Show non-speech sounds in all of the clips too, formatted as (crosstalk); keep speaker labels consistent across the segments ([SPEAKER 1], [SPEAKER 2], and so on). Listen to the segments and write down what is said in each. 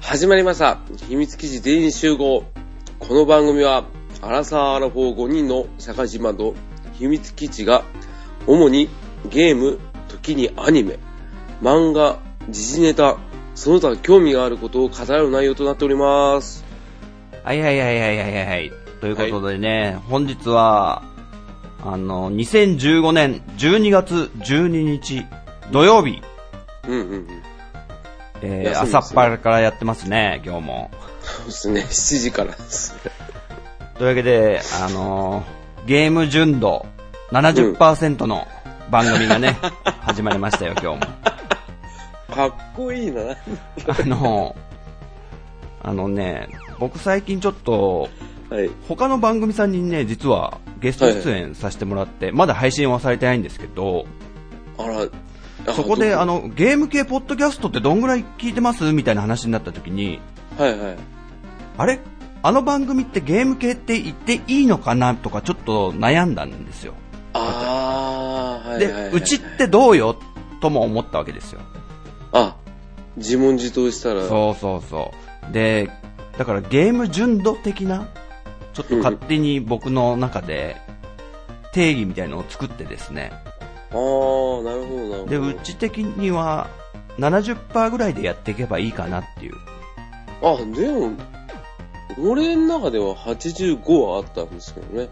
[SPEAKER 1] 始まりました。秘密記事全員集合。この番組は、アラサーアラフォー5人の釈迦島の秘密基地が、主にゲーム、時にアニメ、漫画、時事ネタ、その他興味があることを語る内容となっております。
[SPEAKER 2] はいはいはいはいはいはいはい。ということでね、本日は、あの、2015年12月12日土曜日、
[SPEAKER 1] うんうんうん。そ
[SPEAKER 2] えー
[SPEAKER 1] 休みですね
[SPEAKER 2] 朝っぱらからやってますね、今日も。
[SPEAKER 1] うですね、7時からですね。
[SPEAKER 2] というわけで、あのーゲーム純度70%の番組が (laughs) ね、始まりましたよ、今日も。
[SPEAKER 1] かっこいいな。
[SPEAKER 2] あのーあのね、僕最近ちょっと、
[SPEAKER 1] はい。
[SPEAKER 2] 他の番組さんにね、実はゲスト出演させてもらって、まだ配信はされてないんですけど、
[SPEAKER 1] あら、あ
[SPEAKER 2] そこで
[SPEAKER 1] ど
[SPEAKER 2] あのゲーム系ポッドキャストってどんぐらい聞いてますみたいな話になった時に
[SPEAKER 1] はいはい。
[SPEAKER 2] あれあの番組ってゲーム系って言っていいのかなとかちょっと悩んだんですよ
[SPEAKER 1] あー、はい
[SPEAKER 2] で、
[SPEAKER 1] はいはい、はいう
[SPEAKER 2] ちってどうよとも思ったわけですよ
[SPEAKER 1] あ、自問自答したら、
[SPEAKER 2] そうそうそうでだからゲーム純度的なちょっと勝手に僕の中で定義みたいのを作ってですね
[SPEAKER 1] あー、なるほど、なるほど。
[SPEAKER 2] でうち的には70%ぐらいでやっていけばいいかなっていう
[SPEAKER 1] あ、でも、俺の中では85はあったんですけどね。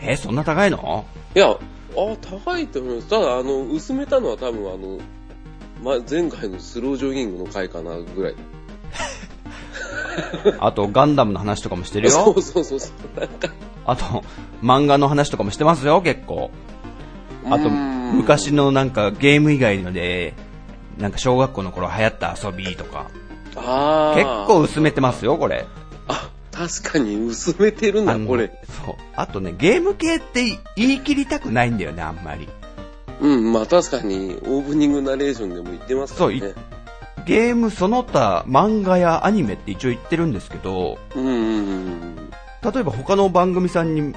[SPEAKER 2] えそんな高いの
[SPEAKER 1] いや、あ、高いと思います。ただ、あの、薄めたのは多分、あの、ま、前回のスロージョギングの回かな、ぐらい。
[SPEAKER 2] あと、ガンダムの話とかもして
[SPEAKER 1] (laughs)
[SPEAKER 2] る
[SPEAKER 1] そ
[SPEAKER 2] よ。
[SPEAKER 1] うそうそうそう。なんか、
[SPEAKER 2] あと、漫画の話とかもしてますよ、結構。あと、
[SPEAKER 1] うーん
[SPEAKER 2] 昔のなんかゲーム以外ので、なんか小学校の頃流行った遊びとか。
[SPEAKER 1] あ
[SPEAKER 2] 結
[SPEAKER 1] ー。
[SPEAKER 2] 構。薄めてますよ、これ。
[SPEAKER 1] あ、確かに薄めてるんだ、
[SPEAKER 2] の
[SPEAKER 1] これ。。
[SPEAKER 2] そう。あとね、ゲーム系って言い切りたくないんだよね、あんまり。
[SPEAKER 1] うん、まあ確かに、オープニングナレーションでも言ってますからね。
[SPEAKER 2] そうゲームその他、漫画やアニメって一応言ってるんですけど、
[SPEAKER 1] うんうんうん (laughs)
[SPEAKER 2] 例えば他の番組さんに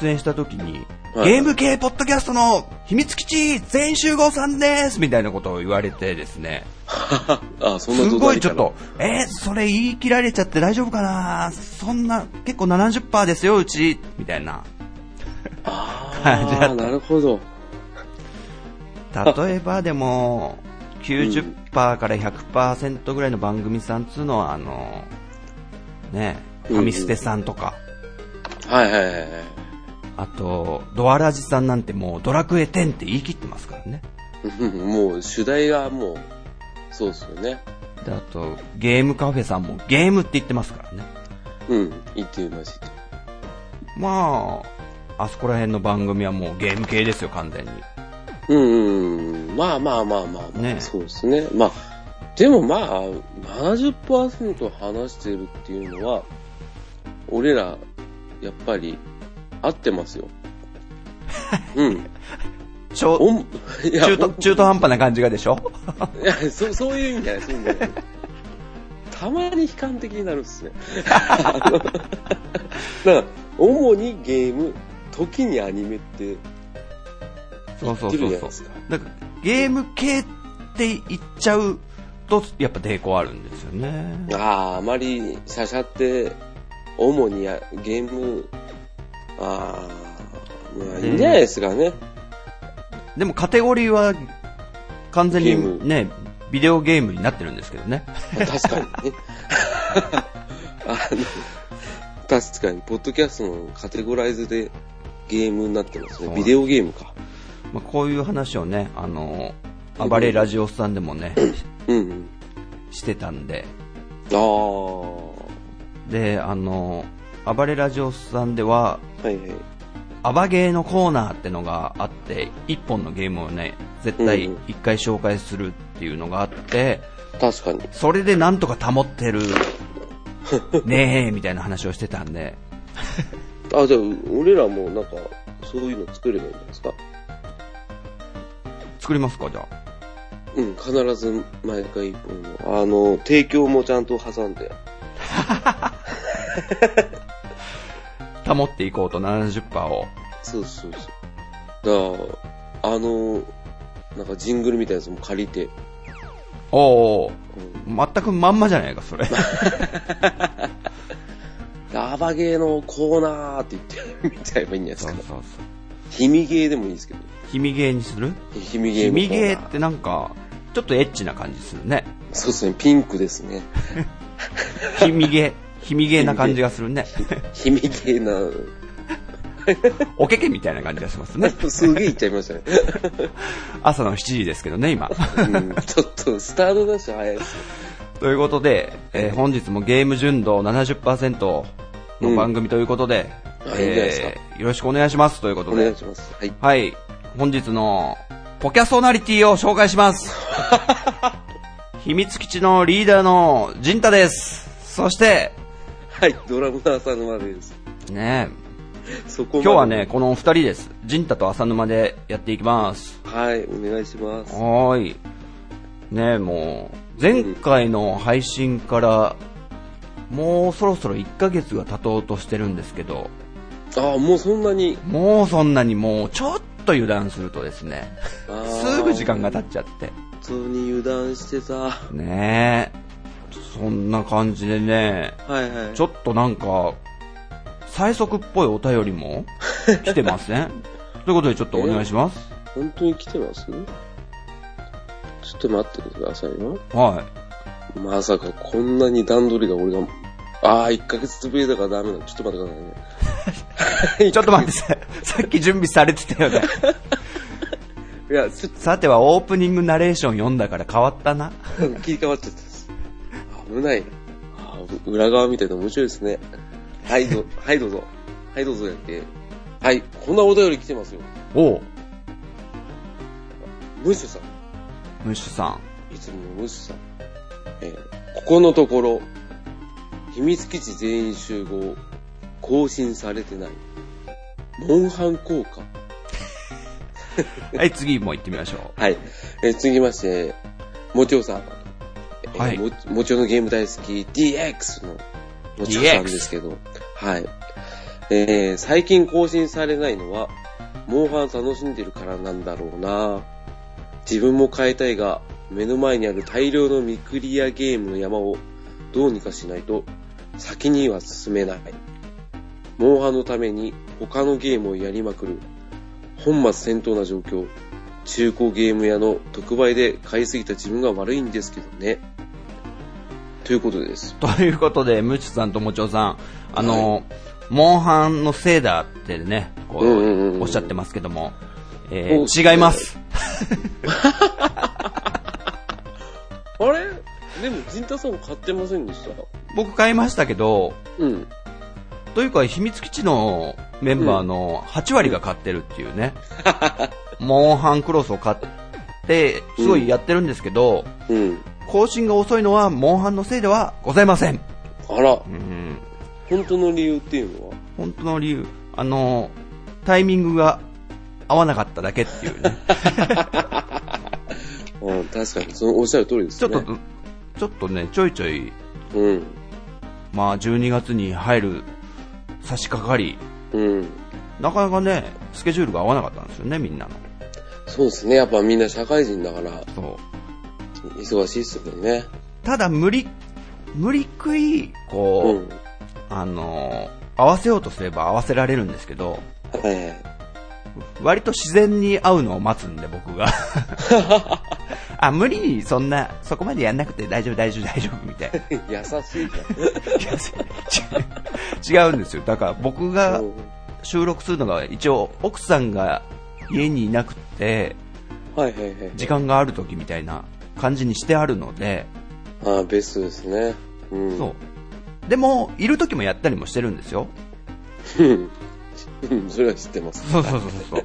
[SPEAKER 2] 出演した時に、
[SPEAKER 1] はい
[SPEAKER 2] ゲーム系ポッドキャストの秘密基地全集合さんですみたいなことを言われてですね、
[SPEAKER 1] うん。あ、そんな
[SPEAKER 2] す
[SPEAKER 1] 土台
[SPEAKER 2] ごいちょっ
[SPEAKER 1] から
[SPEAKER 2] と、えーそれ言い切られちゃって大丈夫かなそんな、結構70%ですよ、うち、みたいな。感じだ
[SPEAKER 1] あ
[SPEAKER 2] った
[SPEAKER 1] あ、なるほど。
[SPEAKER 2] 例えば
[SPEAKER 1] (laughs)
[SPEAKER 2] でも、90%から100%ぐらいの番組さんっつうのは、あの、ね、ファミステさんとか、
[SPEAKER 1] はいはいはいはい。
[SPEAKER 2] あと、ドアラジさんなんてもうドラクエ10って言い切ってますからね。
[SPEAKER 1] うんもう主題がもう、そうですよね。
[SPEAKER 2] で、あと、ゲームカフェさんもゲームって言ってますからね。
[SPEAKER 1] うん、言ってみます。言って
[SPEAKER 2] まあ、あそこら辺の番組はもうゲーム系ですよ、完全に。
[SPEAKER 1] みますうん、うん、まあまあまあまあ、まあ
[SPEAKER 2] ね
[SPEAKER 1] そうですね。まあ、でもまあ、70%話してるっていうのは、俺ら、やっぱり、合ってます
[SPEAKER 2] (laughs)
[SPEAKER 1] よ。うん。
[SPEAKER 2] ちょ
[SPEAKER 1] おん、いや、
[SPEAKER 2] 中途、中途半端な感じがでしょ (laughs)
[SPEAKER 1] ほんいや (laughs) そそういう意味じゃない、そういう意味じゃない。たまに悲観的になるっ
[SPEAKER 2] (laughs)
[SPEAKER 1] すね。あのだから、主にゲーム、時にアニメって、
[SPEAKER 2] そうそう
[SPEAKER 1] 言ってるじゃな
[SPEAKER 2] そう
[SPEAKER 1] い
[SPEAKER 2] そ
[SPEAKER 1] で
[SPEAKER 2] う
[SPEAKER 1] すか。
[SPEAKER 2] なんか、ゲーム系って言っちゃうと、やっぱ抵抗あるんですよね。
[SPEAKER 1] ああ、あまり、シャシャって、主にやゲーム、ああ、まあ、いいんじゃないですかね。
[SPEAKER 2] でもカテゴリーは、完全
[SPEAKER 1] ゲーム
[SPEAKER 2] にね、ビデオゲームになってるんですけどね。
[SPEAKER 1] 確か
[SPEAKER 2] (laughs)
[SPEAKER 1] にね。あの、確かに、ポッドキャストのカテゴライズでゲームになってます
[SPEAKER 2] そう
[SPEAKER 1] ね。
[SPEAKER 2] なんです
[SPEAKER 1] ビデオゲームか。
[SPEAKER 2] まあ、こういう話をね、あの、暴れラジオスさんでも
[SPEAKER 1] (laughs)
[SPEAKER 2] ね、
[SPEAKER 1] うんうん。
[SPEAKER 2] ししてたんで、
[SPEAKER 1] ああ、は
[SPEAKER 2] で、あの、暴れラジオスさんでは、
[SPEAKER 1] いはい。
[SPEAKER 2] アバゲーのコーナーってのがあって、一本のゲームをね、絶対一回紹介するっていうのがあって、
[SPEAKER 1] 確かに。
[SPEAKER 2] それでなんとか保って (laughs) る、ねえ、みたいな話をしてたんで、
[SPEAKER 1] あ、じゃあ、俺らもなんか、そういうの作ればいいんじゃないですか。
[SPEAKER 2] 作りますか、じゃあ。
[SPEAKER 1] うん、必ず毎回一本の。あの、提供もちゃんと挟んで。
[SPEAKER 2] 保っていこうと70%を。
[SPEAKER 1] そうそうそう。だから、あの、なんかジングルみたいなやつも借りて、
[SPEAKER 2] おー全くまんまじゃないか、それ。
[SPEAKER 1] ラバゲーのコーナーって言って (laughs) 見ちゃえばいいんじゃないです
[SPEAKER 2] そうそ
[SPEAKER 1] か
[SPEAKER 2] う。 (laughs) そう。
[SPEAKER 1] ひみゲーでもいいですけど。
[SPEAKER 2] 君ゲーにする
[SPEAKER 1] ひみゲーの
[SPEAKER 2] 君
[SPEAKER 1] コーナ
[SPEAKER 2] ゲーってなんか、ちょっとエッチな感じするね。
[SPEAKER 1] そうですね、ピンクですね。
[SPEAKER 2] 君ゲー、君ゲーな感じがするね。
[SPEAKER 1] ひみゲーな、
[SPEAKER 2] おけけみたいな感じがしますね。
[SPEAKER 1] すげえ言っちゃいました (laughs) ね。
[SPEAKER 2] 朝の7時ですけど
[SPEAKER 1] (laughs)
[SPEAKER 2] ね、今。
[SPEAKER 1] うんちょっとスタートダッシュ早いですね。
[SPEAKER 2] ということで、えー本日もゲーム純度70%の番組ということで、
[SPEAKER 1] うんあいいんじゃないです
[SPEAKER 2] えーよろしくお願いしますということ
[SPEAKER 1] お願
[SPEAKER 2] で
[SPEAKER 1] い、します。はい。
[SPEAKER 2] はい、本日のポキャソナリティを紹介
[SPEAKER 1] (laughs)
[SPEAKER 2] します。秘密基地のリーダーのジンタです。そして、
[SPEAKER 1] はい、ドラムの浅沼です。
[SPEAKER 2] ね、
[SPEAKER 1] そこまで
[SPEAKER 2] 今日はね、、この二人です。ジンタと浅沼でやっていきます。
[SPEAKER 1] はい、お願いします。
[SPEAKER 2] はーい。ねえ、もう、前回の配信から、もうそろそろ1ヶ月が経とうとしてるんですけど、
[SPEAKER 1] ああ、もうそんなに。
[SPEAKER 2] もうそんなにもうちょっと油断するとですね、
[SPEAKER 1] あー
[SPEAKER 2] すぐ時間が経っちゃって。
[SPEAKER 1] 本当に油断してた。は
[SPEAKER 2] ねえ、そんな感じでね、
[SPEAKER 1] いはい。
[SPEAKER 2] ちょっとなんか、最速っぽいお便りも来てませんということでちょっとお願いします。
[SPEAKER 1] 本当に来てますちょっと待ってくださいよ。
[SPEAKER 2] は
[SPEAKER 1] まさかこんなに段取りが俺が、ああ、1ヶ月ぶりだからダメだ。ちょっと待ってくださいね。
[SPEAKER 2] い。ちょっと待って、ささっき準備されてたよね。
[SPEAKER 1] いや、ちょっと
[SPEAKER 2] さてはオープニングナレーション読んだから変わったな。
[SPEAKER 1] 切り替わっちゃったです。危ないな。あー裏側みたいで面白いですね。はい、ど、はい、どうぞ。はい、どうぞやって。はい、こんなお便り来てますよ。
[SPEAKER 2] おう、
[SPEAKER 1] ムッシュさん。
[SPEAKER 2] ムッシュさん。
[SPEAKER 1] いつものムッシュさん。えーここのところ、秘密基地全員集合、更新されてない。モンハン効果。
[SPEAKER 2] はい、次も行ってみましょ
[SPEAKER 1] はい。えー続きまして、もちおさん。えー
[SPEAKER 2] はい
[SPEAKER 1] ももちおのゲーム大好き DX のもちおさんですけど、はい。えー最近更新されないのは、モンハン楽しんでるからなんだろうな自分も変えたいが、目の前にある大量のミクリアゲームの山をどうにかしないと、先には進めない。モンハンのために他のゲームをやりまくる、本末転倒な状況。中古ゲーム屋の特売で買いすぎた自分が悪いんですけどね。ということです。
[SPEAKER 2] う。 (laughs) ということで、ムッシュさんともちおさん、あの、モンハンのせいだってね、こう、
[SPEAKER 1] うんうんうんうん
[SPEAKER 2] おっしゃってますけども、えー
[SPEAKER 1] そうですね
[SPEAKER 2] 違います。
[SPEAKER 1] あれでも、ジンタさん買ってませんでした
[SPEAKER 2] 僕買いましたけど、
[SPEAKER 1] うん。
[SPEAKER 2] というか、秘密基地のメンバーの8割が買ってるってい
[SPEAKER 1] (laughs)
[SPEAKER 2] うね。モンハンクロスを買って、すごいやってるんですけど、
[SPEAKER 1] うん。
[SPEAKER 2] 更新が遅いのはモンハンのせいではございません。
[SPEAKER 1] あら
[SPEAKER 2] う、ん
[SPEAKER 1] 本当の理由っていうのは
[SPEAKER 2] 本当の理由、あの、タイミングが合わなかっただけっていうね。
[SPEAKER 1] うん、確かに、 (laughs) そのおっしゃる通りです
[SPEAKER 2] ちょ
[SPEAKER 1] ね。
[SPEAKER 2] っと、ちょっとね、ちょいちょい、
[SPEAKER 1] と、うん。
[SPEAKER 2] まあ12月に入る差し掛かり、
[SPEAKER 1] うん。
[SPEAKER 2] なかなかね、スケジュールが合わなかったんですよね、みんなの。
[SPEAKER 1] そうですね。やっぱみんな社会人だから、
[SPEAKER 2] そう。
[SPEAKER 1] 忙しいっすよね。
[SPEAKER 2] ただ、無理、無理くい、
[SPEAKER 1] う
[SPEAKER 2] こ
[SPEAKER 1] ん。
[SPEAKER 2] う、あの、合わせようとすれば合わせられるんですけど、
[SPEAKER 1] はい。
[SPEAKER 2] 割と自然に会うのを待つんで、
[SPEAKER 1] (laughs)
[SPEAKER 2] 僕が。あ、無理に、そんな、そこまでやんなくて大丈夫、大丈夫、大丈夫、みたいな。
[SPEAKER 1] (laughs) 優しいじ
[SPEAKER 2] 違う違うんですよ。だから僕
[SPEAKER 1] ゃ
[SPEAKER 2] が
[SPEAKER 1] ん。うん
[SPEAKER 2] 収録するのが一応奥さんが家にいなくて
[SPEAKER 1] はいはいはい。
[SPEAKER 2] 時間がある時みたいな感じにしてあるので、
[SPEAKER 1] ああ、ベストですね。うん。
[SPEAKER 2] そう。でも、いる時もやったりもしてるんですよ。
[SPEAKER 1] うん。うん (laughs) それは知ってます。
[SPEAKER 2] そうそうそうそう。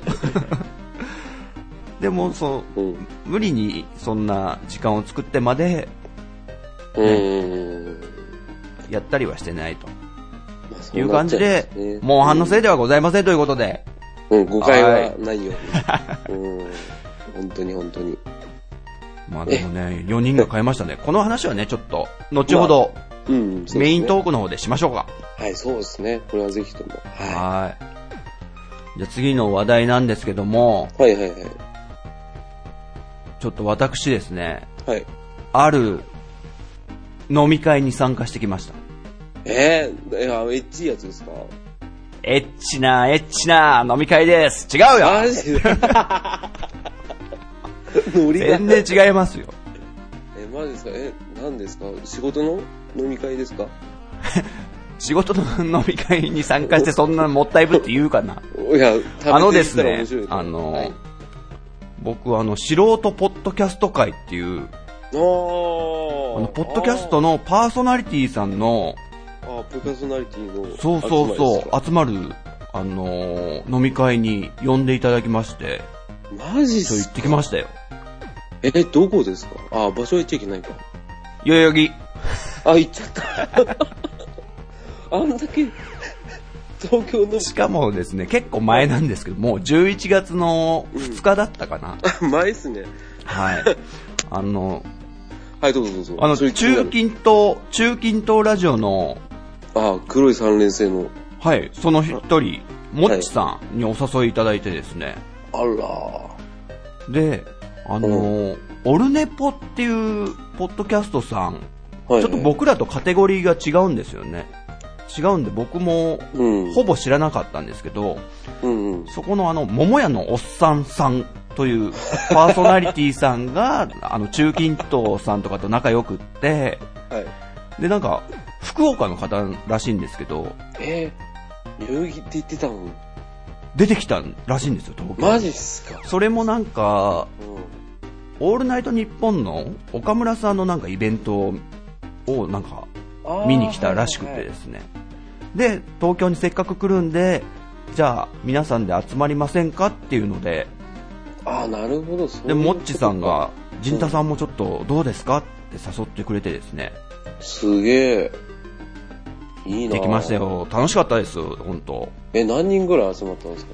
[SPEAKER 2] (laughs) でも、そう、
[SPEAKER 1] うん。
[SPEAKER 2] 無理にそんな時間を作ってまで
[SPEAKER 1] うん。
[SPEAKER 2] やったりはしてないと
[SPEAKER 1] まあ
[SPEAKER 2] いう感じで、
[SPEAKER 1] も
[SPEAKER 2] も
[SPEAKER 1] う
[SPEAKER 2] う反応せいではございませんということで、
[SPEAKER 1] うん、誤解はないように。うん。本当に本当に。
[SPEAKER 2] まあでもね、4人が変えましたね。この話はね、ちょっと、後ほど、
[SPEAKER 1] うん、そうですね
[SPEAKER 2] メイントークの方でしましょうか。
[SPEAKER 1] はい、そうですね。これはぜひとも。は
[SPEAKER 2] はい。じゃあ次の話題なんですけども、
[SPEAKER 1] い。はいはいはい。
[SPEAKER 2] ちょっと私ですね、
[SPEAKER 1] はい。
[SPEAKER 2] ある飲み会に参加してきました。
[SPEAKER 1] えー、いや、エッチいやつですか
[SPEAKER 2] エッチな、エッチな飲み会です。違うよ
[SPEAKER 1] マジ
[SPEAKER 2] (laughs)
[SPEAKER 1] でノリが。
[SPEAKER 2] 全然違いますよ。
[SPEAKER 1] え、マジですかえ、何ですか仕事の飲み会ですか
[SPEAKER 2] 仕事の飲み会に参
[SPEAKER 1] (laughs)
[SPEAKER 2] 加してそんなもったいぶって言うかな。
[SPEAKER 1] いや、
[SPEAKER 2] あの
[SPEAKER 1] 食べて
[SPEAKER 2] で
[SPEAKER 1] いっ
[SPEAKER 2] す
[SPEAKER 1] たら
[SPEAKER 2] ね
[SPEAKER 1] 面白い、
[SPEAKER 2] あの、
[SPEAKER 1] はい
[SPEAKER 2] 僕あの、素人ポッドキャスト会ってい
[SPEAKER 1] あ
[SPEAKER 2] う、
[SPEAKER 1] ー
[SPEAKER 2] あの、ポッドキャストのパーソナリティさんの、
[SPEAKER 1] あー、ポッドキャストナリティの。
[SPEAKER 2] そうそうそ
[SPEAKER 1] あ
[SPEAKER 2] う、集まる、あのー飲み会に呼んでいただきまして、
[SPEAKER 1] マジっ
[SPEAKER 2] ちょ、行
[SPEAKER 1] す
[SPEAKER 2] ってきましたよ。
[SPEAKER 1] え、どこですかあー、場所は言っちゃいけないか。
[SPEAKER 2] 代々木。
[SPEAKER 1] あ、行っちゃっ
[SPEAKER 2] (laughs)
[SPEAKER 1] た。あんだけ、東京の
[SPEAKER 2] しかもですね、結構前なんですけど、もう11月の2日だったかな。
[SPEAKER 1] あ、前っすね。
[SPEAKER 2] (laughs) はい。あの、
[SPEAKER 1] はい、どうぞどうぞ。
[SPEAKER 2] あの、
[SPEAKER 1] それ
[SPEAKER 2] 中
[SPEAKER 1] 気になる
[SPEAKER 2] 近東、中近東ラジオの、
[SPEAKER 1] あー、黒い三連星の。
[SPEAKER 2] はい、その一人、もっちさんにお誘いいただいてですね、
[SPEAKER 1] あら
[SPEAKER 2] で、あの、オルネポっていうポッドキャストさん、
[SPEAKER 1] ー。はい。
[SPEAKER 2] ちょっと、僕らとカテゴリーが違うんですよね。違うんで僕も
[SPEAKER 1] うん。
[SPEAKER 2] ほぼ知らなかったんですけど、
[SPEAKER 1] うんうん。
[SPEAKER 2] そこのあの、桃屋のおっさんさんというパーソナリティさんが、 (laughs) あの、中近東さんとかと仲良くって、
[SPEAKER 1] はい。
[SPEAKER 2] で、なんか、福岡の方らしいんですけど、
[SPEAKER 1] えー、代々木って言ってたの
[SPEAKER 2] 出てきたらしいんですよ、東京。
[SPEAKER 1] マジっすか
[SPEAKER 2] それもなんか、
[SPEAKER 1] う
[SPEAKER 2] オールナイトニッポンの岡村さんのなんかイベントをなんか
[SPEAKER 1] ん
[SPEAKER 2] 見に来たらしくてで。すね。で、東京にせっかく来るんで、じゃあ皆さんで集まりませんかっていうので、
[SPEAKER 1] あー、なるほど。そういう
[SPEAKER 2] で、もっちさん
[SPEAKER 1] こ
[SPEAKER 2] が、陣田さんもちょっとどうですかって誘ってくれてですね、
[SPEAKER 1] とか。すげえ。いいな
[SPEAKER 2] できました。よ。楽しかったです、本当
[SPEAKER 1] え、何人ぐらい集まったんですか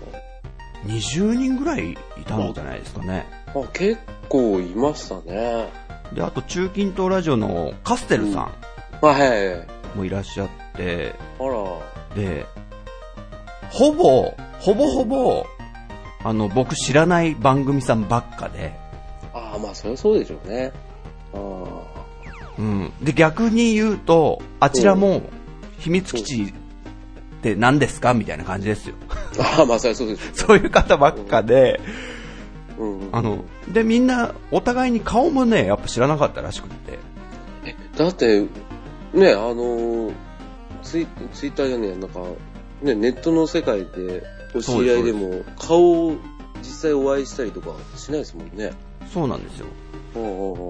[SPEAKER 2] 20人ぐらいいたんじゃないですかね。
[SPEAKER 1] あ、結構いましたね。
[SPEAKER 2] で、あと中近東ラジオのカステルさ
[SPEAKER 1] あはいはいはい。
[SPEAKER 2] んもいらっしゃって、
[SPEAKER 1] あら。
[SPEAKER 2] で、ほぼ、ほぼほぼ、あの、僕知らない番組さんばっかで、
[SPEAKER 1] ああ、まあ、そりゃそうでしょうね。ああ。
[SPEAKER 2] うん。で、逆に言うと、あちらも、秘密基地って何ですかみたいな感じですよ。 (laughs)
[SPEAKER 1] ああ、まあ、そりゃそうでしょ
[SPEAKER 2] そういう方ばっかで、
[SPEAKER 1] う。うんうん。
[SPEAKER 2] あの、で、みんな、お互いに顔もね、やっぱ知らなかったらしくって。
[SPEAKER 1] だって、ね、あのーツイ、ツイッターじゃねえや、なんか、ね、ネットの世界で、お知り合いでも、顔を実際お会いしたりとかしないですもんね。
[SPEAKER 2] そうなんですよ。
[SPEAKER 1] うんうんうん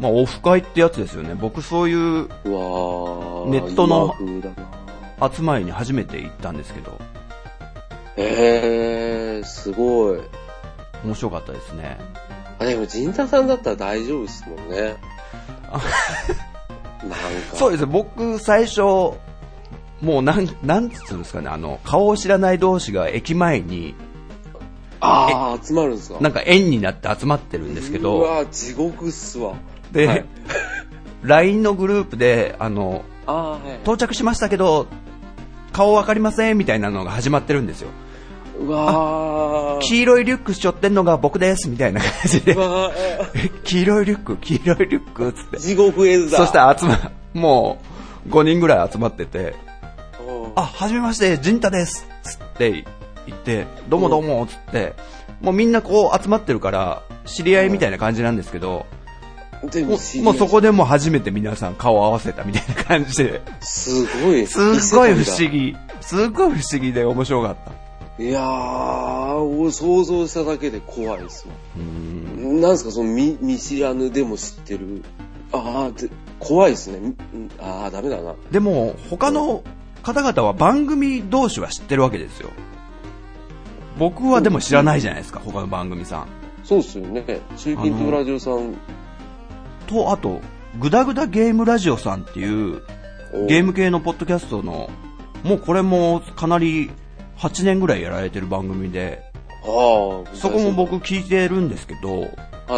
[SPEAKER 2] まあ、オフ会ってやつですよね。僕そういう
[SPEAKER 1] うわー
[SPEAKER 2] ネットの
[SPEAKER 1] 今風だな
[SPEAKER 2] 集まりに初めて行ったんですけど、
[SPEAKER 1] えー、すごい。
[SPEAKER 2] 面白かったですね。
[SPEAKER 1] あ、でも、陣田さんだったら大丈夫ですもん
[SPEAKER 2] (laughs)
[SPEAKER 1] ね。なんか。
[SPEAKER 2] そうですね、僕、最初、もうなん、なんつうんですかね、あの、顔を知らない同士が駅前に、
[SPEAKER 1] ああ、集まるんですか
[SPEAKER 2] なんか円になって集まってるんですけ
[SPEAKER 1] う
[SPEAKER 2] ど、
[SPEAKER 1] わー地獄っすわ。
[SPEAKER 2] で、 (laughs)
[SPEAKER 1] はい
[SPEAKER 2] LINE のグループで、あの、
[SPEAKER 1] ああ、はい。
[SPEAKER 2] 到着しましたけど、顔わかりませんみたいなのが始まってるんですよ。
[SPEAKER 1] うわー。
[SPEAKER 2] 黄色いリュックしょってんのが僕ですみたいな感じで
[SPEAKER 1] う、わーえ
[SPEAKER 2] (laughs) 黄色いリュック、黄色いリュックつって。
[SPEAKER 1] 地獄絵図だ。
[SPEAKER 2] そしたら集ま、もう、5人ぐらい集まってて、
[SPEAKER 1] うん
[SPEAKER 2] あ、はじめまして、ジンタですつって言って、どうもどうもつって、もうみんなこう集まってるから、知り合いみたいな感じなんですけど、
[SPEAKER 1] で
[SPEAKER 2] も
[SPEAKER 1] も
[SPEAKER 2] うもうそこでもう初めて皆さん顔を合わせたみたいな感じで、
[SPEAKER 1] すごい。
[SPEAKER 2] すっごい不思議、すっごい不思議で面白かった。
[SPEAKER 1] 議。いやー、お想像しただけで怖いですわ。
[SPEAKER 2] うん
[SPEAKER 1] なんすか、その見、見知らぬでも知ってる。あー、で怖いですね。んあー、ダメだな。
[SPEAKER 2] でも、他の方々は番組同士は知ってるわけですよ。僕はでも知らないじゃないですか、他の番組さん。
[SPEAKER 1] そうっすよね。中近東ラジオさん。
[SPEAKER 2] と、あと、グダグダゲームラジオさんっていう、
[SPEAKER 1] お
[SPEAKER 2] ゲーム系のポッドキャストの、もうこれもかなり8年ぐらいやられてる番組で、
[SPEAKER 1] ああ、
[SPEAKER 2] そこも。僕聞いてるんですけど、
[SPEAKER 1] はい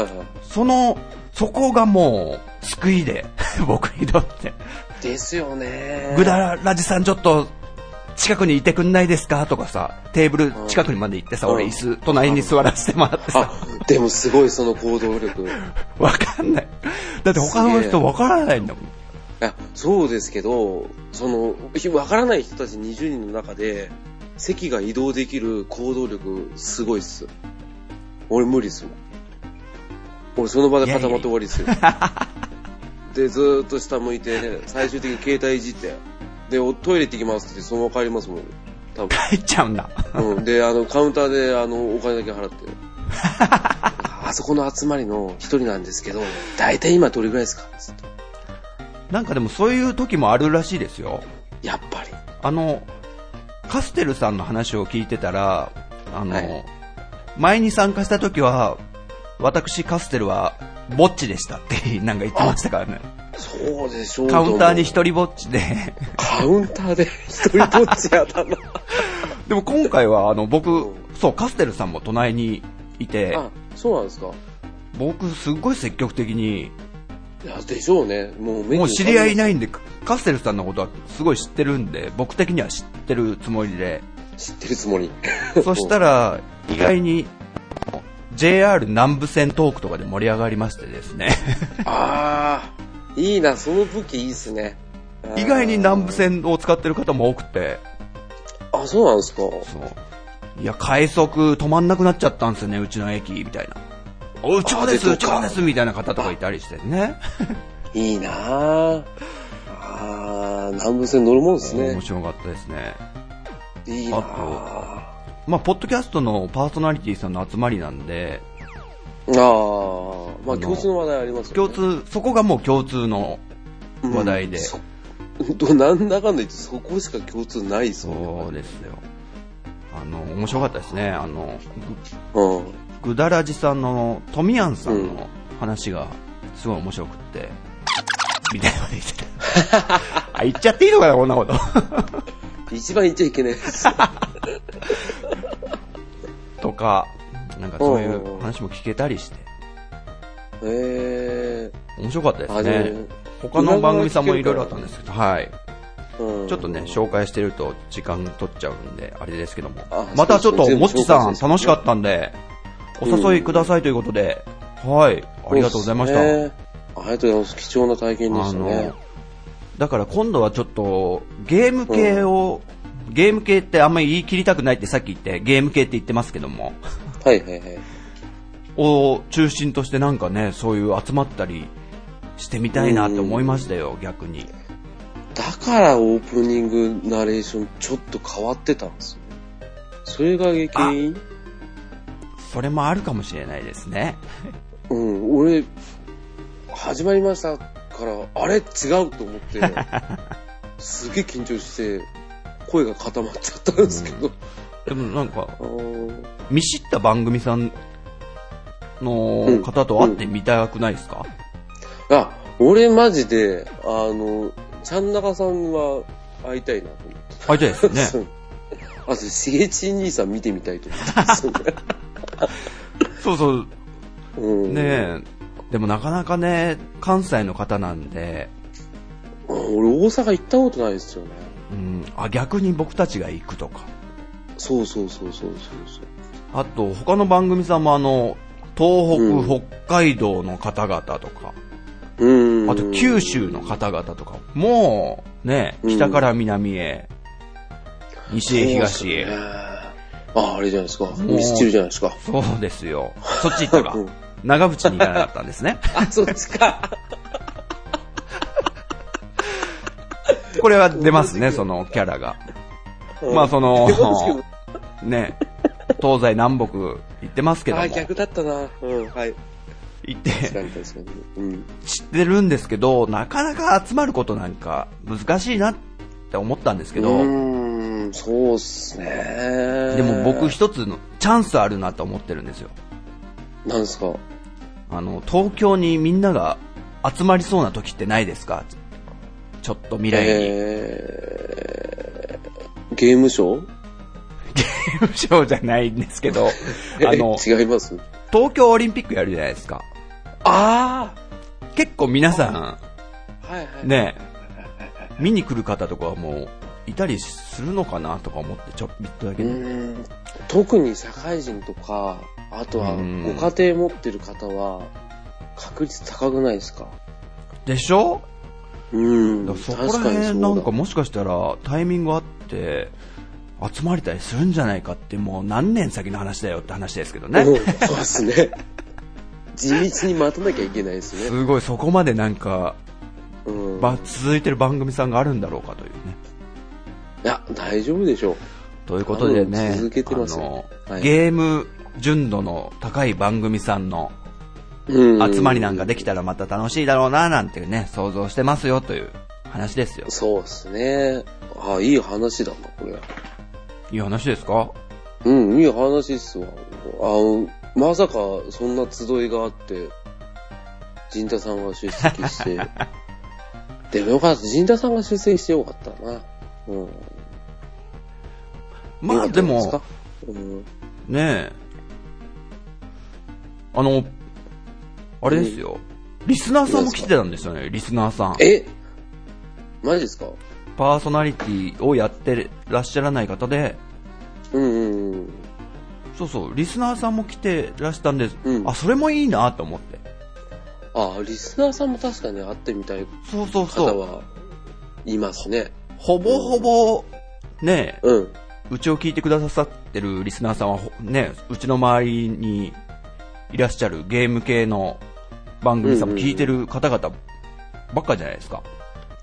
[SPEAKER 1] は
[SPEAKER 2] その、そこがもう救い (laughs) で、僕にとって。
[SPEAKER 1] い。ですよね。
[SPEAKER 2] グダラジさんちょっと近くにいてくんないですかとかさ、テーブル近くにまで行ってさ、
[SPEAKER 1] うん
[SPEAKER 2] 俺椅子隣に座らせてもらってさ、
[SPEAKER 1] あ、でもすごいその行動力。
[SPEAKER 2] わかんない。だって他の
[SPEAKER 1] すげ
[SPEAKER 2] 人
[SPEAKER 1] え
[SPEAKER 2] わからないんだもん。
[SPEAKER 1] いや、そうですけど、その、ひわからない人たち20人の中で、席が移動できる行動力、すごいっす。俺無理っすもん。俺その場で固まって終わりっすよ。 (laughs) で、ずーっと下向いて、最終的に携帯いじって、で、おトイレ行ってきますって言って、そのまま帰りますもん。多分。
[SPEAKER 2] 入っちゃうんだ。
[SPEAKER 1] うん、で、あの、カウンターで、あの、お金だけ払って。あそこの集まりの一人なんですけど、大体今どれぐらいですかつって
[SPEAKER 2] なんかでもそういう時もあるらしいですよ。
[SPEAKER 1] やっぱり。
[SPEAKER 2] あの、カステルさんの話を聞いてたら、あの、
[SPEAKER 1] はい
[SPEAKER 2] 前に参加した時は、私カステルは、ぼっちでしたってなんか言ってましたからね。
[SPEAKER 1] そうでしょう
[SPEAKER 2] カウンターに
[SPEAKER 1] 人。
[SPEAKER 2] 一人ぼっちで。
[SPEAKER 1] カウンターで一人ぼっちやった
[SPEAKER 2] (laughs)
[SPEAKER 1] な。
[SPEAKER 2] でも今回は、あの、僕
[SPEAKER 1] う、
[SPEAKER 2] そう、カステルさんも隣にいて、
[SPEAKER 1] あ、そうなんですか。
[SPEAKER 2] 僕すっごい積極的に、
[SPEAKER 1] いや、でしょうね。もう目に。
[SPEAKER 2] もう知り合いいないいんで、カステルさんのことはすごい知ってるんで、僕的には知ってるつもりで、
[SPEAKER 1] 知ってるつもり。 (laughs)
[SPEAKER 2] そしたら、意外に、JR 南部線トークとかで盛り上がりましてです
[SPEAKER 1] (laughs)
[SPEAKER 2] ね、
[SPEAKER 1] あー、いいな、その武器いいっすね。あー
[SPEAKER 2] 意外に南部。線を使ってる方も多くて、
[SPEAKER 1] あ、そうなんですか。
[SPEAKER 2] そう。いや、快速止まんなくなっちゃったんですよね、うちの駅、みたいな。おうちもです、
[SPEAKER 1] あ
[SPEAKER 2] う
[SPEAKER 1] 出
[SPEAKER 2] ち
[SPEAKER 1] とか
[SPEAKER 2] もです、みたいな方とかいたりしてね。
[SPEAKER 1] いいなーあー、南部線乗るもんですね
[SPEAKER 2] 面。白かったですね。
[SPEAKER 1] いいな
[SPEAKER 2] あ
[SPEAKER 1] ー
[SPEAKER 2] まあ、ポッドキャストのパーソナリティさんの集まりなんで、
[SPEAKER 1] ああ、ま
[SPEAKER 2] あの
[SPEAKER 1] あ共通の話題ありますよ、
[SPEAKER 2] 共
[SPEAKER 1] ね。
[SPEAKER 2] 通、そこがもう共通の話題で。
[SPEAKER 1] うんそどなんだかんだ言ってそこしか共通ないですも
[SPEAKER 2] そうん
[SPEAKER 1] ね。
[SPEAKER 2] ですよ。あの、面白かったですね。あの、
[SPEAKER 1] うん。
[SPEAKER 2] ぐぐだらじさんの、とみやんさんの話が、すごい面白くって、みたいなこと言ってた。
[SPEAKER 1] (laughs)
[SPEAKER 2] あ、言っちゃっていいのかな、こんなこと。
[SPEAKER 1] 一番言っちゃいけないです。
[SPEAKER 2] とか、なんかそうい
[SPEAKER 1] おうおうお
[SPEAKER 2] う
[SPEAKER 1] う
[SPEAKER 2] 話も聞けたりして、
[SPEAKER 1] え
[SPEAKER 2] 面白かったで
[SPEAKER 1] ー、あ
[SPEAKER 2] す
[SPEAKER 1] で
[SPEAKER 2] ね。他の番組さんもいろいろあったんですけど、はい。
[SPEAKER 1] もうん
[SPEAKER 2] ちょっとね、紹介してると時間取っちゃうんで、あれですけども
[SPEAKER 1] あ。
[SPEAKER 2] またちょっと、
[SPEAKER 1] そうですね
[SPEAKER 2] もっち
[SPEAKER 1] 全部紹
[SPEAKER 2] さん
[SPEAKER 1] 介してる
[SPEAKER 2] 楽しかったんで、お誘いくださいということで、はい、ありがとうございました。
[SPEAKER 1] そうですねありがとうございます。貴重な体験で
[SPEAKER 2] あ
[SPEAKER 1] したね
[SPEAKER 2] の。、だから今度はちょっと、ゲーム系を、ゲーム系ってあんまり言い切りたくないってさっき言って、ゲーム系って言ってますけども、
[SPEAKER 1] はいはいはい。
[SPEAKER 2] を中心としてなんかね、そういう集まったりしてみたいなって思いましたよ、逆に。
[SPEAKER 1] だからオープニングナレーションちょっと変わってたんですよ。それが原因
[SPEAKER 2] それもあるかもしれないですね。
[SPEAKER 1] うん、俺、始まりましたから、あれ違うと思
[SPEAKER 2] (laughs)
[SPEAKER 1] って、すげえ緊張して、声が固まっちゃったんですけど、
[SPEAKER 2] でもなんか、
[SPEAKER 1] あー
[SPEAKER 2] 見知った番組さんの方と会ってみたくないですか、
[SPEAKER 1] あ、俺マジで、あの、ちゃん中さんは会いたいなと思って
[SPEAKER 2] 会いたいですよね。
[SPEAKER 1] そう。あと、しげち兄さん見てみたいと思ってますよね。
[SPEAKER 2] そうそう。 (laughs)
[SPEAKER 1] うん、
[SPEAKER 2] ねえ。でもなかなかね、関西の方なんで、
[SPEAKER 1] うん俺大阪行ったことないですよね。
[SPEAKER 2] うん、あ逆に僕たちが行くとか
[SPEAKER 1] そうそうそうそうそう
[SPEAKER 2] あと他の番組さんもあの東北、
[SPEAKER 1] う
[SPEAKER 2] 北海道の方々とか
[SPEAKER 1] そう。うん。
[SPEAKER 2] あと九州の方々とかもうね
[SPEAKER 1] うん
[SPEAKER 2] 北から南へ、西へ
[SPEAKER 1] そう
[SPEAKER 2] 東
[SPEAKER 1] ですね
[SPEAKER 2] へ
[SPEAKER 1] あ、あれじゃないですか。ミスチルじゃないですか。
[SPEAKER 2] そうですよそっち行ったら長渕に行かなかったんですね
[SPEAKER 1] あ、そっちか。
[SPEAKER 2] これは出ます (laughs) ねそのキャラがまあその
[SPEAKER 1] でもでも
[SPEAKER 2] ね東西南北行ってますけども
[SPEAKER 1] あ、逆だったな。うん、はい。
[SPEAKER 2] 行って
[SPEAKER 1] 確かに確かに。うん。
[SPEAKER 2] 知ってるんですけど、なかなか集まることなんか難しいなって思ったんですけ
[SPEAKER 1] う
[SPEAKER 2] ど、
[SPEAKER 1] ーん、そうっすね。
[SPEAKER 2] で
[SPEAKER 1] で
[SPEAKER 2] も僕、一つのチャンスあるなと思ってるんですよ。
[SPEAKER 1] なんですか
[SPEAKER 2] あの、東京にみんなが集まりそうな時ってないですかちょっと未来に。
[SPEAKER 1] えー、ゲームショー
[SPEAKER 2] ゲームショーじゃないんですけ (laughs) ど、あの、
[SPEAKER 1] え違います
[SPEAKER 2] 東京オリンピックやるじゃないですか。
[SPEAKER 1] あ
[SPEAKER 2] 結構皆さん、
[SPEAKER 1] あはいはい。。
[SPEAKER 2] ね、見に来る方とかはもう、いたりするのかなとか思ってちょびっとだけ
[SPEAKER 1] う
[SPEAKER 2] ね。
[SPEAKER 1] ん特に社会人とか、あとは
[SPEAKER 2] うん
[SPEAKER 1] ご家庭持ってる方は、確率高くないですか
[SPEAKER 2] でしょ
[SPEAKER 1] うん。
[SPEAKER 2] だから
[SPEAKER 1] 確
[SPEAKER 2] そこ
[SPEAKER 1] からにそうだ
[SPEAKER 2] 辺なんかもしかしたらタイミングあって集まりたりするんじゃないかってもう何年先の話だよって話ですけどね
[SPEAKER 1] うんそうですね。 (laughs) 地道に待たなきゃいけないですね。
[SPEAKER 2] すごいそこまでなんか、
[SPEAKER 1] うん。い
[SPEAKER 2] ば続いてる番組さんがあるんだろうかというね
[SPEAKER 1] や、大丈夫でしょう。
[SPEAKER 2] ということで
[SPEAKER 1] あ
[SPEAKER 2] ね
[SPEAKER 1] の続けてますよ
[SPEAKER 2] あの
[SPEAKER 1] はい
[SPEAKER 2] ゲーム純度の高い番組さんの
[SPEAKER 1] うん
[SPEAKER 2] 集まりなんかできたらまた楽しいだろうななんていうね想像してますよという話ですよ
[SPEAKER 1] そうですね。あ、いい話だな、これは。
[SPEAKER 2] いい話ですか
[SPEAKER 1] うん、いい話っすわ。あまさか、そんな集いがあって、陣田さんが出席
[SPEAKER 2] (laughs)
[SPEAKER 1] して。でもよかった。陣田さんが出席してよかったな。うん。
[SPEAKER 2] ま
[SPEAKER 1] い
[SPEAKER 2] あで
[SPEAKER 1] いんじゃ
[SPEAKER 2] も
[SPEAKER 1] ないですか、うん、
[SPEAKER 2] ねえ。あの、あれですよ。リスナーさんも来てたんですよね、リスナーさん。
[SPEAKER 1] えマジですか
[SPEAKER 2] パーソナリティをやってらっしゃらない方で、
[SPEAKER 1] うんうんうん。
[SPEAKER 2] そうそう、リスナーさんも来てらしたんです。
[SPEAKER 1] うん
[SPEAKER 2] あ、それもいいなと思って。
[SPEAKER 1] あ、リスナーさんも確かに会ってみたい
[SPEAKER 2] そうそう
[SPEAKER 1] 方
[SPEAKER 2] そう。
[SPEAKER 1] はいますね。
[SPEAKER 2] ほぼほぼ、ねえ、
[SPEAKER 1] うん。
[SPEAKER 2] うちを聞いてくださってるリスナーさんは、ほねえ、うちの周りにいらっしゃるゲーム系の番組さんも聞いてる方々ばっかじゃないですか。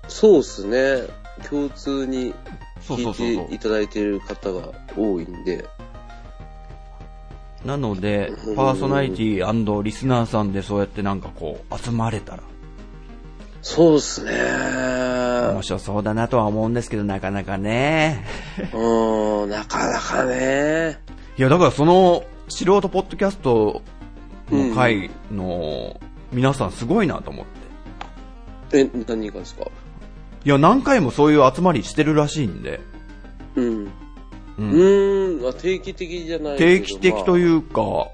[SPEAKER 1] そうっすね。共通に
[SPEAKER 2] そう
[SPEAKER 1] 聞
[SPEAKER 2] そうそうそ
[SPEAKER 1] いうて。いただいてる方が多いんで。
[SPEAKER 2] なので
[SPEAKER 1] う、ん
[SPEAKER 2] パーソナリティリスナーさんでそうやってなんかこう、集まれたら、
[SPEAKER 1] そうっすね。
[SPEAKER 2] 面白そうだなとは思うんですけど、なかなかね。
[SPEAKER 1] うん、なかなかね。
[SPEAKER 2] いや、だからその、素人ポッドキャストの回の、皆さんすごいなと思って。
[SPEAKER 1] え、何がですか
[SPEAKER 2] いや、何回もそういう集まりしてるらしいんで、
[SPEAKER 1] うん。
[SPEAKER 2] う
[SPEAKER 1] うんーん、あ定期的じゃない
[SPEAKER 2] 定期的と
[SPEAKER 1] う。
[SPEAKER 2] いうか、
[SPEAKER 1] まあ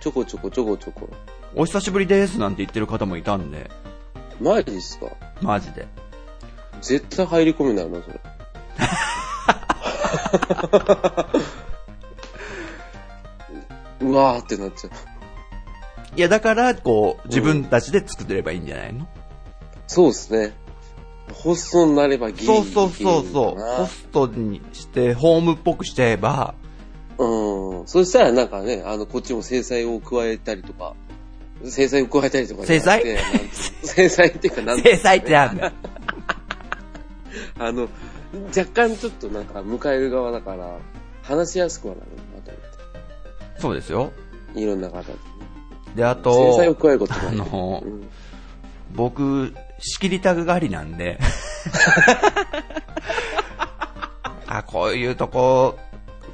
[SPEAKER 1] ちょこちょこちょこちょこ。
[SPEAKER 2] お久しぶりですなんて言ってる方もいたんで、
[SPEAKER 1] マジですか
[SPEAKER 2] マジで。
[SPEAKER 1] 絶対入り込みになるな、そ
[SPEAKER 2] (laughs)
[SPEAKER 1] れ。うわーってなっちゃう。
[SPEAKER 2] いや、だから、こう、自分たちで作ってればいいんじゃないの、
[SPEAKER 1] そうですね。ホストになればギリ
[SPEAKER 2] そうそうそうそう。ホ
[SPEAKER 1] う
[SPEAKER 2] ストにして、ホームっぽくしちゃえば、
[SPEAKER 1] そう。うん。そしたらなんかね、あの、こっちも制裁を加えたりとか、制裁を加えたりとかじゃなくて。な
[SPEAKER 2] 制裁
[SPEAKER 1] んつう制裁っていうかなんつう
[SPEAKER 2] (laughs) 制裁ってなんだよ。
[SPEAKER 1] あの、若干ちょっとなんか迎える側だから、話しやすくはなるなと思
[SPEAKER 2] そうですよ。
[SPEAKER 1] って。いろんな方とね。
[SPEAKER 2] で、あ
[SPEAKER 1] 制裁を
[SPEAKER 2] と、
[SPEAKER 1] 加えること
[SPEAKER 2] あ
[SPEAKER 1] が
[SPEAKER 2] の
[SPEAKER 1] う、ん
[SPEAKER 2] 僕、仕切りたがりなんで。あ、こういうとこ、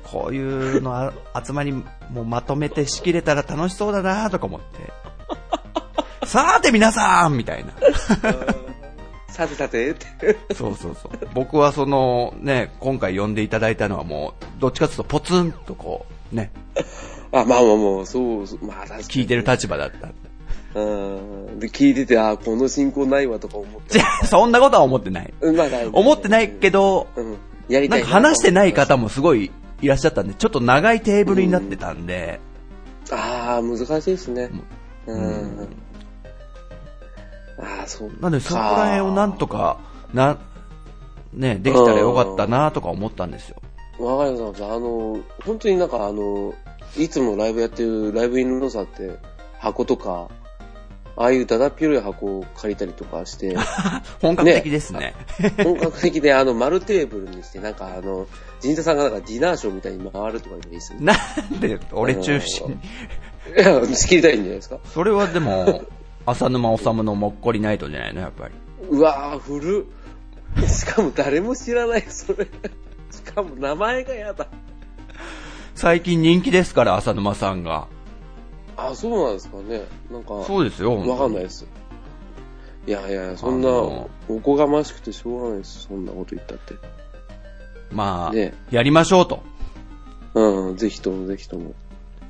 [SPEAKER 2] こういうのあ集まり、もうまとめて仕切れたら楽しそうだなとか思って。さーて皆さんみたいな。
[SPEAKER 1] さてさてって。
[SPEAKER 2] そうそうそう。僕はその、ね、今回呼んでいただいたのはもう、どっちかというとポツンとこう、ね、
[SPEAKER 1] あ、まあまあまあ、そう、そうまあ確かに。
[SPEAKER 2] 聞いてる立場だったんで。
[SPEAKER 1] うん。で、聞いてて、あ、この進行ないわとか思って。
[SPEAKER 2] じゃあそんなことは思ってない。
[SPEAKER 1] うんまあ大丈夫
[SPEAKER 2] 思ってないけど、
[SPEAKER 1] うん。やりた
[SPEAKER 2] ないんか話してない。方もすごいいらっしゃったんで、ちょっと長いテーブルになってたんで、
[SPEAKER 1] ああ、難しいですね。うん。ああ、そう。
[SPEAKER 2] なんでそこら辺をなんとか、な、ね、できたらよかったなとか思ったんですよ。
[SPEAKER 1] わかりました。あの、本当になんかあの、いつもライブやってるライブインロサって箱とか、ああいうだだっ広い箱を借りたりとか
[SPEAKER 2] (laughs)
[SPEAKER 1] して、
[SPEAKER 2] 本格的ですね。
[SPEAKER 1] 本格的であの丸テーブルにして、なんかあの、陣田さんがなんかディナーショーみたいに回るとかでもいいですね。 (laughs)
[SPEAKER 2] なんで、俺中心に。
[SPEAKER 1] いや、仕切りたいんじゃないですか。
[SPEAKER 2] それはでも、浅沼治のもっこりナイトじゃないの、やっぱり。
[SPEAKER 1] うわぁ、古っ。しかも誰も知らない、それ。しかも名前がやだ。
[SPEAKER 2] 最近人気ですから、浅沼さんが。
[SPEAKER 1] あ、そうなんですかね。なんか、
[SPEAKER 2] そうですよ、
[SPEAKER 1] わかんないです。いやいや、そんな、
[SPEAKER 2] あの
[SPEAKER 1] おこがましくてしょうがないです。そんなこと言ったって。
[SPEAKER 2] まあ、
[SPEAKER 1] ね
[SPEAKER 2] やりましょうと。
[SPEAKER 1] うん、ぜひともぜひとも。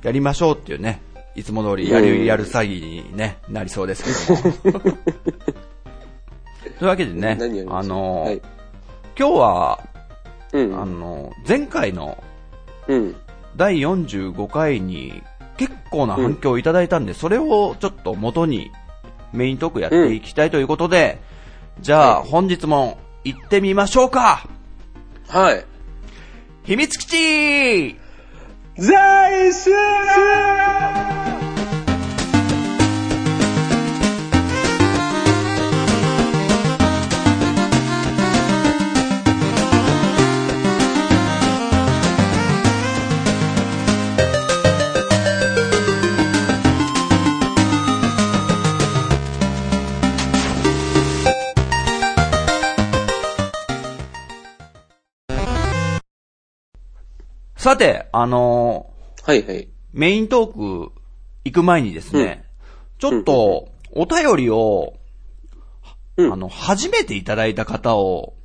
[SPEAKER 2] やりましょうっていうね、いつも通りや
[SPEAKER 1] う
[SPEAKER 2] る、
[SPEAKER 1] ん
[SPEAKER 2] やる詐欺に、ね、なりそうですけども。
[SPEAKER 1] (laughs)
[SPEAKER 2] というわけでね
[SPEAKER 1] 何やり、
[SPEAKER 2] あ
[SPEAKER 1] ます
[SPEAKER 2] のー
[SPEAKER 1] はい。
[SPEAKER 2] 今日は、
[SPEAKER 1] うん。
[SPEAKER 2] あの、前回の
[SPEAKER 1] うん。
[SPEAKER 2] 第45回に結構な反響をいただいたんで、それをちょっと元にメイントークやっていきたいということで、じゃあ本日も行ってみましょうか
[SPEAKER 1] はい。
[SPEAKER 2] 秘密基地
[SPEAKER 1] 在世
[SPEAKER 2] さて、あの
[SPEAKER 1] はいはい。
[SPEAKER 2] メイントーク行く前にですね、ちょっとお便りを、
[SPEAKER 1] うん
[SPEAKER 2] あの、初めていただいた方を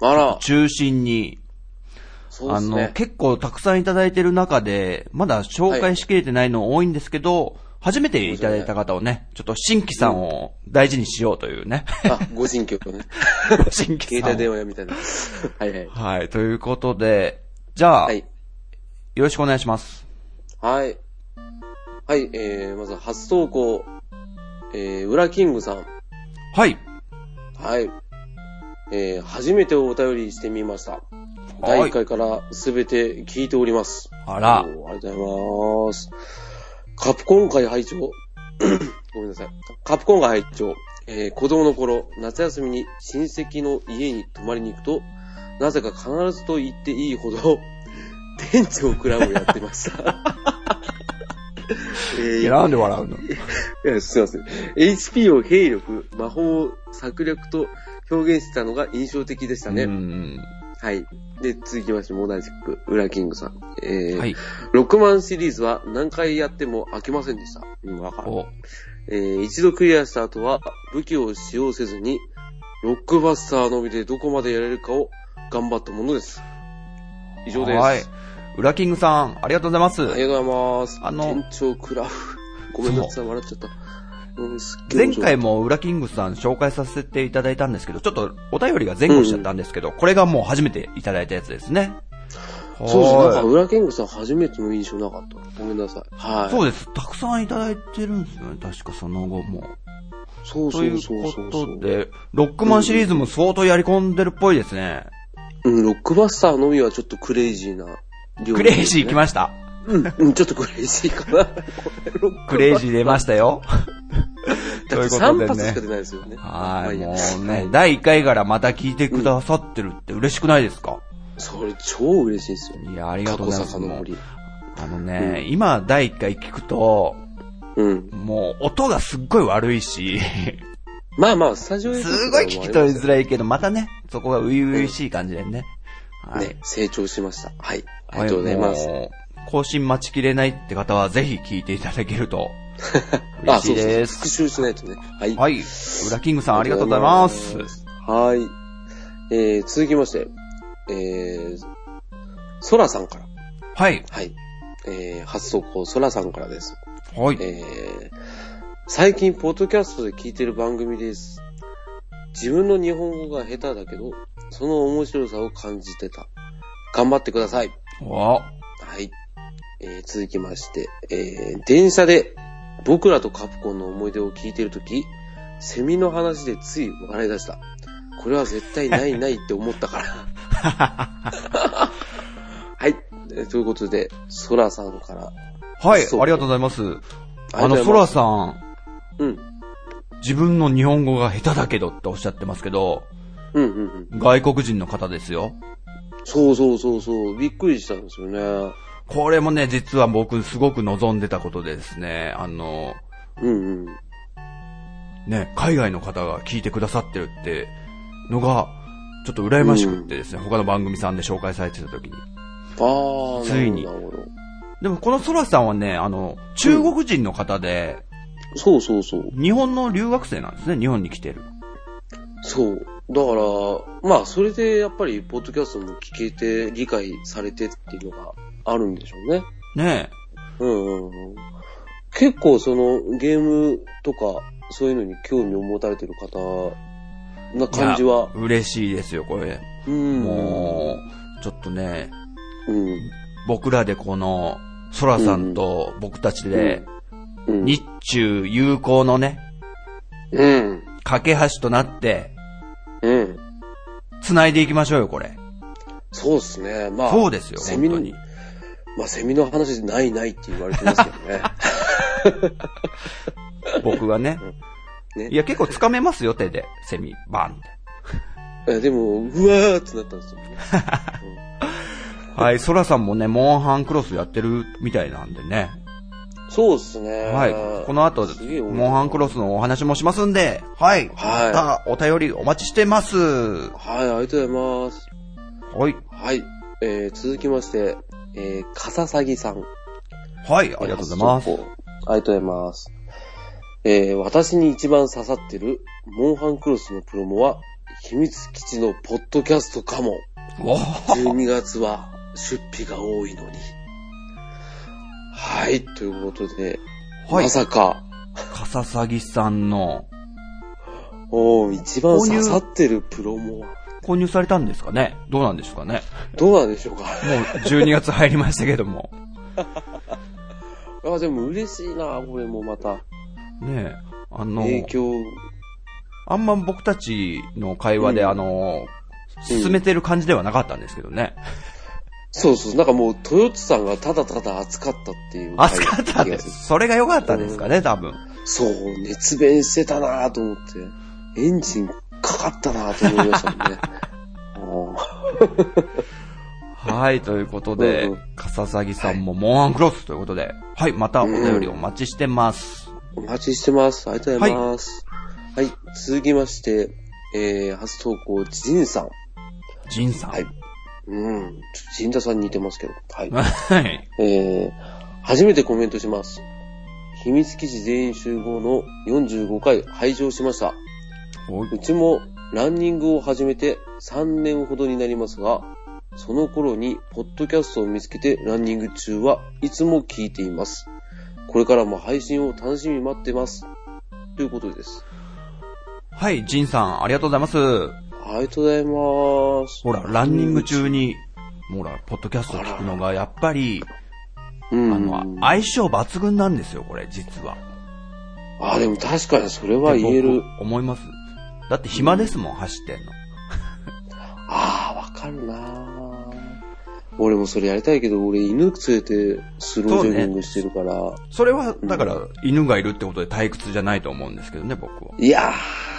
[SPEAKER 1] あら、
[SPEAKER 2] 中心に、
[SPEAKER 1] そうで
[SPEAKER 2] あ
[SPEAKER 1] す
[SPEAKER 2] の、
[SPEAKER 1] ね。
[SPEAKER 2] 結構たくさんいただいてる中で、まだ紹介しきれてないの多いんですけど、初めていただいた方をね、ちょっと新規さんを大事にしようというね。
[SPEAKER 1] あ、ご新居
[SPEAKER 2] (laughs)
[SPEAKER 1] ね。
[SPEAKER 2] 新規
[SPEAKER 1] 携帯
[SPEAKER 2] さんを。
[SPEAKER 1] 電話屋みたいな。はいはい。
[SPEAKER 2] はい、ということで、じゃあ、
[SPEAKER 1] はい。
[SPEAKER 2] よろしくお願いします。
[SPEAKER 1] はい。はい、えー、まずは初投稿、えー、ウラキングさん。
[SPEAKER 2] はい。
[SPEAKER 1] はい。えー、初めてお便りしてみました。
[SPEAKER 2] はい
[SPEAKER 1] 第1回からすべて聞いております。
[SPEAKER 2] あら
[SPEAKER 1] おーありがとうございます。カプコン会拝聴 (coughs) ごめんなさい。カプコン会拝聴えー、子供の頃、夏休みに親戚の家に泊まりに行くと、なぜか必ずと言っていいほど、 (laughs) 店長クラブをやってま
[SPEAKER 2] (laughs)
[SPEAKER 1] した。えー
[SPEAKER 2] なんで笑うの
[SPEAKER 1] いや、すいません。HP を兵力、魔法を策略と表現してたのが印象的でしたね。
[SPEAKER 2] うん。
[SPEAKER 1] はい。で、続きまして、同じく、ウラキングさん。えー
[SPEAKER 2] はい。
[SPEAKER 1] ロックマンシリーズは何回やっても飽きませんでした。うん、わかる。
[SPEAKER 2] お
[SPEAKER 1] えー一度クリアした後は、武器を使用せずに、ロックバスターのみでどこまでやれるかを頑張ったものです。以上です。
[SPEAKER 2] はい。裏キングさん、ありがとうございます。
[SPEAKER 1] ありがとうございます。
[SPEAKER 2] あの
[SPEAKER 1] 店長クラフ。ごめんなさい、笑っちゃった。うん、すっげえ面
[SPEAKER 2] 前
[SPEAKER 1] 白い
[SPEAKER 2] 回も裏キングさん紹介させていただいたんですけど、ちょっとお便りが前後しちゃったんですけど、これがもう初めていただいたやつですね。
[SPEAKER 1] そうですね。なん
[SPEAKER 2] は
[SPEAKER 1] か、
[SPEAKER 2] い
[SPEAKER 1] 裏キングさん初めての印象なかった。ごめんなさい。はい。
[SPEAKER 2] そうです。たくさんいただいてるんですよね。確かその後も。
[SPEAKER 1] そう
[SPEAKER 2] と
[SPEAKER 1] そ
[SPEAKER 2] いうう
[SPEAKER 1] そう
[SPEAKER 2] こ
[SPEAKER 1] そうそう
[SPEAKER 2] とで、ロックマンシリーズも相当やり込んでるっぽいですね。
[SPEAKER 1] うん、ロックバスターのみはちょっとクレイジーな量、
[SPEAKER 2] クレイジー来
[SPEAKER 1] す。
[SPEAKER 2] ました。
[SPEAKER 1] うん、うん、ちょっとクレイジーか
[SPEAKER 2] (laughs)
[SPEAKER 1] な。ロック
[SPEAKER 2] クレイジー出まし
[SPEAKER 1] (laughs)
[SPEAKER 2] たよ。
[SPEAKER 1] だって3発しか出ないですよね。ま
[SPEAKER 2] は
[SPEAKER 1] あ
[SPEAKER 2] い、
[SPEAKER 1] や
[SPEAKER 2] もうね、。第1回からまた聞いてくださってるって嬉しくないですか
[SPEAKER 1] それ超嬉しいですよ。
[SPEAKER 2] いや、ありが
[SPEAKER 1] 過
[SPEAKER 2] とうご
[SPEAKER 1] 去
[SPEAKER 2] ざいます。も
[SPEAKER 1] 遡
[SPEAKER 2] う
[SPEAKER 1] り。
[SPEAKER 2] あのね、今第1回聞くと、
[SPEAKER 1] うん。
[SPEAKER 2] もう音がすっごい悪いし、
[SPEAKER 1] まあまあ、スタジオです
[SPEAKER 2] ごい聞き取りづらいけど、またね、そこが初々しい感じだよね。はい。
[SPEAKER 1] ね、成長しました。はい。ありがとうございます。
[SPEAKER 2] もう。更新待ちきれないって方はぜひ聞いていただけ
[SPEAKER 1] (laughs)
[SPEAKER 2] ると嬉
[SPEAKER 1] あ、
[SPEAKER 2] し
[SPEAKER 1] そ
[SPEAKER 2] いう
[SPEAKER 1] そう。
[SPEAKER 2] で
[SPEAKER 1] 復
[SPEAKER 2] す。
[SPEAKER 1] 習しないとね。はい。
[SPEAKER 2] はい。裏キングさんありがとうございます。
[SPEAKER 1] はい。えー、続きまして、えー、ソラさんから。
[SPEAKER 2] はい。
[SPEAKER 1] はい。えー、初投稿、ソラさんからです。
[SPEAKER 2] はい
[SPEAKER 1] え。ー、最近、ポッドキャストで聞いてる番組です。自分の日本語が下手だけど、その面白さを感じてた。頑張ってください。
[SPEAKER 2] お
[SPEAKER 1] はい。えー、続きまして、えー、電車で僕らとカプコンの思い出を聞いてるとき、セミの話でつい笑い出した。これは絶対ないないって思
[SPEAKER 2] (laughs)
[SPEAKER 1] ったから。はい。えーということで、ソラさんから。
[SPEAKER 2] はい。あり
[SPEAKER 1] そう
[SPEAKER 2] がとうございます。あ
[SPEAKER 1] り
[SPEAKER 2] の、
[SPEAKER 1] がと
[SPEAKER 2] ソ
[SPEAKER 1] うございま
[SPEAKER 2] ラ
[SPEAKER 1] す
[SPEAKER 2] さん、
[SPEAKER 1] うん。
[SPEAKER 2] 自分の日本語が下手だけどっておっしゃってますけど、
[SPEAKER 1] うんうんうん。
[SPEAKER 2] 外国人の方ですよ。
[SPEAKER 1] そうそうそうそう。びっくりしたんですよね。
[SPEAKER 2] これもね、実は僕すごく望んでたことでですね、あの、
[SPEAKER 1] うんうん。
[SPEAKER 2] ね、海外の方が聞いてくださってるってのが、ちょっと羨ましくってですね、他の番組さんで紹介されてた時に。
[SPEAKER 1] ああ、
[SPEAKER 2] ついに
[SPEAKER 1] なるほど。なるほ
[SPEAKER 2] でもこのソラさんはね、あの、中国人の方で、
[SPEAKER 1] どそうそうそう。
[SPEAKER 2] 日本の留学生なんですね、日本に来てる。
[SPEAKER 1] そう。だから、まあ、それでやっぱり、ポッドキャストも聞けて、理解されてっていうのがあるんでしょうね。
[SPEAKER 2] ね
[SPEAKER 1] うんうんうん。結構、その、ゲームとか、そういうのに興味を持たれてる方な
[SPEAKER 2] え。
[SPEAKER 1] 感じはい
[SPEAKER 2] や。嬉しいですよ、これ。
[SPEAKER 1] うん。
[SPEAKER 2] もう、ちょっとね、
[SPEAKER 1] うん。
[SPEAKER 2] 僕らでこの、ソラさんと僕たちで、
[SPEAKER 1] うん。
[SPEAKER 2] 日中友好のね、
[SPEAKER 1] うん。
[SPEAKER 2] 架け橋となって、
[SPEAKER 1] うん。
[SPEAKER 2] 繋いでいきましょうよ、これ。
[SPEAKER 1] そうですね。まあ。
[SPEAKER 2] そうですよ、
[SPEAKER 1] セミ
[SPEAKER 2] 本
[SPEAKER 1] の
[SPEAKER 2] 当に。
[SPEAKER 1] まあ、セミの話ないないって言われてますけど
[SPEAKER 2] (laughs)
[SPEAKER 1] ね。
[SPEAKER 2] 僕はね。
[SPEAKER 1] ね
[SPEAKER 2] いや、結構掴めますよ、手で。セミ、バーンって。
[SPEAKER 1] えでも、うわーってなったんですよ、
[SPEAKER 2] (laughs)
[SPEAKER 1] ね。
[SPEAKER 2] はい、ソラさんもね、モンハンクロスやってるみたいなんでね。
[SPEAKER 1] そうですね。
[SPEAKER 2] はい。この後、
[SPEAKER 1] すげえ
[SPEAKER 2] モンハンクロスのお話もしますんで、はい。
[SPEAKER 1] はい
[SPEAKER 2] またお便りお待ちしてます。は
[SPEAKER 1] はい、ありがとうございます。
[SPEAKER 2] い。
[SPEAKER 1] はい。えー、続きまして、えー、かささぎさん。
[SPEAKER 2] はい、ありがとうございます。
[SPEAKER 1] 発情報。ありがとうございます。えー、私に一番刺さってる、モンハンクロスのプロモは、秘密基地のポッドキャストかも。
[SPEAKER 2] おー
[SPEAKER 1] 12月は出費が多いのに。はい、ということで、
[SPEAKER 2] はい
[SPEAKER 1] ま。さか、
[SPEAKER 2] かささぎさんの、
[SPEAKER 1] おー一番
[SPEAKER 2] こうい
[SPEAKER 1] 刺
[SPEAKER 2] う
[SPEAKER 1] さってるプロモは、
[SPEAKER 2] 購入されたんですかねどうなんでしょうかね
[SPEAKER 1] どうなんでしょうか
[SPEAKER 2] もう12月入りましたけども。
[SPEAKER 1] あ、でも嬉しいな、これもまた。
[SPEAKER 2] ねえ、あの、
[SPEAKER 1] 影響。
[SPEAKER 2] あんま僕たちの会話で、
[SPEAKER 1] うん
[SPEAKER 2] あ
[SPEAKER 1] う
[SPEAKER 2] の、
[SPEAKER 1] ん
[SPEAKER 2] 進めてる感じではなかったんですけどね。
[SPEAKER 1] そうそう、なんかもう、豊津さんがただただ熱かったっていう。
[SPEAKER 2] 暑かったん
[SPEAKER 1] 気
[SPEAKER 2] で
[SPEAKER 1] がる。
[SPEAKER 2] す。それが良かったですかね、多分。
[SPEAKER 1] そう、熱弁してたなと思って、エンジンかかったなと思いましたもん
[SPEAKER 2] (laughs)
[SPEAKER 1] ね。うん
[SPEAKER 2] はい、ということで
[SPEAKER 1] うんうん、
[SPEAKER 2] 笠崎さんもモンハンクロスということで、はい、またお便りお待ちしてます。
[SPEAKER 1] お待ちしてます。ありがとうございます。はい、続きまして、えー、初投稿、ジンさん。
[SPEAKER 2] ジンさん。
[SPEAKER 1] はいうん、ちょっとジンダさんに似てますけど。はい。
[SPEAKER 2] はい。
[SPEAKER 1] えー、初めてコメントします。秘密基地全員集合の45回拝聴しました。
[SPEAKER 2] おいう
[SPEAKER 1] ちもランニングを始めて3年ほどになりますが、その頃にポッドキャストを見つけてランニング中はいつも聞いています。これからも配信を楽しみに待ってます。ということです。
[SPEAKER 2] はい、ジンさん、ありがとうございます。
[SPEAKER 1] ありがとうございます。
[SPEAKER 2] ほら、ランニング中に、ほら、ポッドキャスト聞くのが、やっぱり、
[SPEAKER 1] うん、
[SPEAKER 2] あの、相性抜群なんですよ、これ、実は。
[SPEAKER 1] あ、でも確かにそれは言える。
[SPEAKER 2] 僕思います。だって暇ですもん、走ってんの。
[SPEAKER 1] ああ、わかるな俺もそれやりたいけど、俺犬連れてスロージョギングしてるから、
[SPEAKER 2] それは、だから、犬がいるってことで退屈じゃないと思うんですけどね、僕は。
[SPEAKER 1] いや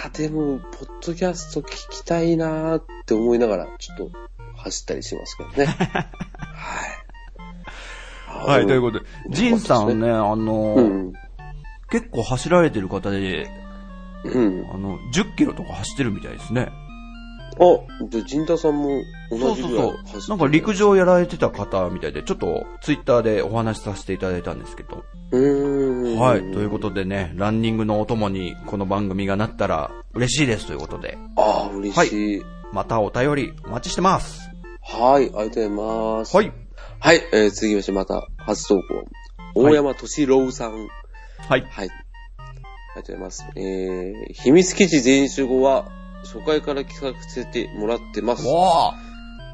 [SPEAKER 1] ー、でも、ポッドキャスト聞きたいなーって思いながら、ちょっと走ったりしますけどね。はい。
[SPEAKER 2] はい、という
[SPEAKER 1] こ
[SPEAKER 2] ことで、ジンさんね、あの、
[SPEAKER 1] うん。
[SPEAKER 2] 結構走られてる方で、
[SPEAKER 1] うん。
[SPEAKER 2] あの、10キロとか走ってるみたいですね。
[SPEAKER 1] あ、じゃあ、陣田さんも
[SPEAKER 2] そ
[SPEAKER 1] 同
[SPEAKER 2] う
[SPEAKER 1] じ
[SPEAKER 2] そ
[SPEAKER 1] ぐ
[SPEAKER 2] う
[SPEAKER 1] らい
[SPEAKER 2] そう。
[SPEAKER 1] 走
[SPEAKER 2] な
[SPEAKER 1] っ
[SPEAKER 2] ん
[SPEAKER 1] て
[SPEAKER 2] か
[SPEAKER 1] る
[SPEAKER 2] 陸上やられてた方みたいで、ちょっとツイッターでお話しさせていただいたんですけど。
[SPEAKER 1] うーん。
[SPEAKER 2] はい、ということでね、ランニングのお供にこの番組がなったら嬉しいですということで、
[SPEAKER 1] ああ、嬉しい。
[SPEAKER 2] またお便りお待ちしてます。
[SPEAKER 1] はい、ありがとうございます。
[SPEAKER 2] はい。
[SPEAKER 1] はい、えー、続きましてまた、初投稿。大山敏郎さん。はい。
[SPEAKER 2] はい。
[SPEAKER 1] ありがとうございます。えー、秘密基地全員集合は、初回から企画させてもらってます。
[SPEAKER 2] おー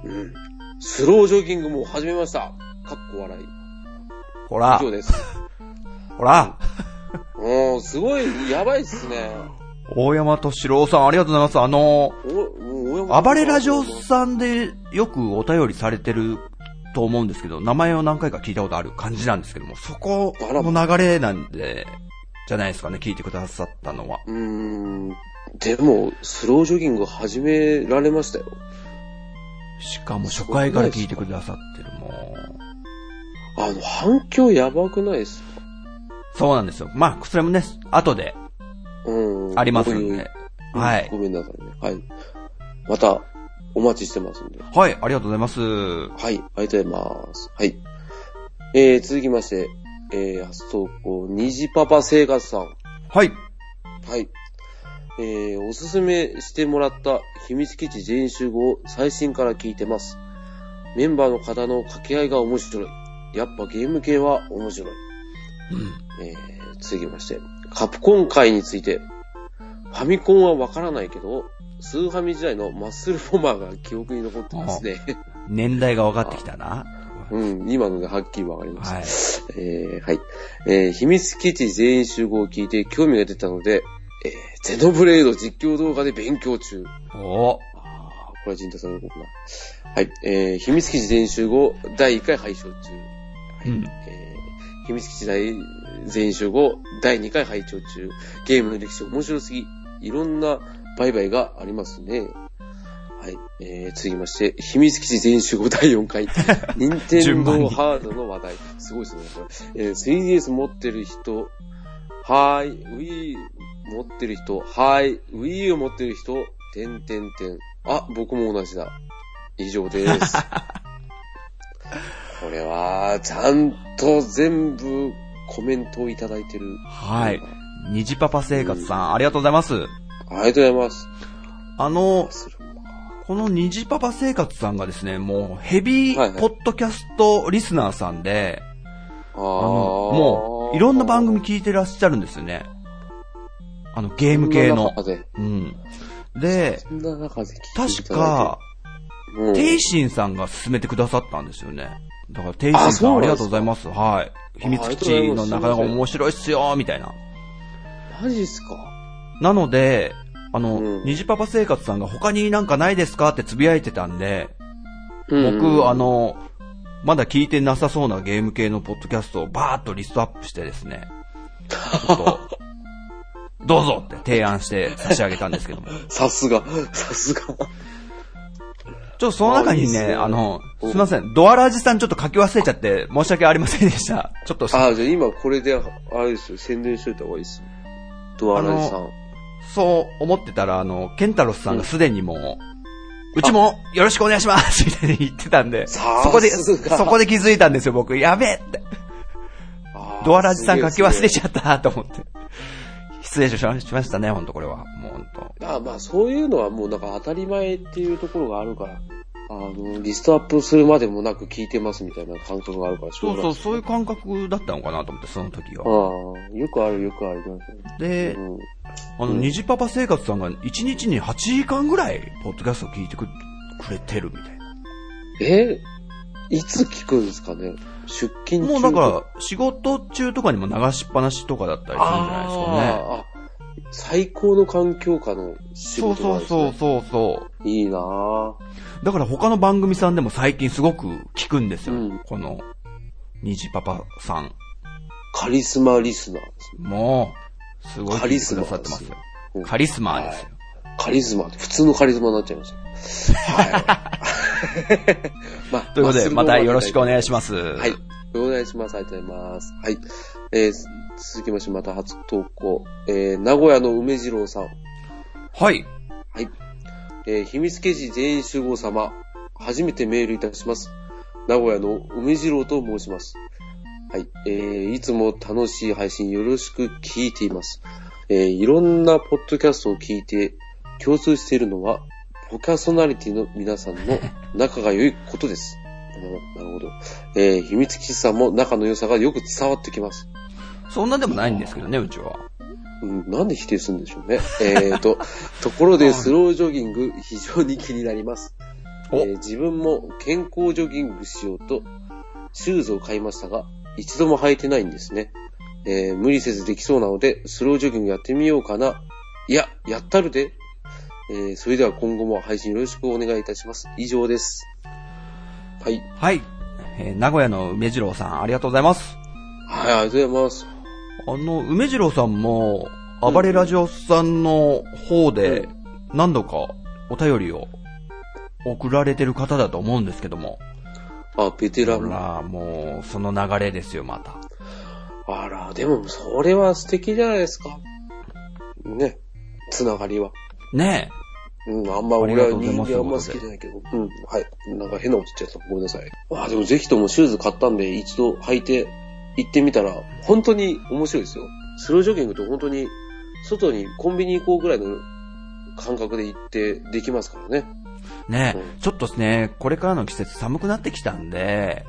[SPEAKER 1] うん。スロージョギングも始めました。かっこ笑い。
[SPEAKER 2] ほら
[SPEAKER 1] 以上、です。
[SPEAKER 2] ほら、
[SPEAKER 1] うん、すごい、やばいっすね。
[SPEAKER 2] 大山敏郎さんありがとうございます。あの
[SPEAKER 1] お、もう
[SPEAKER 2] ー、暴れラジオさんでよくお便りされてると思うんですけど、名前を何回か聞いたことある感じなんですけども、そこの流れなんで、じゃないですかね、聞いてくださったのは。
[SPEAKER 1] うーん。でも、スロージョギング始められましたよ。
[SPEAKER 2] しかも初回から聞いてくださってる、もう。
[SPEAKER 1] あの、反響やばくないっすか
[SPEAKER 2] そうなんですよ。まあ、それもね、後で
[SPEAKER 1] うん。
[SPEAKER 2] ありますん
[SPEAKER 1] ん
[SPEAKER 2] で。はい
[SPEAKER 1] ご。めんなさいね。はい。また、お待ちしてますんで。
[SPEAKER 2] はい、ありがとうございます。
[SPEAKER 1] はい、ありがとうございます。はい。えー、続きまして、えー、初投稿、虹パパ生活さん。
[SPEAKER 2] はい。
[SPEAKER 1] はい。えー、おすすめしてもらった秘密基地全員集合を最新から聞いてます。メンバーの方の掛け合いが面白い。やっぱゲーム系は面白い。えー、続きまして、カプコン界について。ファミコンはわからないけど、スーハミ時代のマッスルフォーマーが記憶に残ってますね。
[SPEAKER 2] 年代が分かってきたな。
[SPEAKER 1] うん、今のではっきりわかりました。
[SPEAKER 2] はい。
[SPEAKER 1] えー、はい。えー、秘密基地全員集合を聞いて興味が出たので、えー、ゼノブレード実況動画で勉強中。
[SPEAKER 2] お
[SPEAKER 1] ああ、これは陣太さんのことな。はい。えー、秘密基地全員集合第1回配信中。はい。
[SPEAKER 2] うん
[SPEAKER 1] えー、秘密基地大全員集合第2回配聴中。ゲームの歴史面白すぎ。いろんな売買がありますね。はい。えー、続きまして、秘密基地全員集合第4回。任天
[SPEAKER 2] 順番
[SPEAKER 1] 堂
[SPEAKER 2] に
[SPEAKER 1] ハードの話題。すごいですね、これ。えー、3DS 持ってる人、はーい、Wii 持ってる人、はーい、Wii を持ってる人、てんてんてん。あ、僕も同じだ。以上です。これは、ちゃんと全部コメントをいただいてる。
[SPEAKER 2] はい。虹パパ生活さん、ありがとうございます。
[SPEAKER 1] ありがとうございます。
[SPEAKER 2] あの、
[SPEAKER 1] する
[SPEAKER 2] この虹パパ生活さんがですね、もうヘビ
[SPEAKER 1] はいは
[SPEAKER 2] ー
[SPEAKER 1] い
[SPEAKER 2] ポッドキャストリスナーさんで、
[SPEAKER 1] あー
[SPEAKER 2] あの、もういろんな番組聞いてらっしゃるんですよね。あの、ゲーム系の
[SPEAKER 1] そ。んな中で、
[SPEAKER 2] うん。で、
[SPEAKER 1] そんな中で聞いてい
[SPEAKER 2] 確
[SPEAKER 1] ただ
[SPEAKER 2] か、
[SPEAKER 1] いてる、うん
[SPEAKER 2] テイシンさんが勧めてくださったんですよね。だから、テイシン
[SPEAKER 1] あ
[SPEAKER 2] さ
[SPEAKER 1] そ
[SPEAKER 2] ん
[SPEAKER 1] うな
[SPEAKER 2] あり
[SPEAKER 1] ん
[SPEAKER 2] が
[SPEAKER 1] で
[SPEAKER 2] とう
[SPEAKER 1] す
[SPEAKER 2] ございます。はい。秘密基地のなかなか面白いっすよ、みたいな。
[SPEAKER 1] マジっすか
[SPEAKER 2] なので、あの、
[SPEAKER 1] うん
[SPEAKER 2] 虹パパ生活さんが他になんかないですかってつぶやいてたんで、僕、あ、の、まだ聞いてなさそうなゲーム系のポッドキャストをバーッとリストアップしてですね、ちょっと、どうぞって提案して差し上げたんですけど
[SPEAKER 1] (laughs)
[SPEAKER 2] も。ちょっ
[SPEAKER 1] さすが、さすが。
[SPEAKER 2] とその中
[SPEAKER 1] あ
[SPEAKER 2] に
[SPEAKER 1] いいっす
[SPEAKER 2] ね、
[SPEAKER 1] ね
[SPEAKER 2] あの、すいません、ドアラジさんちょっと書き忘れちゃって申し訳ありませんでした。ちょっと、
[SPEAKER 1] あー、じゃあ今これで、あれですよ、宣伝しといた方がいいですよ。ドアラジさん。
[SPEAKER 2] そう思ってたら、あの、ケンタロスさんがすでにもう、うちもよろしくお願いしますみたいに言ってたんで、そ
[SPEAKER 1] さすが
[SPEAKER 2] こで、そこで気づいたんですよ、僕。やべえって。
[SPEAKER 1] あー
[SPEAKER 2] ドアラジさん書き忘れ
[SPEAKER 1] す
[SPEAKER 2] ちゃったと思って。失礼しましたね、ほんとこれは。もうほんと。
[SPEAKER 1] げえまあまあ、そういうのはもうなんか当たり前っていうところがあるから、あの、リストアップするまでもなく聞いてますみたいな感覚があるから、
[SPEAKER 2] そうそう、そういうう感覚だったのかなと思って、その時は。
[SPEAKER 1] がない。ああ、よくあるよくありますね。
[SPEAKER 2] で
[SPEAKER 1] う、ん。
[SPEAKER 2] あの、虹パパ生活さんが1日に8時間ぐらい、ポッドキャストを聞いてくくれてるみたいな。
[SPEAKER 1] えいつ聞くんですかね出勤中
[SPEAKER 2] もうだから、仕事中とかにも流しっぱなしとかだったりするんじゃないですかね。
[SPEAKER 1] あーあ最高の環境下の仕
[SPEAKER 2] そう
[SPEAKER 1] 事な
[SPEAKER 2] そ
[SPEAKER 1] ん
[SPEAKER 2] う
[SPEAKER 1] です、ね、
[SPEAKER 2] そうそうそう。
[SPEAKER 1] いいなぁ。
[SPEAKER 2] だから他の番組さんでも最近すごく聞くんですよ。
[SPEAKER 1] うん
[SPEAKER 2] この、虹パパさん。
[SPEAKER 1] カリスマリスナーですね。
[SPEAKER 2] もう、すごい
[SPEAKER 1] カ
[SPEAKER 2] 聞い
[SPEAKER 1] リ
[SPEAKER 2] てく
[SPEAKER 1] ス
[SPEAKER 2] だ
[SPEAKER 1] マ
[SPEAKER 2] さってますよ。
[SPEAKER 1] うん
[SPEAKER 2] カリスマーですよ。
[SPEAKER 1] カリスマって普通のカリスマになっちゃいました。は
[SPEAKER 2] (laughs)
[SPEAKER 1] い。まあ
[SPEAKER 2] ということで、またよろしくお願いし
[SPEAKER 1] ま
[SPEAKER 2] ます。
[SPEAKER 1] す。はい。お願いします。ありがとうございます。はい。えー続きまして、また初投稿。えー名古屋の梅次郎さん。
[SPEAKER 2] はい。
[SPEAKER 1] はい。えー秘密刑事全員集合様。初めてメールいたします。名古屋の梅次郎と申します。はい。えーいつも楽しい配信よろしく聞いています。えーいろんなポッドキャストを聞いて、共通しているのは、ポキャソナリティの皆さんの仲が良いことです。 (laughs) なるほど。えー秘密基地さんも仲の良さがよく伝わってきます。
[SPEAKER 2] そんなでもないんですけどね、うちは。
[SPEAKER 1] うん、なんで否定するんでしょうね。 (laughs) えーと、ところでスロージョギング非常に気になります。え
[SPEAKER 2] お
[SPEAKER 1] ー自分も健康ジョギングしようと、シューズを買いましたが、一度も履いてないんですね。えー無理せずできそうなので、スロージョギングやってみようかな。いや、やったるで。えーそれでは今後も配信よろしくお願いいたします。以上です。はい。
[SPEAKER 2] はい。えー名古屋の梅次郎さん、ありがとうございます。
[SPEAKER 1] はい、ありがとうございます。
[SPEAKER 2] あの、梅次郎さんも、暴れラジオさんの方で
[SPEAKER 1] う、
[SPEAKER 2] 何度かお便りを送られてる方だと思うんですけども。
[SPEAKER 1] あ、ベテラ
[SPEAKER 2] ほ
[SPEAKER 1] ン。
[SPEAKER 2] ら、もう、その流れですよ、また。
[SPEAKER 1] あら、でも、それは素敵じゃないですか。ね。つながりは。
[SPEAKER 2] ね
[SPEAKER 1] うん、あんま
[SPEAKER 2] あり
[SPEAKER 1] 俺
[SPEAKER 2] が
[SPEAKER 1] は
[SPEAKER 2] とうご
[SPEAKER 1] 人
[SPEAKER 2] ざいます
[SPEAKER 1] 間あんま好きじゃないけど。うん、はい。なんか変なこと言っちゃった。ごめんなさい。あ、でもぜひともシューズ買ったんで、一度履いて行ってみたら、本当に面白いですよ。スロージョギングって本当に、外にコンビニ行こうぐらいの感覚で行ってできますからね。
[SPEAKER 2] え。ね
[SPEAKER 1] う
[SPEAKER 2] え。ちょっとね、これからの季節寒くなってきたんで、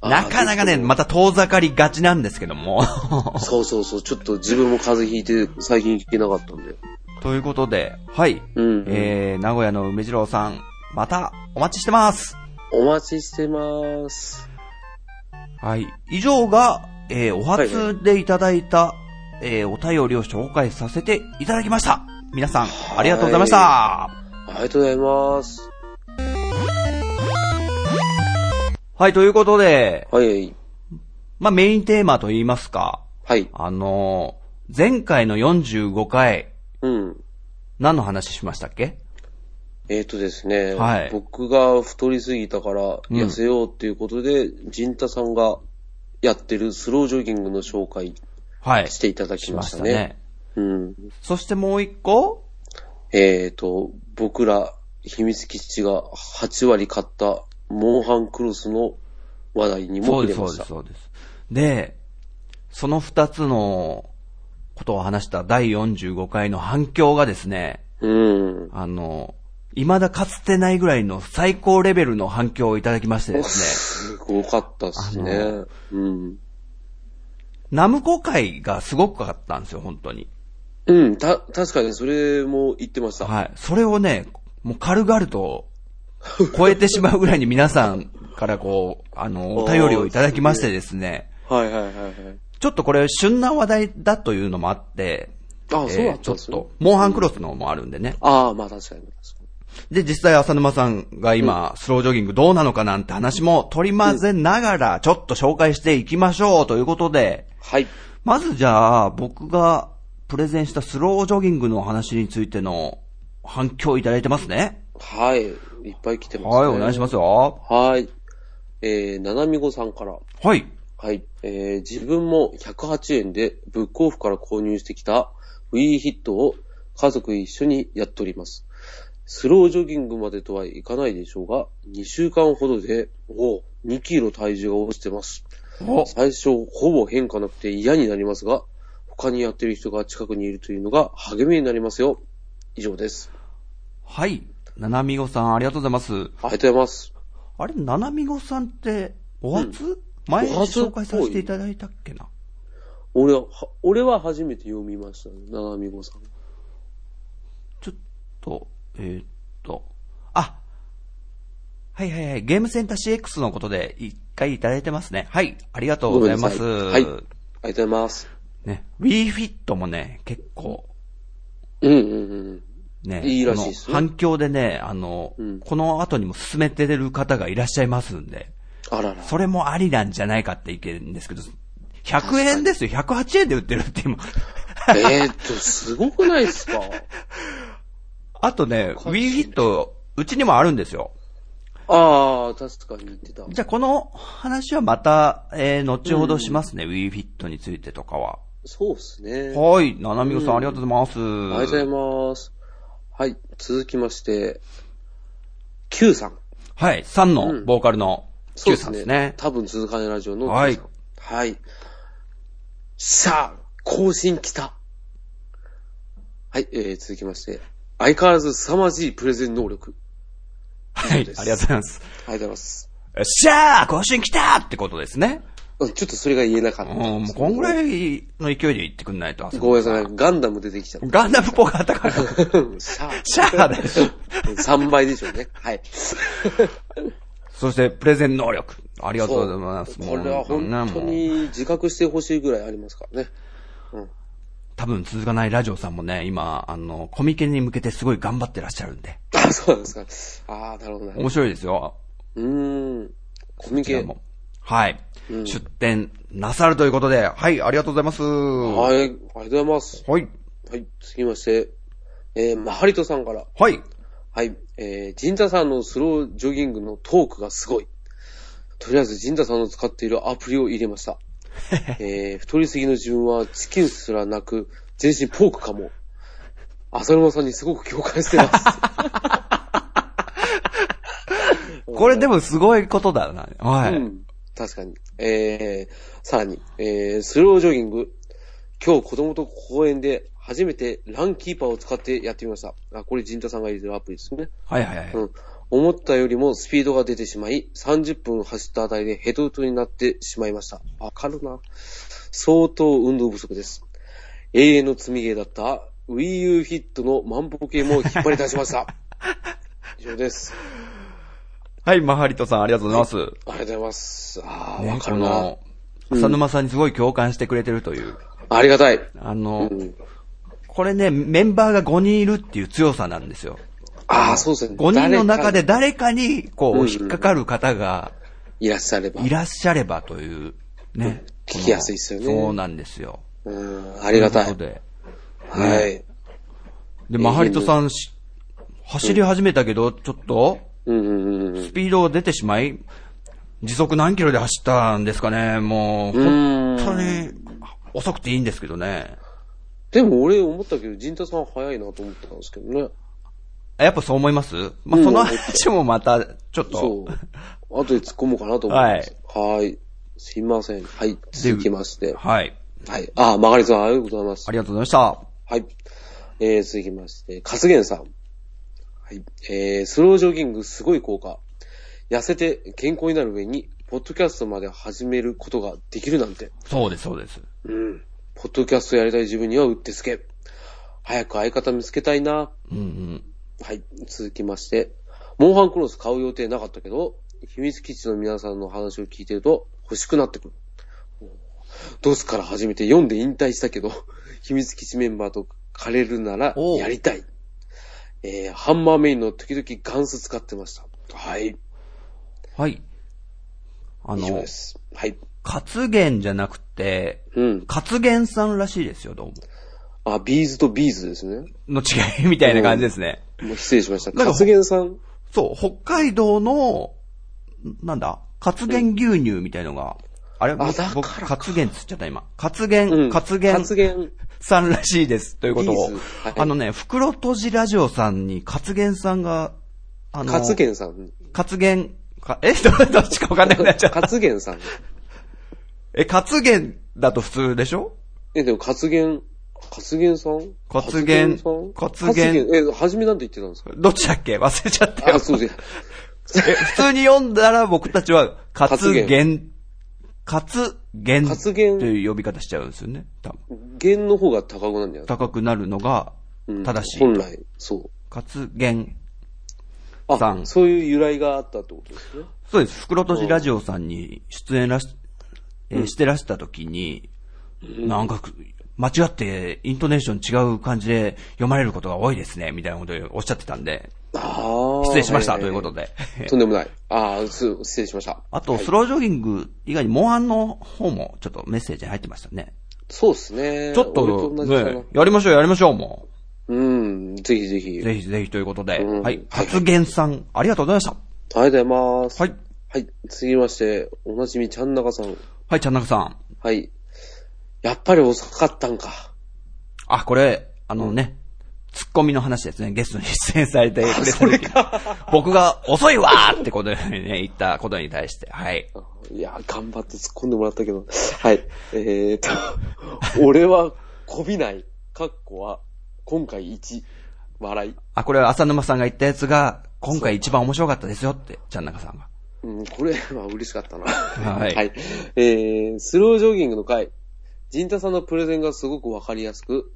[SPEAKER 1] あー
[SPEAKER 2] なかなか
[SPEAKER 1] ぜ
[SPEAKER 2] ね、
[SPEAKER 1] ひとも
[SPEAKER 2] また遠ざかりがちなんですけども。 (laughs)
[SPEAKER 1] そうそうそう。ちょっと自分も風邪ひいて最近行けなかったんで。
[SPEAKER 2] ということで、はい。
[SPEAKER 1] うん。
[SPEAKER 2] えー、名古屋の梅次郎さん、またお待ちしてます。
[SPEAKER 1] お待ちしてます。
[SPEAKER 2] はい。以上が、えー、お初でいただいた、えー、お便りを紹介させていただきました。皆さん、ありがとうございました。
[SPEAKER 1] ありがとうございます。
[SPEAKER 2] はい、ということで、
[SPEAKER 1] はい。
[SPEAKER 2] まあ、メインテーマと言いますか、
[SPEAKER 1] はい。
[SPEAKER 2] あのー前回の45回、
[SPEAKER 1] うん。
[SPEAKER 2] 何の話しましたっけ
[SPEAKER 1] えっ、とですね、
[SPEAKER 2] はい
[SPEAKER 1] 僕が太りすぎたから痩せようっていうことで、陣太さんがやってるスロージョギングの紹介
[SPEAKER 2] はい。
[SPEAKER 1] していただきましたね。。うん。
[SPEAKER 2] そしてもう一個
[SPEAKER 1] えっ、と、僕ら秘密基地が8割買ったモンハンクロスの話題にも
[SPEAKER 2] そ
[SPEAKER 1] 入
[SPEAKER 2] うで
[SPEAKER 1] れ
[SPEAKER 2] す、
[SPEAKER 1] ま
[SPEAKER 2] そう
[SPEAKER 1] し
[SPEAKER 2] で
[SPEAKER 1] た
[SPEAKER 2] す、。そうです。で、その二つのことを話した第45回の反響がですね、
[SPEAKER 1] うん。
[SPEAKER 2] あの、未だかつてないぐらいの最高レベルの反響をいただきましてです
[SPEAKER 1] す
[SPEAKER 2] ね、
[SPEAKER 1] ごかったっすね。うん。
[SPEAKER 2] ナムコ会がすごくかったんですよ、本当に。
[SPEAKER 1] うん、た、確かにそれも言ってました。
[SPEAKER 2] はい。それをね、もう軽々と超えてしまうぐらいに皆さんからこう、あの、お便りをいただきましてですね、
[SPEAKER 1] はいはいはいはい。
[SPEAKER 2] ちょっとこれ旬な話題だというのもあって、
[SPEAKER 1] あ、
[SPEAKER 2] えー
[SPEAKER 1] そうだっ
[SPEAKER 2] ち
[SPEAKER 1] た
[SPEAKER 2] ょ
[SPEAKER 1] ん
[SPEAKER 2] っ
[SPEAKER 1] ですね
[SPEAKER 2] と、。モンハンクロスのもあるんでね。
[SPEAKER 1] ああ、まあ確かに確かに。
[SPEAKER 2] で、実際浅沼さんが今、スロージョギングどうなのかなんて話も取り混ぜながら、ちょっと紹介していきましょうということで、
[SPEAKER 1] はい。
[SPEAKER 2] まずじゃあ、僕がプレゼンしたスロージョギングの話についての反響いただいてますね。
[SPEAKER 1] はい。いっぱい来てます
[SPEAKER 2] は
[SPEAKER 1] ね。
[SPEAKER 2] い、お願いし
[SPEAKER 1] ま
[SPEAKER 2] ますよ。
[SPEAKER 1] す。はい。えー、ななみごさんから。
[SPEAKER 2] はい。
[SPEAKER 1] はい。えー、自分も108円でブックオフから購入してきた Wii ヒットを家族一緒にやっております。スロージョギングまでとはいかないでしょうが、2週間ほどで、おう2キロ体重が落ちてます。
[SPEAKER 2] お、
[SPEAKER 1] 最初、ほぼ変化なくて嫌になりますが、他にやってる人が近くにいるというのが励みになりますよ。以上です。
[SPEAKER 2] はい。ななみごさん、ありがとうございます。
[SPEAKER 1] ありがとうございます。
[SPEAKER 2] あれ、ななみごさんって、お初、前に
[SPEAKER 1] お初っぽい
[SPEAKER 2] 紹介させていただいたっけな。
[SPEAKER 1] 俺は、は俺は初めて読みましたね、ななみごさん。
[SPEAKER 2] ちょっと、えーっと、あ、はいはいはい、ゲームセンター CX のことで一回いただいてますね。はい、ありがとうございます。
[SPEAKER 1] ごめんなさいはいありがとうございます。
[SPEAKER 2] ね、Wii Fit もね、結構、
[SPEAKER 1] うんうんうん。
[SPEAKER 2] ね、
[SPEAKER 1] いいらしいっす
[SPEAKER 2] こ
[SPEAKER 1] よ
[SPEAKER 2] の反響でね、あの、
[SPEAKER 1] うん
[SPEAKER 2] この後にも進めてる方がいらっしゃいますんで、
[SPEAKER 1] あら
[SPEAKER 2] (laughs)
[SPEAKER 1] ら。
[SPEAKER 2] それもありなんじゃないかって意見ですけど、100円ですよ、108円で売ってるって今。
[SPEAKER 1] えーっと、すごくないですか
[SPEAKER 2] (laughs) あとね、Wii Fit、うちにもあるんですよ。
[SPEAKER 1] ああ、確かに言ってた。
[SPEAKER 2] じゃあこの話はまた、えー、後ほどしますね。WeFit についてとかは。
[SPEAKER 1] そうですね。
[SPEAKER 2] はい。ななみごさん、ありがとうございます。
[SPEAKER 1] ありがとうございます。はい、続きまして、Q さん。
[SPEAKER 2] はい。3の、ボーカルの Q さんですね。
[SPEAKER 1] 多分続かないラジオの。
[SPEAKER 2] はい。
[SPEAKER 1] はい。さあ、更新来た。はい、えー、続きまして。相変わらず凄まじいプレゼン能力。
[SPEAKER 2] はい。あり
[SPEAKER 1] そうです
[SPEAKER 2] がとうございます。
[SPEAKER 1] ありがとうございます。
[SPEAKER 2] よっしゃー更新来たーってことですね。
[SPEAKER 1] うんちょっとそれが言えなかっ
[SPEAKER 2] う
[SPEAKER 1] た
[SPEAKER 2] ん、
[SPEAKER 1] で
[SPEAKER 2] もう
[SPEAKER 1] すけど。
[SPEAKER 2] こんぐらいの勢いで言ってくんないと。
[SPEAKER 1] ごめんなさい、ガンダム出てきちゃった。
[SPEAKER 2] ガンダムっぽかっ
[SPEAKER 1] (laughs)
[SPEAKER 2] たから。 (laughs)
[SPEAKER 1] さあ、
[SPEAKER 2] シャーだよ。
[SPEAKER 1] (laughs) 3倍でしょうね。
[SPEAKER 2] (laughs)
[SPEAKER 1] はい。
[SPEAKER 2] そして、プレゼン能力。ありがとうございます。
[SPEAKER 1] これは本
[SPEAKER 2] もうね
[SPEAKER 1] 当
[SPEAKER 2] もう
[SPEAKER 1] に自覚してほしいぐらいありますからね。 (laughs)
[SPEAKER 2] 多分続かないラジオさんもね、今、あの、コミケに向けてすごい頑張ってらっしゃるんで。
[SPEAKER 1] あ、そうなんですか。ああ、なるほどな。
[SPEAKER 2] 面白いですよ。
[SPEAKER 1] うーん。コミ
[SPEAKER 2] こちら
[SPEAKER 1] ケ。
[SPEAKER 2] も。はい。出展なさるということで、はい、ありがとうございます。は
[SPEAKER 1] はい、ありがとうございます。
[SPEAKER 2] い。
[SPEAKER 1] はい、続きまして、えー、マハリトさんから。
[SPEAKER 2] はい。
[SPEAKER 1] はい、えー、ジンタさんのスロージョギングのトークがすごい。とりあえず、ジンタさんの使っているアプリを入れました。えー、太りすぎの自分はチキンすらなく、全身ポークかも。浅沼さんにすごく共感してます。
[SPEAKER 2] これでもすごいことだな。は
[SPEAKER 1] う
[SPEAKER 2] い。
[SPEAKER 1] ん。確かに。えー、さらに、えー、スロージョギング。今日子供と公園で初めてランキーパーを使ってやってみました。あ、これ陣田さんが入れてるアプリですね。
[SPEAKER 2] はいはいはい。
[SPEAKER 1] うん。思ったよりもスピードが出てしまい、30分走ったあたりでヘトヘトになってしまいました。わかるな。相当運動不足です。永遠の積みゲーだった Wii U ヒットの万歩計も引っ張り出しま
[SPEAKER 2] (laughs)
[SPEAKER 1] した。以上です。
[SPEAKER 2] はい、マハリトさんありがとうございます。
[SPEAKER 1] ありがとうございます。ああ、
[SPEAKER 2] ね
[SPEAKER 1] わ、か
[SPEAKER 2] こ
[SPEAKER 1] るな
[SPEAKER 2] の。、浅沼さんにすごい共感してくれてるという。
[SPEAKER 1] ありがたい。
[SPEAKER 2] あの、
[SPEAKER 1] うん
[SPEAKER 2] これね、メンバーが5人いるっていう強さなんですよ。
[SPEAKER 1] ああ、そうですね。
[SPEAKER 2] 5人の中で
[SPEAKER 1] 誰か
[SPEAKER 2] 誰かに、こ
[SPEAKER 1] うんう
[SPEAKER 2] う、
[SPEAKER 1] ん
[SPEAKER 2] 引っかかる方が
[SPEAKER 1] いらっしゃれば
[SPEAKER 2] い。らっしゃればという、ね。
[SPEAKER 1] うん聞きやすいっすよね
[SPEAKER 2] このそうなんですよ。
[SPEAKER 1] うん、あ
[SPEAKER 2] あ
[SPEAKER 1] りがたい。
[SPEAKER 2] で、
[SPEAKER 1] はい。
[SPEAKER 2] で、マハリトさん、し走り始めたけど、ちょっと、
[SPEAKER 1] うんうんうん
[SPEAKER 2] スピード出てしまい、時速何キロで走ったんですかね、もう、
[SPEAKER 1] うん
[SPEAKER 2] 本当に、遅くていいんですけどね。
[SPEAKER 1] でも俺思ったけど、陣太さん早いなと思ったんですけどね。
[SPEAKER 2] やっぱそう思いますまあ、
[SPEAKER 1] うん
[SPEAKER 2] その話もまた、ちょっ
[SPEAKER 1] そ
[SPEAKER 2] と
[SPEAKER 1] う。。後で突っ込もうかなと思います。はい。すいません。はい。続きまして。
[SPEAKER 2] はい。
[SPEAKER 1] はい。ああ、曲がりさん、ありがとうございます
[SPEAKER 2] あ。りがとうございまし
[SPEAKER 1] はい。えー、続きまして、カスゲンさん。はい。えー、スロージョギングすごい効果。痩せて健康になる上に、ポッドキャストまで始めることができるなんて。
[SPEAKER 2] た。そうです、そうです。
[SPEAKER 1] うん。ポッドキャストやりたい自分にはうってつけ。早く相方見つけたいな。
[SPEAKER 2] うんうん。
[SPEAKER 1] はい。続きまして、モンハンクロス買う予定なかったけど、秘密基地の皆さんの話を聞いてると欲しくなってくる。ドスから始めて4で引退したけど、 (laughs) 秘密基地メンバーと借れるなら
[SPEAKER 2] おう
[SPEAKER 1] やりたい。えー、ハンマーメインの時々ガンス使ってました。はい。
[SPEAKER 2] はい。あ
[SPEAKER 1] 以上
[SPEAKER 2] の
[SPEAKER 1] で、す。はい。
[SPEAKER 2] 活言じゃなくて、
[SPEAKER 1] うん。
[SPEAKER 2] 活言さんらしいですよ、どうも。
[SPEAKER 1] あ、ビーズとビーズですね。
[SPEAKER 2] の違いみたいな感じですね。
[SPEAKER 1] もう失礼しました。
[SPEAKER 2] なんか
[SPEAKER 1] カスゲンさん。
[SPEAKER 2] そう、北海道の、なんだ、活言牛乳みたいのが、あれ
[SPEAKER 1] だからか
[SPEAKER 2] 僕、活言っつっちゃった今。活
[SPEAKER 1] う
[SPEAKER 2] 言、
[SPEAKER 1] ん。
[SPEAKER 2] 活言
[SPEAKER 1] 発言。
[SPEAKER 2] さんらしいです、ということを
[SPEAKER 1] いいですはい。
[SPEAKER 2] あのね、袋閉じラジオさんに活言さんが、あの、
[SPEAKER 1] 活言さん。
[SPEAKER 2] 活言、かえ (laughs) どどっちかわかんなくなっちゃった。
[SPEAKER 1] 活言さん。
[SPEAKER 2] え、活言だと普通でしょ
[SPEAKER 1] え、でも、活言、活言さん
[SPEAKER 2] 活言
[SPEAKER 1] さん
[SPEAKER 2] 活言
[SPEAKER 1] え、初めなんて言ってたんですか
[SPEAKER 2] どっちだっけ忘れちゃったよ
[SPEAKER 1] あ、。そうです。
[SPEAKER 2] え普通に読んだら僕たちは、活言、活言と
[SPEAKER 1] 活言
[SPEAKER 2] いう呼び方しちゃうんですよね。多分
[SPEAKER 1] 言の方が高くなんじゃない
[SPEAKER 2] 高くなるのが
[SPEAKER 1] うん
[SPEAKER 2] 正しい。
[SPEAKER 1] 本来、そう。
[SPEAKER 2] 活言。
[SPEAKER 1] あ
[SPEAKER 2] さん
[SPEAKER 1] そういう由来があったってことですね。
[SPEAKER 2] そうです。袋とじラジオさんに出演らし、えーしてらした時に、なんかく、間違って、イントネーション違う感じで読まれることが多いですね、みたいなことをおっしゃってたんで、
[SPEAKER 1] ああ。
[SPEAKER 2] 失礼しました、
[SPEAKER 1] は
[SPEAKER 2] ということ
[SPEAKER 1] は
[SPEAKER 2] で。
[SPEAKER 1] い。とんでもない。ああ、す失礼しました。
[SPEAKER 2] (laughs) あと、スロージョギング以外に、モンハンの方も、ちょっとメッセージ入ってましたね。
[SPEAKER 1] そうですね。
[SPEAKER 2] ちょっ
[SPEAKER 1] 俺
[SPEAKER 2] と、
[SPEAKER 1] 同じかな
[SPEAKER 2] ね、やりましょう、やりましょう、も
[SPEAKER 1] うん、ぜひぜひ。
[SPEAKER 2] う。
[SPEAKER 1] あり
[SPEAKER 2] ぜひぜひということで、
[SPEAKER 1] うん
[SPEAKER 2] はい。発言さん、ありがとうございまし
[SPEAKER 1] がとうございます。
[SPEAKER 2] た。はい。。
[SPEAKER 1] はい。次まして、おなじみちゃんなかさん。
[SPEAKER 2] はい、ちゃんなかさん。
[SPEAKER 1] はい。やっぱり遅かったんか。
[SPEAKER 2] あ、これ、あのね、ツッコミの話ですね。ゲストに出演されてくれた時に僕が遅いわーってことでね、言ったことに対して、はい。
[SPEAKER 1] いや、頑張って突っ込んでもらったけど。はい。えー、と、俺はこびない。かっこは、今回1。笑い。
[SPEAKER 2] あ、これは浅沼さんが言ったやつが、今回一番面白かったですよって、ちゃんなかさんが。
[SPEAKER 1] うん、これは嬉しかったな。はいえー、スロージョギングの回。陣太さんのプレゼンがすごくわかりやすく、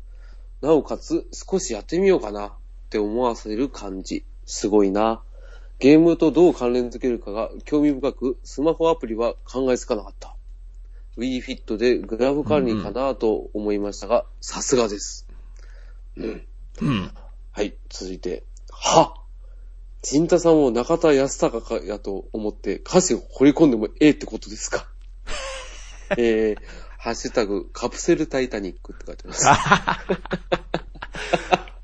[SPEAKER 1] なおかつ少しやってみようかなって思わせる感じ。すごいな。ゲームとどう関連づけるかが興味深く、スマホアプリは考えつかなかった。Wii Fit でグラフ管理かなと思いましたが、さすがです。
[SPEAKER 2] うん。
[SPEAKER 1] はい、続いて。は陣太さんを中田康隆かやと思って歌詞を掘り込んでもええってことです
[SPEAKER 2] (laughs)
[SPEAKER 1] かえー、ハッシュタグ、カプセルタイタニックって書いてます。あ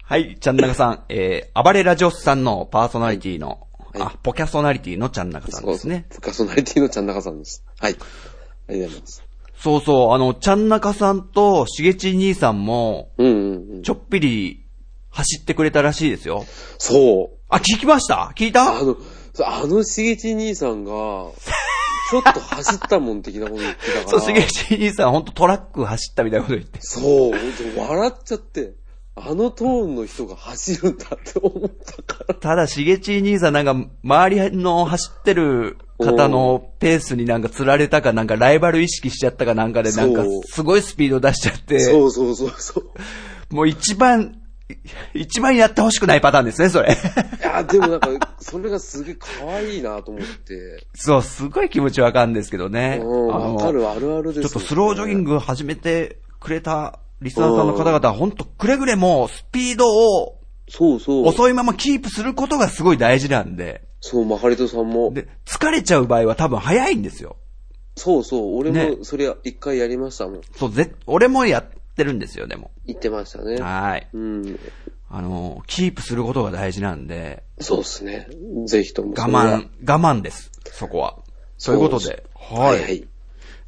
[SPEAKER 2] はい、ちゃんなかさん、えー、暴れラジオスさんのパーソナリティの、
[SPEAKER 1] はい
[SPEAKER 2] あ、ポキャソナリティのちゃんなかさんですね。
[SPEAKER 1] そうそう。カソナリティのちゃん中さんです。はい。ありがとうございます。
[SPEAKER 2] そうそう、あの、ちゃんなかさんとしげち兄さんも、
[SPEAKER 1] うんうんうん。
[SPEAKER 2] ちょっぴり走ってくれたらしいですよ。
[SPEAKER 1] そう。
[SPEAKER 2] あ、聞きました聞いた
[SPEAKER 1] あの、そうあのしげち兄さ
[SPEAKER 2] (laughs)
[SPEAKER 1] んが、ちょっと走ったもん的なこと言ってたか
[SPEAKER 2] そう、
[SPEAKER 1] ら。
[SPEAKER 2] しげち兄さん、ほんとトラック走ったみたいなこと言って。
[SPEAKER 1] そう、笑っちゃって、あのトーンの人が走るんだって思ったから。
[SPEAKER 2] ただ、しげち兄さんなんか、周りの走ってる方のペースになんか釣られたか、なんかライバル意識しちゃったかなんかで、なんか
[SPEAKER 1] そう、
[SPEAKER 2] すごいスピード出しちゃって、
[SPEAKER 1] そうそうそうそう。
[SPEAKER 2] もう一番、一番やってほしくないパターンですね、それ。 (laughs)
[SPEAKER 1] いや、でもなんか、それがすげえ可愛いなと思って。
[SPEAKER 2] そう、すごい気持ちわかるんですけどね。
[SPEAKER 1] うん、
[SPEAKER 2] あの
[SPEAKER 1] わかるあるあるです、
[SPEAKER 2] ちょっとスロージョギン
[SPEAKER 1] グ。
[SPEAKER 2] グ始めてくれたリスナーさんの方々、本当くれぐれもスピードを
[SPEAKER 1] そうそう。
[SPEAKER 2] 遅いままキープすることがすごい大事なんで、
[SPEAKER 1] そう、マハリトさんも。
[SPEAKER 2] で、疲れちゃう場合は多分早いんですよ。
[SPEAKER 1] そうそう、俺
[SPEAKER 2] ね
[SPEAKER 1] もそれ一回やりましたもん。
[SPEAKER 2] そう、ぜ、俺もやってるんですよ、でも。
[SPEAKER 1] 言ってましたね。
[SPEAKER 2] はい。
[SPEAKER 1] うん。
[SPEAKER 2] あの、キープすることが大事なんで、
[SPEAKER 1] そうですね。ぜひとも。
[SPEAKER 2] 我慢、我慢です、そこは。そういうことで。
[SPEAKER 1] それは。
[SPEAKER 2] は。
[SPEAKER 1] はいはいい。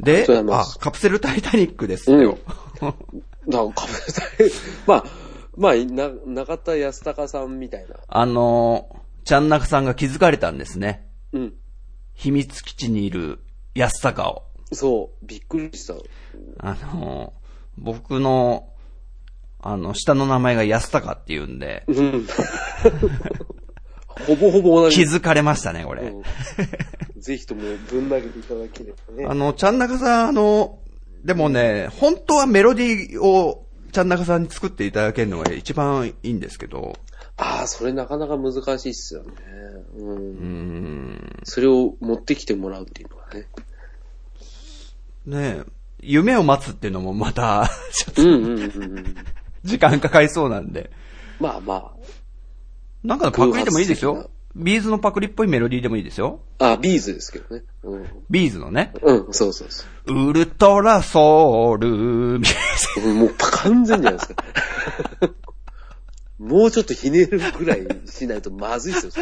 [SPEAKER 2] で
[SPEAKER 1] ありがとうござい、ま
[SPEAKER 2] あ
[SPEAKER 1] す、
[SPEAKER 2] カプセルタイタニックです
[SPEAKER 1] うん
[SPEAKER 2] よ。
[SPEAKER 1] だから、かぶさい。 (laughs) まあ、まあ、な、中田康隆さんみたいな。
[SPEAKER 2] (laughs) あの、ちゃんなかさんが気づかれたんですね。
[SPEAKER 1] うん。
[SPEAKER 2] 秘密基地にいる安坂を。
[SPEAKER 1] そう、びっくりした。
[SPEAKER 2] あの、僕の、あの、下の名前が安坂って言うんで、
[SPEAKER 1] うん。ほぼほぼ同
[SPEAKER 2] 気
[SPEAKER 1] じ。
[SPEAKER 2] づかれましたね、これ。
[SPEAKER 1] うんぜひともぶん投げていただければね。
[SPEAKER 2] あの、ちゃんなかさん、あの、でもね、本当はメロディーをちゃんなかさんに作っていただけるのが一番いいんですけど、
[SPEAKER 1] ああ、それなかなか難しいっすよね。う。
[SPEAKER 2] うんーん、
[SPEAKER 1] それを持ってきてもらうっていうのはね。
[SPEAKER 2] ねえ夢を待つっていうのもまた、 (laughs) ちょっと
[SPEAKER 1] うんうんうんうん。
[SPEAKER 2] 時間かかりそうなんで、
[SPEAKER 1] まあま
[SPEAKER 2] なんかのパクリでもいいです
[SPEAKER 1] 偶発
[SPEAKER 2] よ
[SPEAKER 1] 的。
[SPEAKER 2] ビーズのパクリっぽいメロディーでもいいですよ。
[SPEAKER 1] あ。あ、ビーズですけどね。うん。
[SPEAKER 2] ビーズのね、
[SPEAKER 1] うん、そうそうそ
[SPEAKER 2] ウルトラソウル、 (laughs) みたい
[SPEAKER 1] う。
[SPEAKER 2] な
[SPEAKER 1] うんもう完全じゃないですか。 (laughs) もうちょっとひねるぐらいしないとまずいっすよ。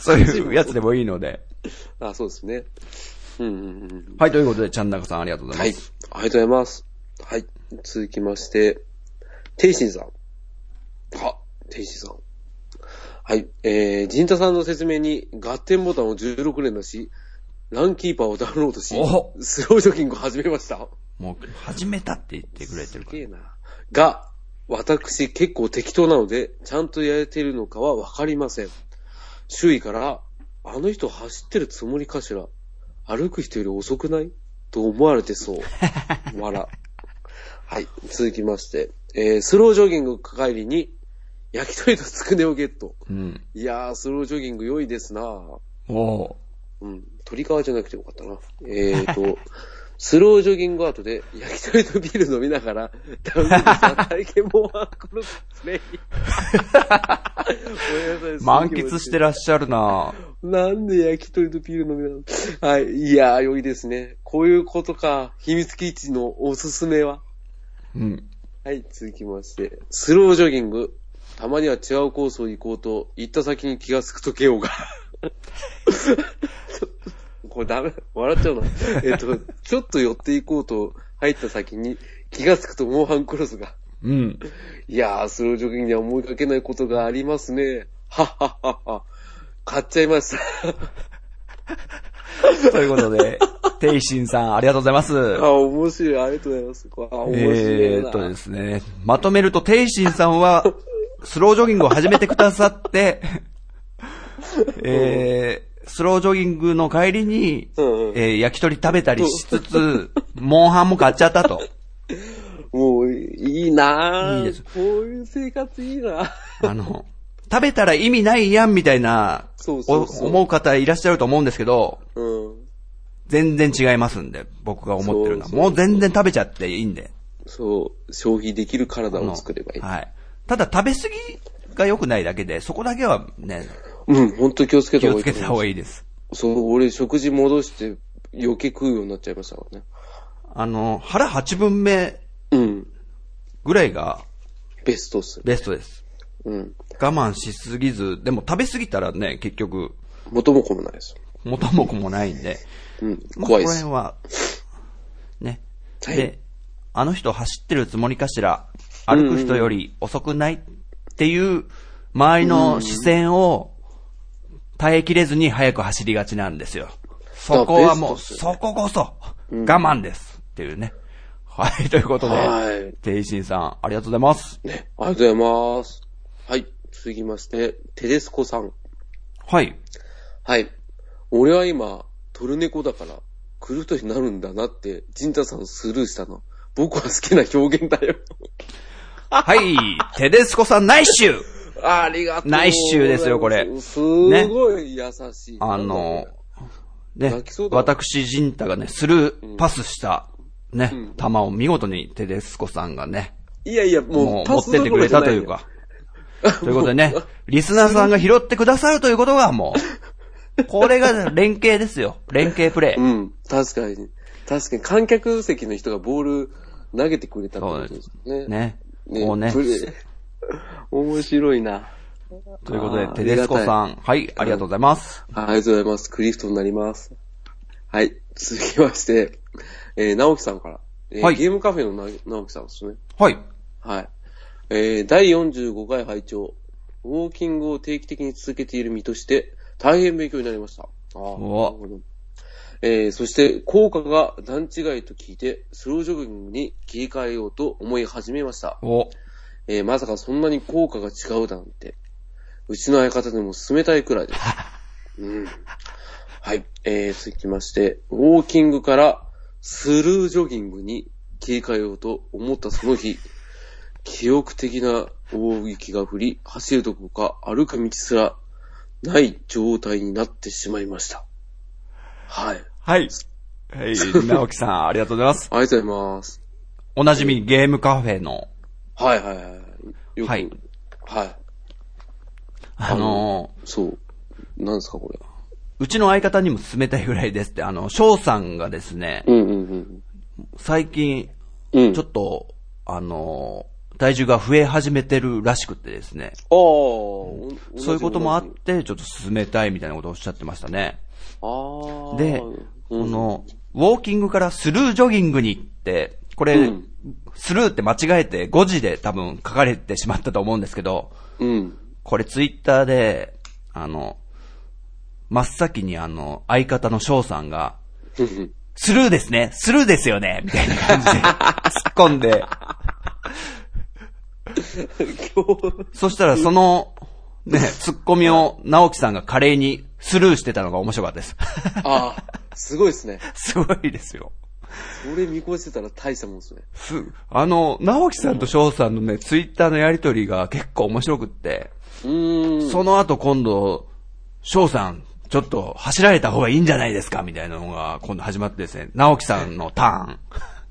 [SPEAKER 1] それ
[SPEAKER 2] そういうやつでもいいので。
[SPEAKER 1] あ、そうですね。うんうんうん。
[SPEAKER 2] はい、ということで、ちゃんなかさんありがとうござ
[SPEAKER 1] はいい
[SPEAKER 2] ます。。
[SPEAKER 1] ありがとうございます。はい。続きまして、ていしんさん。あ、ていしんさん。はい。えー、陣太さんの説明に合点ボタンを16連打し、ランキーパーをダウンロードし
[SPEAKER 2] お、
[SPEAKER 1] スロージョギングを始めました。
[SPEAKER 2] もう、始めたって言ってくれて
[SPEAKER 1] す
[SPEAKER 2] るか
[SPEAKER 1] げえな。が、私結構適当なので、ちゃんとやれてるのかはわかりません。周囲から、あの人走ってるつもりかしら歩く人より遅くないと思われてそう。笑。はい、続きまして。えー、スロージョギング帰りに、焼き鳥とつくねをゲット。
[SPEAKER 2] ら。うん。
[SPEAKER 1] いやー、スロージョギング良いですなぁ
[SPEAKER 2] おー
[SPEAKER 1] うん、鳥皮じゃなくてよかったな。えーと、 (laughs) スロージョギングアートで焼き鳥とビール飲みながら、 (laughs) ダウンロードした体験もワークのプ
[SPEAKER 2] (laughs)
[SPEAKER 1] レイ。ごめんなさいすごい
[SPEAKER 2] 満喫してらっしゃるな
[SPEAKER 1] なんで焼き鳥とビール飲みながら。はい、いやー、良いですね。こういうことか。秘密基地のおすすめは
[SPEAKER 2] うん。
[SPEAKER 1] はい、続きまして。スロージョギング。たまには違うコースを行こうと、行った先に気がつくと KO が。 (laughs) ちょこれダメ、笑っちゃうな。えっと、ちょっと寄って行こうと入った先に気がつくとモンハンクロスが。
[SPEAKER 2] うん。
[SPEAKER 1] いやー、スロージョギングには思いかけないことがありますね。はっはっはっは。買っちゃいました。
[SPEAKER 2] というこ
[SPEAKER 1] (laughs)
[SPEAKER 2] とで、ていしんさん、ありがとうございます。
[SPEAKER 1] あ、面白い。ありがとうございます。あ、面白いな。
[SPEAKER 2] えーっとですね、まとめると、ていしんさんは、スロージョギングを始めてくださ
[SPEAKER 1] (laughs)
[SPEAKER 2] って、えー、スロージョギングの帰りに、
[SPEAKER 1] うんうん
[SPEAKER 2] えー焼き鳥食べたりしつつ、モンハンも買っちゃったと。
[SPEAKER 1] もう、いいなー
[SPEAKER 2] いいです
[SPEAKER 1] こういう生活いいな
[SPEAKER 2] あの、食べたら意味ないやんみたいな、
[SPEAKER 1] そうそうそう
[SPEAKER 2] お思う方いらっしゃると思うんですけど、
[SPEAKER 1] うん。
[SPEAKER 2] 全然違いますんで、僕が思ってるのは。
[SPEAKER 1] そうそうそう
[SPEAKER 2] もう全然食べちゃっていいんで。
[SPEAKER 1] そう、消費できる体
[SPEAKER 2] あの
[SPEAKER 1] を作ればいい。
[SPEAKER 2] はい。ただ食べ過ぎが良くないだけで、そこだけはね、
[SPEAKER 1] うん、本当気をつけた
[SPEAKER 2] 気
[SPEAKER 1] 方
[SPEAKER 2] を
[SPEAKER 1] がい
[SPEAKER 2] つ
[SPEAKER 1] い。
[SPEAKER 2] けた方がいいです。
[SPEAKER 1] そう、俺食事戻して余計食うようになっちゃいましたからね。
[SPEAKER 2] あの、腹8分目
[SPEAKER 1] うん。
[SPEAKER 2] ぐらいが
[SPEAKER 1] ベストっす。
[SPEAKER 2] ベストです。
[SPEAKER 1] うん。
[SPEAKER 2] 我慢しすぎず、でも食べ過ぎたらね、結局、
[SPEAKER 1] 元も子もないです。
[SPEAKER 2] 元も子もないんで。
[SPEAKER 1] うん。
[SPEAKER 2] まあ
[SPEAKER 1] 怖いです。
[SPEAKER 2] ここら辺は、ね。
[SPEAKER 1] はい
[SPEAKER 2] で、あの人走ってるつもりかしら、歩く人より遅くないっていう、周りの視線を耐えきれずに早く走りがちなんですよ。そこはもう、
[SPEAKER 1] ベス
[SPEAKER 2] そここそ、我慢ですっていうね。はい、ということで、
[SPEAKER 1] はい。ね、
[SPEAKER 2] ていしんさん、ありがとうございます。
[SPEAKER 1] ありがとうございます。はい。続きまして、テレスコさん。
[SPEAKER 2] はい。
[SPEAKER 1] はい。俺は今、トルネコだから、来る人になるんだなって、ジンタさんスルーしたの。僕は好きな表現だよ。
[SPEAKER 2] はい、テデスコさんナイッシュ
[SPEAKER 1] ありがとう。
[SPEAKER 2] ナイスシューですよこれ
[SPEAKER 1] すごい優しい。
[SPEAKER 2] あの、ね
[SPEAKER 1] 泣きそう、だ
[SPEAKER 2] 私、ジンタがね、スルーパスした、ね、球を見事にテデスコさんがね、
[SPEAKER 1] いやいや、も
[SPEAKER 2] も
[SPEAKER 1] う、
[SPEAKER 2] う持ってってくれたというか。ということでね、リスナーさんが拾ってくださるということがもう、これが連携ですよ。連携プレイ。
[SPEAKER 1] うん、確かに。確かに、観客席の人がボール投げてくれたってことですね。
[SPEAKER 2] ね。
[SPEAKER 1] ね。
[SPEAKER 2] こうね。
[SPEAKER 1] プレー (laughs) 面白いな。
[SPEAKER 2] ということで
[SPEAKER 1] あ、ー
[SPEAKER 2] テデスコさ
[SPEAKER 1] あ
[SPEAKER 2] ん、はい、ありがとうございます。
[SPEAKER 1] ありがとうございます。クリフトになります。はい。続きまして、えー、直樹さんから。えー
[SPEAKER 2] はい
[SPEAKER 1] ゲームカフェのな直樹さんですね。
[SPEAKER 2] はい。
[SPEAKER 1] はい。えー、第45回拝聴ウォーキングを定期的に続けている身として、大変勉強になりました。ああ、なる
[SPEAKER 2] お
[SPEAKER 1] ほど。えー、そして、効果が段違いと聞いて、スロージョギングに切り替えようと思い始めました。
[SPEAKER 2] お、
[SPEAKER 1] えー、まさかそんなに効果が違うだなんて。うちの相方でも勧めたいく (laughs) らいです。うん。はい。えー、続きまして、ウォーキングからスルージョギングに切り替えようと思ったその日、記憶的な大雪が降り、走るどころか歩く道すらない状態になってしまいました。はい。
[SPEAKER 2] はい。はい、直樹さん、ありがとうございます。
[SPEAKER 1] ありがとうございます。
[SPEAKER 2] おなじみゲームカフェの、
[SPEAKER 1] はいはいはい。よく。
[SPEAKER 2] はい。
[SPEAKER 1] はい。
[SPEAKER 2] あのー、
[SPEAKER 1] そう。なんですか、これ。
[SPEAKER 2] うちの相方にも勧めたいぐらいですって、あの、翔さんがですね、
[SPEAKER 1] うんうんうん。
[SPEAKER 2] 最近、
[SPEAKER 1] うん。
[SPEAKER 2] ちょっと、あの、体重が増え始めてるらしくてですね、
[SPEAKER 1] ああ、お
[SPEAKER 2] そういうこともあっ
[SPEAKER 1] 同じ
[SPEAKER 2] て、ちょっと勧めたいみたいなことをおっしゃってましたね。
[SPEAKER 1] 同じあ
[SPEAKER 2] で
[SPEAKER 1] ー、う
[SPEAKER 2] こ
[SPEAKER 1] ん、
[SPEAKER 2] の、ウォーキングからスルージョギングに行って、これ、
[SPEAKER 1] うん
[SPEAKER 2] スルーって間違えて5時で多分書かれてしまったと思うんですけど、
[SPEAKER 1] うん。
[SPEAKER 2] これツイッターで、あの、真っ先にあの、相方の翔さんが、スルーですねスルーですよねみたいな感じで (laughs) 突っ込んで、 (laughs) そしたらその、ね、突っ込みを直樹さんが華麗にスルーしてたのが面白かったです。 (laughs)
[SPEAKER 1] ああ、すごいですね。
[SPEAKER 2] すごいですよ。
[SPEAKER 1] それ見越してたら大したもんですね。
[SPEAKER 2] す、あの、直樹さんと翔さんのね、ツイッターのやりとりが結構面白くって、
[SPEAKER 1] うーん。
[SPEAKER 2] その後今度、翔さん、ちょっと走られた方がいいんじゃないですかみたいなのが今度始まってですね、直樹さんのタ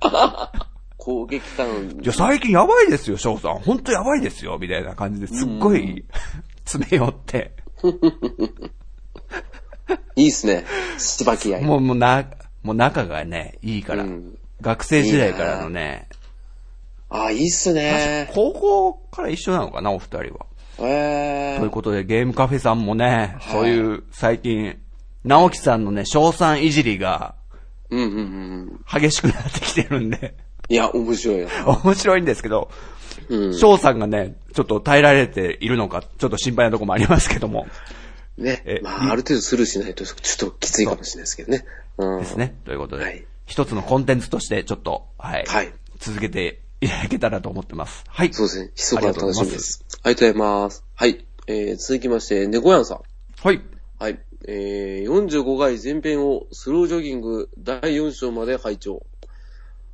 [SPEAKER 2] ーン。
[SPEAKER 1] 攻撃感
[SPEAKER 2] い。や、最近やばいですよ、翔さん。ほんとやばいですよ、みたいな感じですっごい、詰め寄って。
[SPEAKER 1] いいっすね。しばき合い。
[SPEAKER 2] もう、もうな、もう仲がね、いいから
[SPEAKER 1] うん。
[SPEAKER 2] 学生時代からのね、
[SPEAKER 1] ああ、いいっすね。
[SPEAKER 2] 高校から一緒なのかな、お二人は。
[SPEAKER 1] ええ
[SPEAKER 2] ということで、ゲームカフェさんもね、そういう、最近、直樹さんのね、賞賛いじりが
[SPEAKER 1] うんうんうん。
[SPEAKER 2] 激しくなってきてるんで、 (laughs)
[SPEAKER 1] いや、面白いな。
[SPEAKER 2] 面白いんですけど、
[SPEAKER 1] うん。
[SPEAKER 2] 翔さんがね、ちょっと耐えられているのか、ちょっと心配なとこもありますけども、え
[SPEAKER 1] ね。まあ、ある程度スルーしないと、ちょっときついかもしれないですけどね。うん。
[SPEAKER 2] ですね。ということで、
[SPEAKER 1] はい
[SPEAKER 2] 一つのコンテンツとして、ちょっと、はい、
[SPEAKER 1] はい
[SPEAKER 2] 続けていただけたらと思ってます。はい。
[SPEAKER 1] そうですね。密か
[SPEAKER 2] あ
[SPEAKER 1] な
[SPEAKER 2] りがとう
[SPEAKER 1] 楽し
[SPEAKER 2] ござ
[SPEAKER 1] み
[SPEAKER 2] いま
[SPEAKER 1] です。ありがとうございます。はい。えー、続きまして、猫やんさん。
[SPEAKER 2] はい。
[SPEAKER 1] はい。えー、45回前編をスロージョギング第4章まで拝聴。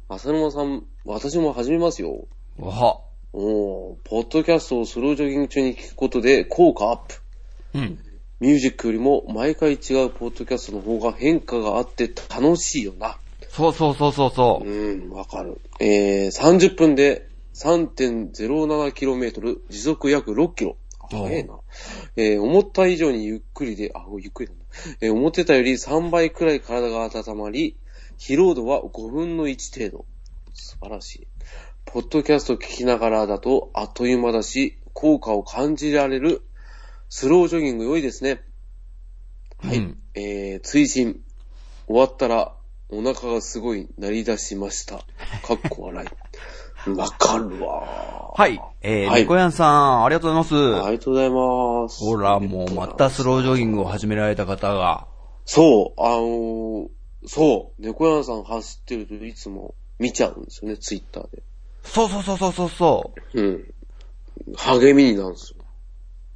[SPEAKER 1] 浅沼さん、私も始めますよ。
[SPEAKER 2] わは。
[SPEAKER 1] おーポッドキャストをスロージョギング中に聞くことで効果アップ。
[SPEAKER 2] うん。
[SPEAKER 1] ミュージックよりも毎回違うポッドキャストの方が変化があって楽しいよな。
[SPEAKER 2] そうそうそうそうそうう。
[SPEAKER 1] ん、わかる。えー、30分で 3.07km、時速約 6km。
[SPEAKER 2] おう
[SPEAKER 1] 早いな。えー、思った以上にゆっくりで、あ、ゆっくりだな。えー、思ってたより3倍くらい体が温まり、疲労度は5分の1程度。素晴らしい。ポッドキャストを聞きながらだと、あっという間だし、効果を感じられる、スロージョギング良いですね。はい。
[SPEAKER 2] うん
[SPEAKER 1] えー、追伸。終わったら、お腹がすごい鳴り出しました。かっこ笑
[SPEAKER 2] (laughs)
[SPEAKER 1] い。わかるわ
[SPEAKER 2] はい。えー、
[SPEAKER 1] はい
[SPEAKER 2] 猫、やんさん、ありがとうござい
[SPEAKER 1] ー。あ
[SPEAKER 2] ます。
[SPEAKER 1] りがとうございます。
[SPEAKER 2] ほら、もうまたスロージョギングを始められた方が、
[SPEAKER 1] そう、あのーそう、猫屋さん走ってるといつも見ちゃうんですよね、ツイッターで。
[SPEAKER 2] そうそうそうそうそうそ
[SPEAKER 1] うん。励みになるんですよ。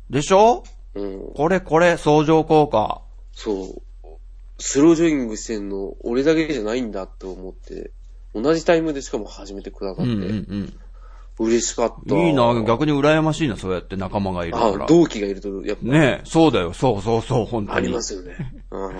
[SPEAKER 2] う。でしょ
[SPEAKER 1] うん。
[SPEAKER 2] これこれ、相乗効果。
[SPEAKER 1] そう。スロージョギングしてんの、俺だけじゃないんだって思って、同じタイミングでしかも始めてくださっ
[SPEAKER 2] うん
[SPEAKER 1] て、
[SPEAKER 2] うん
[SPEAKER 1] 嬉しかった。
[SPEAKER 2] うん。いいな、逆に羨ましいな、そうやって仲間がいるか
[SPEAKER 1] あ
[SPEAKER 2] ら。
[SPEAKER 1] 同期がいると、やっぱ、
[SPEAKER 2] ねえ、そうだよ、そうそうそう、本当
[SPEAKER 1] あ
[SPEAKER 2] に。
[SPEAKER 1] りますよね。うん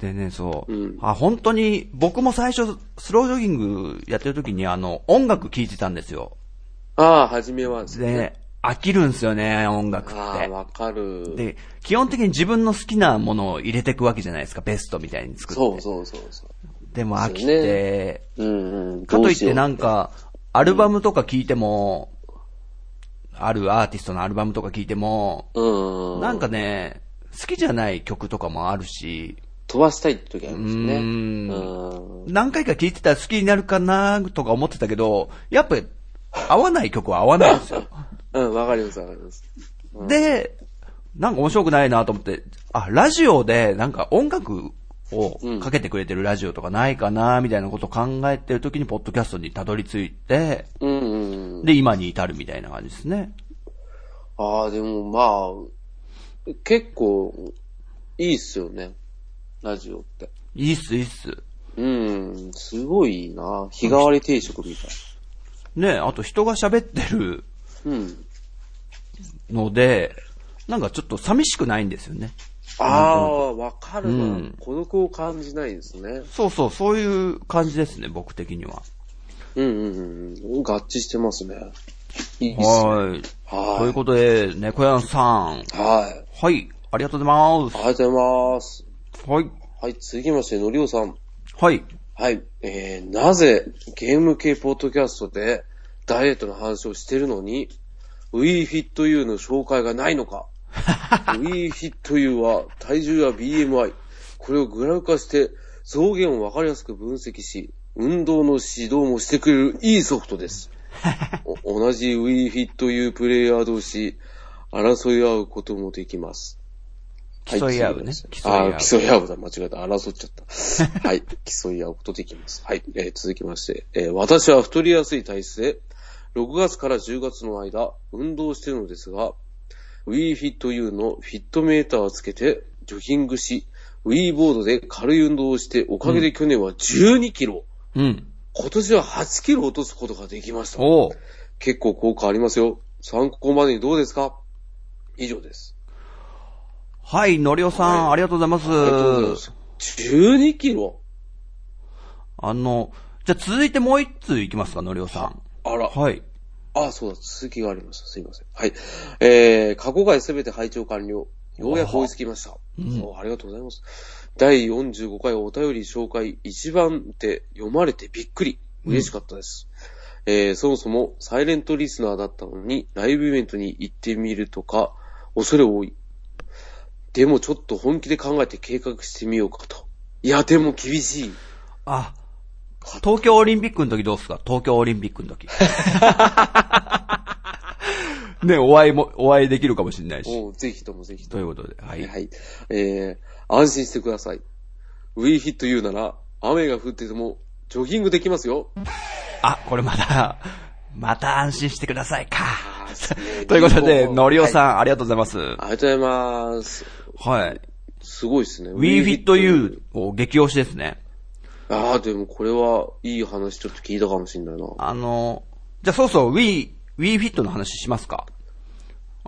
[SPEAKER 2] でね、そう、
[SPEAKER 1] うん
[SPEAKER 2] あ、本当に、僕も最初、スロージョギングやってる時に、あの、音楽聴いてたんですよ。
[SPEAKER 1] (laughs) ああ、初めはですね。
[SPEAKER 2] で、飽きるんですよね、音楽
[SPEAKER 1] ああ、
[SPEAKER 2] っ
[SPEAKER 1] わかる。
[SPEAKER 2] て。で、基本的に自分の好きなものを入れていくわけじゃないですか、ベストみたいに作って。
[SPEAKER 1] そうそうそうそ
[SPEAKER 2] でも飽き
[SPEAKER 1] そう
[SPEAKER 2] て、
[SPEAKER 1] う。うんうん。
[SPEAKER 2] かといって
[SPEAKER 1] な
[SPEAKER 2] なんか、アルバムとか聴いても、あるアーティストのアルバムとか聴いても、
[SPEAKER 1] うん。
[SPEAKER 2] なんかね、好きじゃない曲とかもあるし、
[SPEAKER 1] 飛ばしたいって時ありますよね。
[SPEAKER 2] う
[SPEAKER 1] うんん。
[SPEAKER 2] 何回か聞いてたら好きになるかなとか思ってたけど、やっぱ合わない曲は合わないんですよ。
[SPEAKER 1] うん、わかりますわかります。
[SPEAKER 2] で、なんか面白くないなと思って、あ、ラジオでなんか音楽をかけてくれてるラジオとかないかなみたいなことを考えてる時にポッドキャストにたどり着いて、
[SPEAKER 1] うんうんうん。
[SPEAKER 2] で、今に至るみたいな感じですね。
[SPEAKER 1] ああ、でもまあ、結構、いいっすよね。ラジオって。
[SPEAKER 2] いいっす、いいっす。
[SPEAKER 1] うん、すごいいいな。日替わり定食みたい。
[SPEAKER 2] ねあと人が喋ってる
[SPEAKER 1] うん。
[SPEAKER 2] ので、なんかちょっと寂しくないんですよね。
[SPEAKER 1] ああ、わかる
[SPEAKER 2] う
[SPEAKER 1] な。
[SPEAKER 2] ん
[SPEAKER 1] 孤独を感じないですね。
[SPEAKER 2] そうそう、そういう感じですね、僕的には。
[SPEAKER 1] うんうんうん。合致してますね。いいっすね。
[SPEAKER 2] はい。
[SPEAKER 1] はい。
[SPEAKER 2] ということで、ね、小山さん。
[SPEAKER 1] はい。
[SPEAKER 2] はい。ありがとうございま
[SPEAKER 1] ありがとうございます。
[SPEAKER 2] す。はい。
[SPEAKER 1] はい、続きまして、のりおさん。
[SPEAKER 2] はい。
[SPEAKER 1] はい、えー、なぜゲーム系ポッドキャストでダイエットの話をしてるのに、WeFitU の紹介がないのか ?WeFitU は体重や BMI、これをグラフ化して増減をわかりやすく分析し、運動の指導もしてくれるいいソフトです。お同じ WeFitU プレイヤー同士、争い合うこともできます。
[SPEAKER 2] 競い合うね。競い合
[SPEAKER 1] あ
[SPEAKER 2] う
[SPEAKER 1] あー、。競い合うだ、間違えた。争っちゃった。
[SPEAKER 2] (laughs)
[SPEAKER 1] はい、競い合うことできます。はい、えー続きまして、えー私は太りやすい体質で、6月から10月の間、運動してるのですが、WeFitU のフィットメーターをつけて、ジョギングし、WeBoard で軽い運動をして、おかげで去年は12キロ、
[SPEAKER 2] うん。
[SPEAKER 1] 今年は8キロ落とすことができました。
[SPEAKER 2] おう
[SPEAKER 1] 結構効果ありますよ。参考までにどうですか以上です。
[SPEAKER 2] はい、のりおさん、ありがとうございま。
[SPEAKER 1] ありがとうございますす。12キロ
[SPEAKER 2] あの、じゃあ続いてもう一通いきますか、のりおさん。
[SPEAKER 1] あら。
[SPEAKER 2] はい。
[SPEAKER 1] あ、そうだ、続きがありました。すいません。はい。えー、過去回すべて拝聴完了。ようやく追いつきました。おありがとうございます。第45回お便り紹介一番で読まれてびっくり。嬉しかったです。えー、そもそもサイレントリスナーだったのに、ライブイベントに行ってみるとか、恐れ多い。でもちょっと本気で考えて計画してみようかと。いや、でも厳しい。
[SPEAKER 2] あ、東京オリンピックの時どうすか東京オリンピックの
[SPEAKER 1] (laughs)
[SPEAKER 2] 時。ね、お会いも、お会いできるかもしれないし。
[SPEAKER 1] もうぜひともぜひとも
[SPEAKER 2] ということで、は
[SPEAKER 1] はいい、。はい。えー、安心してください。WeFit うなら、雨が降ってても、ジョギングできますよ。
[SPEAKER 2] あ、これまた、 (laughs) また安心してくださいか。
[SPEAKER 1] ー
[SPEAKER 2] ということで、
[SPEAKER 1] いい
[SPEAKER 2] のりおさん、ありがとうございます。
[SPEAKER 1] ありがとうございます。
[SPEAKER 2] はい。
[SPEAKER 1] すごいですね。
[SPEAKER 2] WeFitU を激推しですね。
[SPEAKER 1] ああ、でもこれはいい話ちょっと聞いたかもしれないな。
[SPEAKER 2] あの、じゃあそうそう、We、WeFit の話しますか。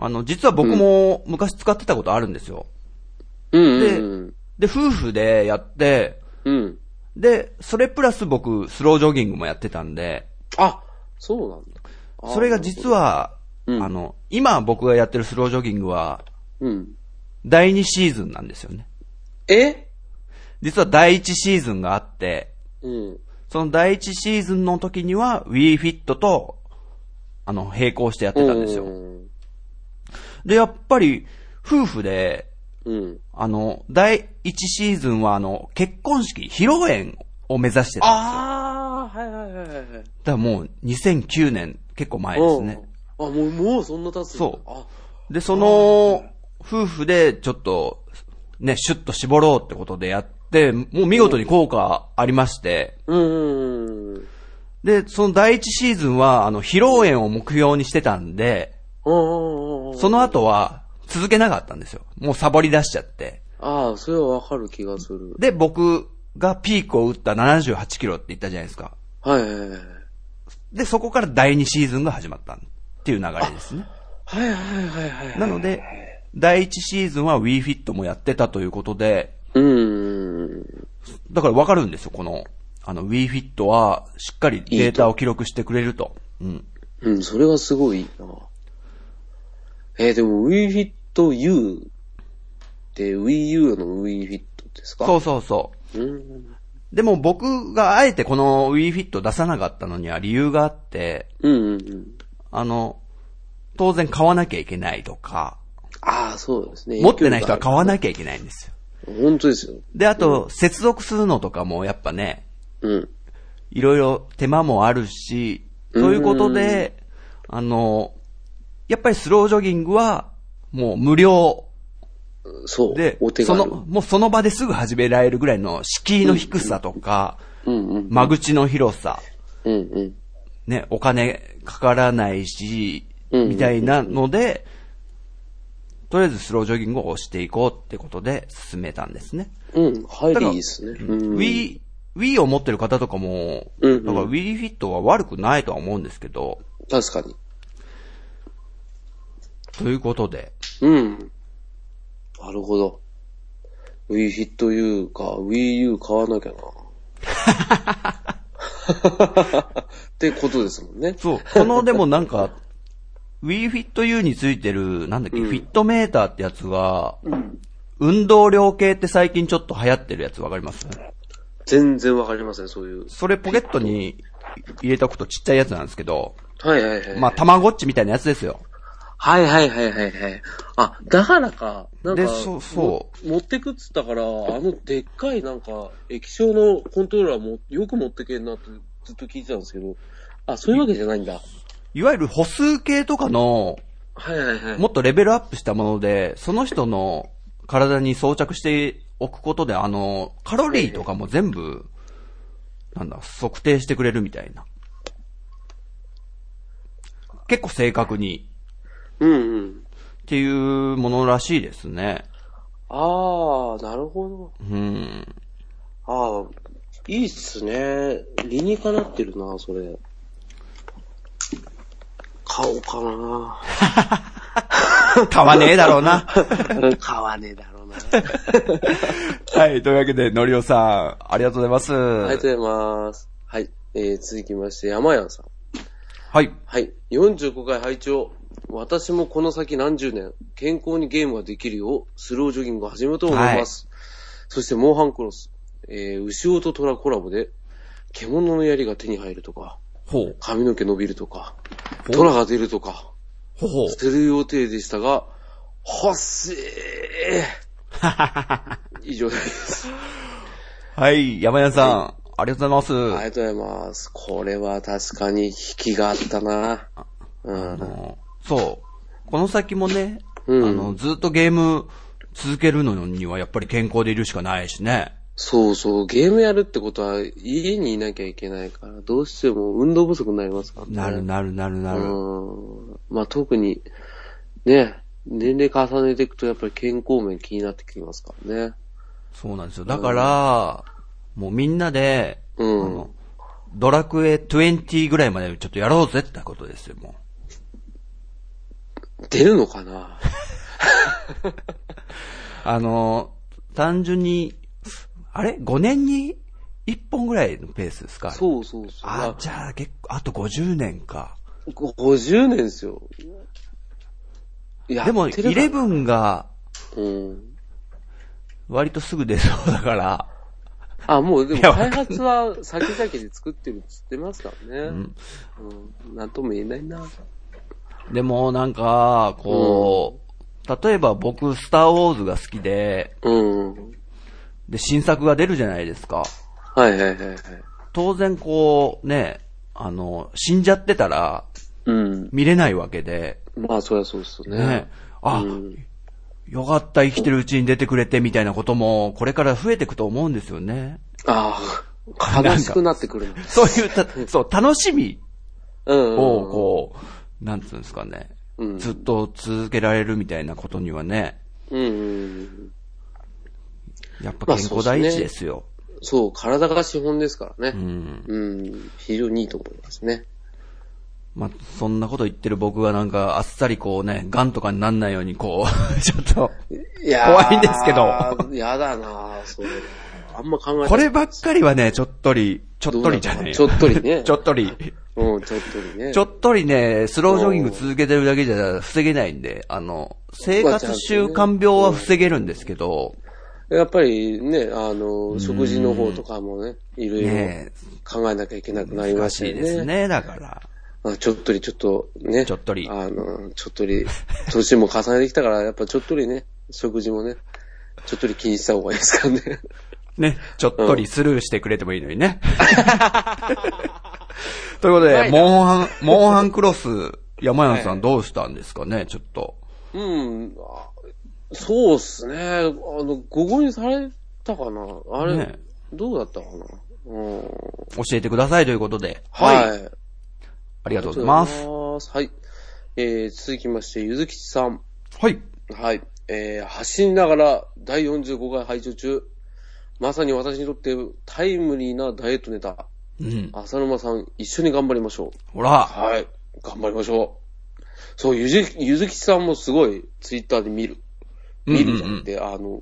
[SPEAKER 2] あの、実は僕も昔使ってたことあるんですよ。
[SPEAKER 1] うんうん
[SPEAKER 2] で、夫婦でやって、
[SPEAKER 1] うん。うん。
[SPEAKER 2] で、それプラス僕、スロージョギングもやってたんで、
[SPEAKER 1] あ、そうなんだ。あー
[SPEAKER 2] それが実。は、
[SPEAKER 1] うん
[SPEAKER 2] あの、今僕がやってるスロージョギングは、
[SPEAKER 1] うん。
[SPEAKER 2] 第2シーズンなんですよね。
[SPEAKER 1] え
[SPEAKER 2] 実は第1シーズンがあって、
[SPEAKER 1] うん。
[SPEAKER 2] その第1シーズンの時には WeFit と、あの、並行してやってたんですよ。
[SPEAKER 1] うん
[SPEAKER 2] で、やっぱり、夫婦で、
[SPEAKER 1] うん。
[SPEAKER 2] あの、第1シーズンはあの、結婚式、披露宴を目指してたんですよ。
[SPEAKER 1] ああ、はいはいはいはいはい。
[SPEAKER 2] だからもう2009年、結構前ですね。
[SPEAKER 1] うん。あ、もう、もうそんな経つんだ
[SPEAKER 2] そう
[SPEAKER 1] あ、
[SPEAKER 2] で、その、夫婦でちょっと、ね、シュッと絞ろうってことでやって、もう見事に効果ありまして、
[SPEAKER 1] うんうんうん。
[SPEAKER 2] で、その第1シーズンは、あの、披露宴を目標にしてたんで、
[SPEAKER 1] そ
[SPEAKER 2] その後は続けなかったんですよ。もうサボり出しちゃって。
[SPEAKER 1] ああ、それはわかる気がする。
[SPEAKER 2] で、僕がピークを打った78キロって言ったじゃないですか。
[SPEAKER 1] はいはいはいはい。
[SPEAKER 2] で、そこから第2シーズンが始まったっていう流れですね。
[SPEAKER 1] はいはいはいはいはい。
[SPEAKER 2] なので、第1シーズンは WeFit もやってたということで、
[SPEAKER 1] うーん。
[SPEAKER 2] だからわかるんですよ、この、あの WeFit はしっかりデータを記録してくれると。うん。
[SPEAKER 1] うん、それはすごいいいな。えー、でも WeFitU って WeU の WeFit ですか
[SPEAKER 2] そうそうそう。
[SPEAKER 1] う。うん。
[SPEAKER 2] でも僕があえてこの WeFit 出さなかったのには理由があって、
[SPEAKER 1] うんうんうん。
[SPEAKER 2] あの、当然買わなきゃいけないとか、
[SPEAKER 1] ああ、そうですね。
[SPEAKER 2] 持ってない人は
[SPEAKER 1] か
[SPEAKER 2] 買わなきゃいけないんですよ。
[SPEAKER 1] 本当ですよ。
[SPEAKER 2] で、あと、接続するのとかもやっぱね、
[SPEAKER 1] うん。
[SPEAKER 2] いろいろ手間もあるし、ということで、あの、やっぱりスロージョギングは、もう無料
[SPEAKER 1] そう。
[SPEAKER 2] で
[SPEAKER 1] お、手
[SPEAKER 2] そ
[SPEAKER 1] 軽。
[SPEAKER 2] の、もうその場ですぐ始められるぐらいの敷居の低さとか、
[SPEAKER 1] うんうん。
[SPEAKER 2] 間口の広さ、
[SPEAKER 1] うんうん。
[SPEAKER 2] ね、お金かからないし、
[SPEAKER 1] うん
[SPEAKER 2] みたいなので、とりあえずスロージョギングを押していこうってことで進めたんですね。
[SPEAKER 1] うん、入
[SPEAKER 2] だか
[SPEAKER 1] り
[SPEAKER 2] ら
[SPEAKER 1] いいですね。うん
[SPEAKER 2] Wii、Wii を持ってる方とかも、
[SPEAKER 1] うんう
[SPEAKER 2] だ
[SPEAKER 1] ん
[SPEAKER 2] から Wii Fit は悪くないとは思うんですけど、
[SPEAKER 1] 確かに。
[SPEAKER 2] ということで、
[SPEAKER 1] うん。なるほど。WeFitU か、WeU 買わ
[SPEAKER 2] (laughs)
[SPEAKER 1] なきゃな。ってことですもんね。
[SPEAKER 2] そう、このでもなんか、Wii Fit U についてる、なんだっけ、フィットメーターってやつが、運動量計って最近ちょっと流行ってるやつわかります
[SPEAKER 1] 全然わかりません、そういう。
[SPEAKER 2] それポケットに入れとくとちっちゃいやつなんですけど、
[SPEAKER 1] はいはいはい。
[SPEAKER 2] まあ、たまごっちみたいなやつですよ。
[SPEAKER 1] はいはいはいはいはい。あ、だからか。なんか、
[SPEAKER 2] でそうそ
[SPEAKER 1] も持ってくっつったから、あのでっかいなんか、液晶のコントローラーもよく持ってけんなってずっと聞いてたんですけど、あ、そういうわけじゃないんだ。
[SPEAKER 2] いわゆる歩数計とかの、
[SPEAKER 1] はいはいはい。
[SPEAKER 2] もっとレベルアップしたもので、その人の体に装着しておくことで、あの、カロリーとかも全部、なんだ、測定してくれるみたいな。結構正確に
[SPEAKER 1] うんうん。
[SPEAKER 2] っていうものらしいですね。
[SPEAKER 1] ああ、なるほ
[SPEAKER 2] うん。
[SPEAKER 1] ど。ああ、いいっすね。理にかなってるな、それ。買おうかな。
[SPEAKER 2] 買わねえだろうな。
[SPEAKER 1] 買わねえだろうな。
[SPEAKER 2] (laughs) はい、というわけで、のりおさん、ありがとうございます。
[SPEAKER 1] ありがとうございます。はい。えー、続きまして、山谷さん。
[SPEAKER 2] はい。
[SPEAKER 1] はい。45回拝聴。私もこの先何十年、健康にゲームができるよう、スロージョギングを始めようと思います。そして、モンハンクロス。えー、牛尾と虎コラボで、獣の槍が手に入るとか、
[SPEAKER 2] ほう。
[SPEAKER 1] 髪の毛伸びるとか、
[SPEAKER 2] お
[SPEAKER 1] 虎が出るとか、
[SPEAKER 2] ほうほう。
[SPEAKER 1] 捨てる予定でしたが、欲
[SPEAKER 2] (laughs)
[SPEAKER 1] しい以上です。
[SPEAKER 2] はい、山谷さん、ありがとうございます。
[SPEAKER 1] ありがとうございます。これは確かに引きがあったなうん。
[SPEAKER 2] あの、そう。この先もね、
[SPEAKER 1] うん
[SPEAKER 2] あの、ずっとゲーム続けるのにはやっぱり健康でいるしかないしね。
[SPEAKER 1] そうそう、ゲームやるってことは家にいなきゃいけないから、どうしても運動不足になりますからね。
[SPEAKER 2] なるなるなるなる。
[SPEAKER 1] うん。まあ特に、ね、年齢重ねていくとやっぱり健康面気になってきますからね。
[SPEAKER 2] そうなんですよ。だから、もうみんなで、
[SPEAKER 1] うん
[SPEAKER 2] あのドラクエ20ぐらいまでちょっとやろうぜってことですよ、も
[SPEAKER 1] 出るのかな
[SPEAKER 2] う。あの、単純に、あれ ?5 年に1本ぐらいのペースですかう。
[SPEAKER 1] そうそうそう。
[SPEAKER 2] あ、じゃあ結構、あと50年か。
[SPEAKER 1] ご50年ですよ。や
[SPEAKER 2] でも、
[SPEAKER 1] ってるか
[SPEAKER 2] 11が
[SPEAKER 1] うん。
[SPEAKER 2] 割とすぐ出そうだから、
[SPEAKER 1] あ、もうでも
[SPEAKER 2] いやわか
[SPEAKER 1] 開
[SPEAKER 2] んない
[SPEAKER 1] 発は先々で作ってるって言ってますからね。うん。なんとも言えないな。
[SPEAKER 2] でもなんか、こう、例えば僕、スター・ウォーズが好きで、
[SPEAKER 1] うん。
[SPEAKER 2] で、新作が出るじゃないですか。
[SPEAKER 1] はいはいはいはい。
[SPEAKER 2] 当然こう、ね、あの、死んじゃってたら、
[SPEAKER 1] うん。
[SPEAKER 2] 見れないわけで、
[SPEAKER 1] まあ、そりゃそうっすよね。
[SPEAKER 2] ね、あ、
[SPEAKER 1] うん
[SPEAKER 2] よかった、生きてるうちに出てくれて、みたいなことも、これから増えていくと思うんですよね。
[SPEAKER 1] ああ、悲しくなってくるの。
[SPEAKER 2] (laughs) そういうた、そう、楽しみ
[SPEAKER 1] うん、
[SPEAKER 2] を、こう、なんつうんですかね、
[SPEAKER 1] うん
[SPEAKER 2] ずっと続けられるみたいなことにはね、
[SPEAKER 1] うん。うん。
[SPEAKER 2] やっぱ
[SPEAKER 1] まあ
[SPEAKER 2] 健
[SPEAKER 1] そうっ
[SPEAKER 2] 康
[SPEAKER 1] すね
[SPEAKER 2] 第一ですよ。
[SPEAKER 1] そう、体が資本ですから
[SPEAKER 2] う
[SPEAKER 1] ね。
[SPEAKER 2] ん。
[SPEAKER 1] うん、非常にいいと思いますね。
[SPEAKER 2] まあ、そんなこと言ってる僕がなんか、あっさりこうね、癌とかになんないようにこう、 (laughs) ちょっと、
[SPEAKER 1] いやー
[SPEAKER 2] 怖いんですけど。
[SPEAKER 1] やだなぁ、それ。あんま考え
[SPEAKER 2] こればっかりはね、ちょっとり、ちょっとりじゃねえ
[SPEAKER 1] ちょっとりね
[SPEAKER 2] (laughs) ちょっとり。
[SPEAKER 1] うん、ちょっとにね。
[SPEAKER 2] ちょっとりね、スロージョギング続けてるだけじゃ防げないんで、あの、生活習慣病は防げるんですけど、
[SPEAKER 1] やっぱりね、あの、食事の方とかもね、いろいろ
[SPEAKER 2] ね
[SPEAKER 1] 考えなきゃいけなくなりま
[SPEAKER 2] 難
[SPEAKER 1] した
[SPEAKER 2] しい
[SPEAKER 1] よね。
[SPEAKER 2] ですね、だから。
[SPEAKER 1] あちょっとり、ちょっとね。
[SPEAKER 2] ちょっとり
[SPEAKER 1] あの、ちょっとり、年も重ねてきたから、やっぱちょっとりね、食事もね、ちょっとり気にした方がいいですからね。 (laughs)
[SPEAKER 2] ね、ちょっとりスルーしてくれてもいいのにね。 (laughs) ということで、モンハン、モンハンクロス、山山さんどうしたんですかね、ちょっと。
[SPEAKER 1] うん、あそうっすね。あの、午後にされたかなあれ、
[SPEAKER 2] ね
[SPEAKER 1] どうだったかなうん。
[SPEAKER 2] 教えてくださいということで。
[SPEAKER 1] はい。あり
[SPEAKER 2] ありがとう
[SPEAKER 1] が
[SPEAKER 2] ございます。
[SPEAKER 1] ます。はい。えー、続きまして、ゆずきちさん。
[SPEAKER 2] はい。
[SPEAKER 1] はい。えー、走りながら第45回配聴中。まさに私にとってタイムリーなダイエットネタ。
[SPEAKER 2] うん。
[SPEAKER 1] 浅沼さん、一緒に頑張りましょう。
[SPEAKER 2] ほら、
[SPEAKER 1] はい。頑張りましょう。そう、ゆず、ゆずきさんもすごい、ツイッターで見る。見るじゃなくて、あの、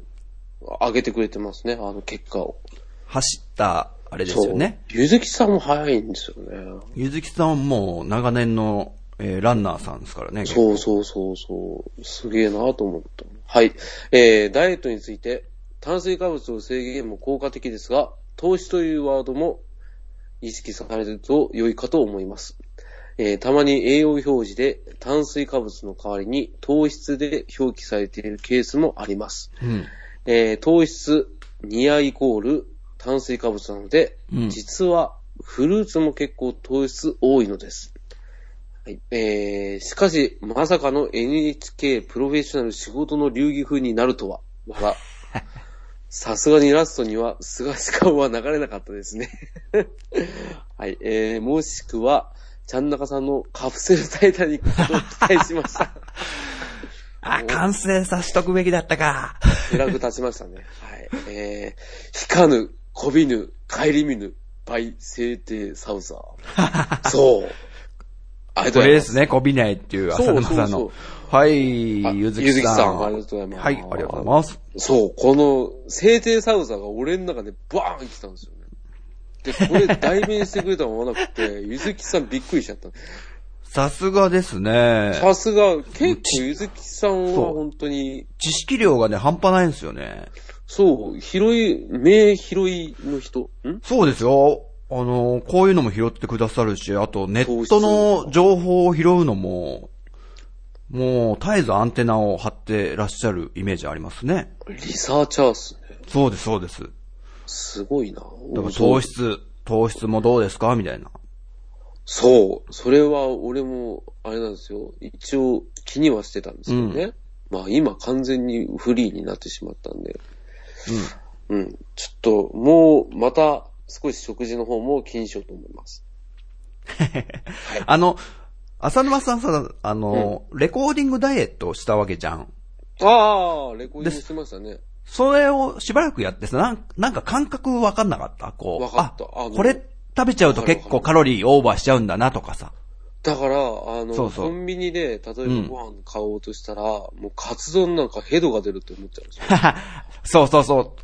[SPEAKER 1] 上げてくれてますね、あの結果を。
[SPEAKER 2] 走った、あれです
[SPEAKER 1] そ
[SPEAKER 2] よ
[SPEAKER 1] う。
[SPEAKER 2] ね。
[SPEAKER 1] ゆずきさんも早いんですよね。
[SPEAKER 2] ゆずきさんはもう長年の、えーランナーさんですからね。
[SPEAKER 1] そうそうそうそう。すげえなと思った。はい。えー、ダイエットについて、炭水化物を制限も効果的ですが、糖質というワードも意識されると良いかと思います。えー、たまに栄養表示で炭水化物の代わりに糖質で表記されているケースもあります。
[SPEAKER 2] うん。
[SPEAKER 1] えー糖質ニアイコール炭水化物なので、
[SPEAKER 2] うん
[SPEAKER 1] 実はフルーツも結構糖質多いのです。はいえーしかし、まさかの NHK プロフェッショナル仕事の流儀風になるとは、笑さすがにラストには、すがし顔は流れなかったですね。 (laughs) はい、えーもしくは、ちゃんなかさんのカプセルタイタニックを期待しました。
[SPEAKER 2] あ、完成さしとくべきだったか。
[SPEAKER 1] フラグ立ちましたね。はい。えー、引かぬ、こびぬ、帰り見ぬ、バイ、聖帝、サウザー。そう。ありがとう
[SPEAKER 2] こ
[SPEAKER 1] ござ
[SPEAKER 2] れ
[SPEAKER 1] い
[SPEAKER 2] で
[SPEAKER 1] ます。
[SPEAKER 2] すね、こびないっていう浅沼さん
[SPEAKER 1] そうそう
[SPEAKER 2] の。はい
[SPEAKER 1] あ、
[SPEAKER 2] ゆずき
[SPEAKER 1] ゆずき
[SPEAKER 2] さん。
[SPEAKER 1] さんありがとうございます
[SPEAKER 2] はい、ありがとうございます。
[SPEAKER 1] そう、この、聖帝サウザーが俺の中でバーン来たんですよね。で、これ代弁してくれたのもなく (laughs) て、ゆずきさんびっくりしちゃった。
[SPEAKER 2] さすがですね。
[SPEAKER 1] さすが、結構ゆずきさんは本当に、
[SPEAKER 2] 知識量がね、半端ないんですよね。
[SPEAKER 1] そう、広い、名広いの人。ん
[SPEAKER 2] そうですよ。あの、こういうのも拾ってくださるし、あとネットの情報を拾うのも、もう絶えずアンテナを張ってらっしゃるイメージありますね。
[SPEAKER 1] リサーチャーっすね。
[SPEAKER 2] そうです、そうです。
[SPEAKER 1] すごいな。
[SPEAKER 2] だから糖質、糖質もどうですかみたいな。
[SPEAKER 1] そう。それは俺も、あれなんですよ。一応気にはしてたんですよね。まあ今完全にフリーになってしまったんで。うん。ちょっと、もう、また少し食事の方も気にしようと思います。
[SPEAKER 2] あの、浅沼さんさ、あの、レコーディングダイエットをしたわけじゃん。
[SPEAKER 1] ああ、レコーディングしてましたね。
[SPEAKER 2] それをしばらくやってさ、なんなんか感覚わかんなかったこう。
[SPEAKER 1] わかった
[SPEAKER 2] あ
[SPEAKER 1] あの
[SPEAKER 2] これ食べちゃうと結構カロリーオーバーしちゃうんだなとかさ。
[SPEAKER 1] だから、あの、
[SPEAKER 2] そうそ
[SPEAKER 1] コ
[SPEAKER 2] う
[SPEAKER 1] ンビニで、例えば
[SPEAKER 2] ん
[SPEAKER 1] ご飯買おうとしたら、もうカツ丼なんかヘドが出るって思っちゃうん
[SPEAKER 2] (laughs)
[SPEAKER 1] ですよ。
[SPEAKER 2] そうそうそう。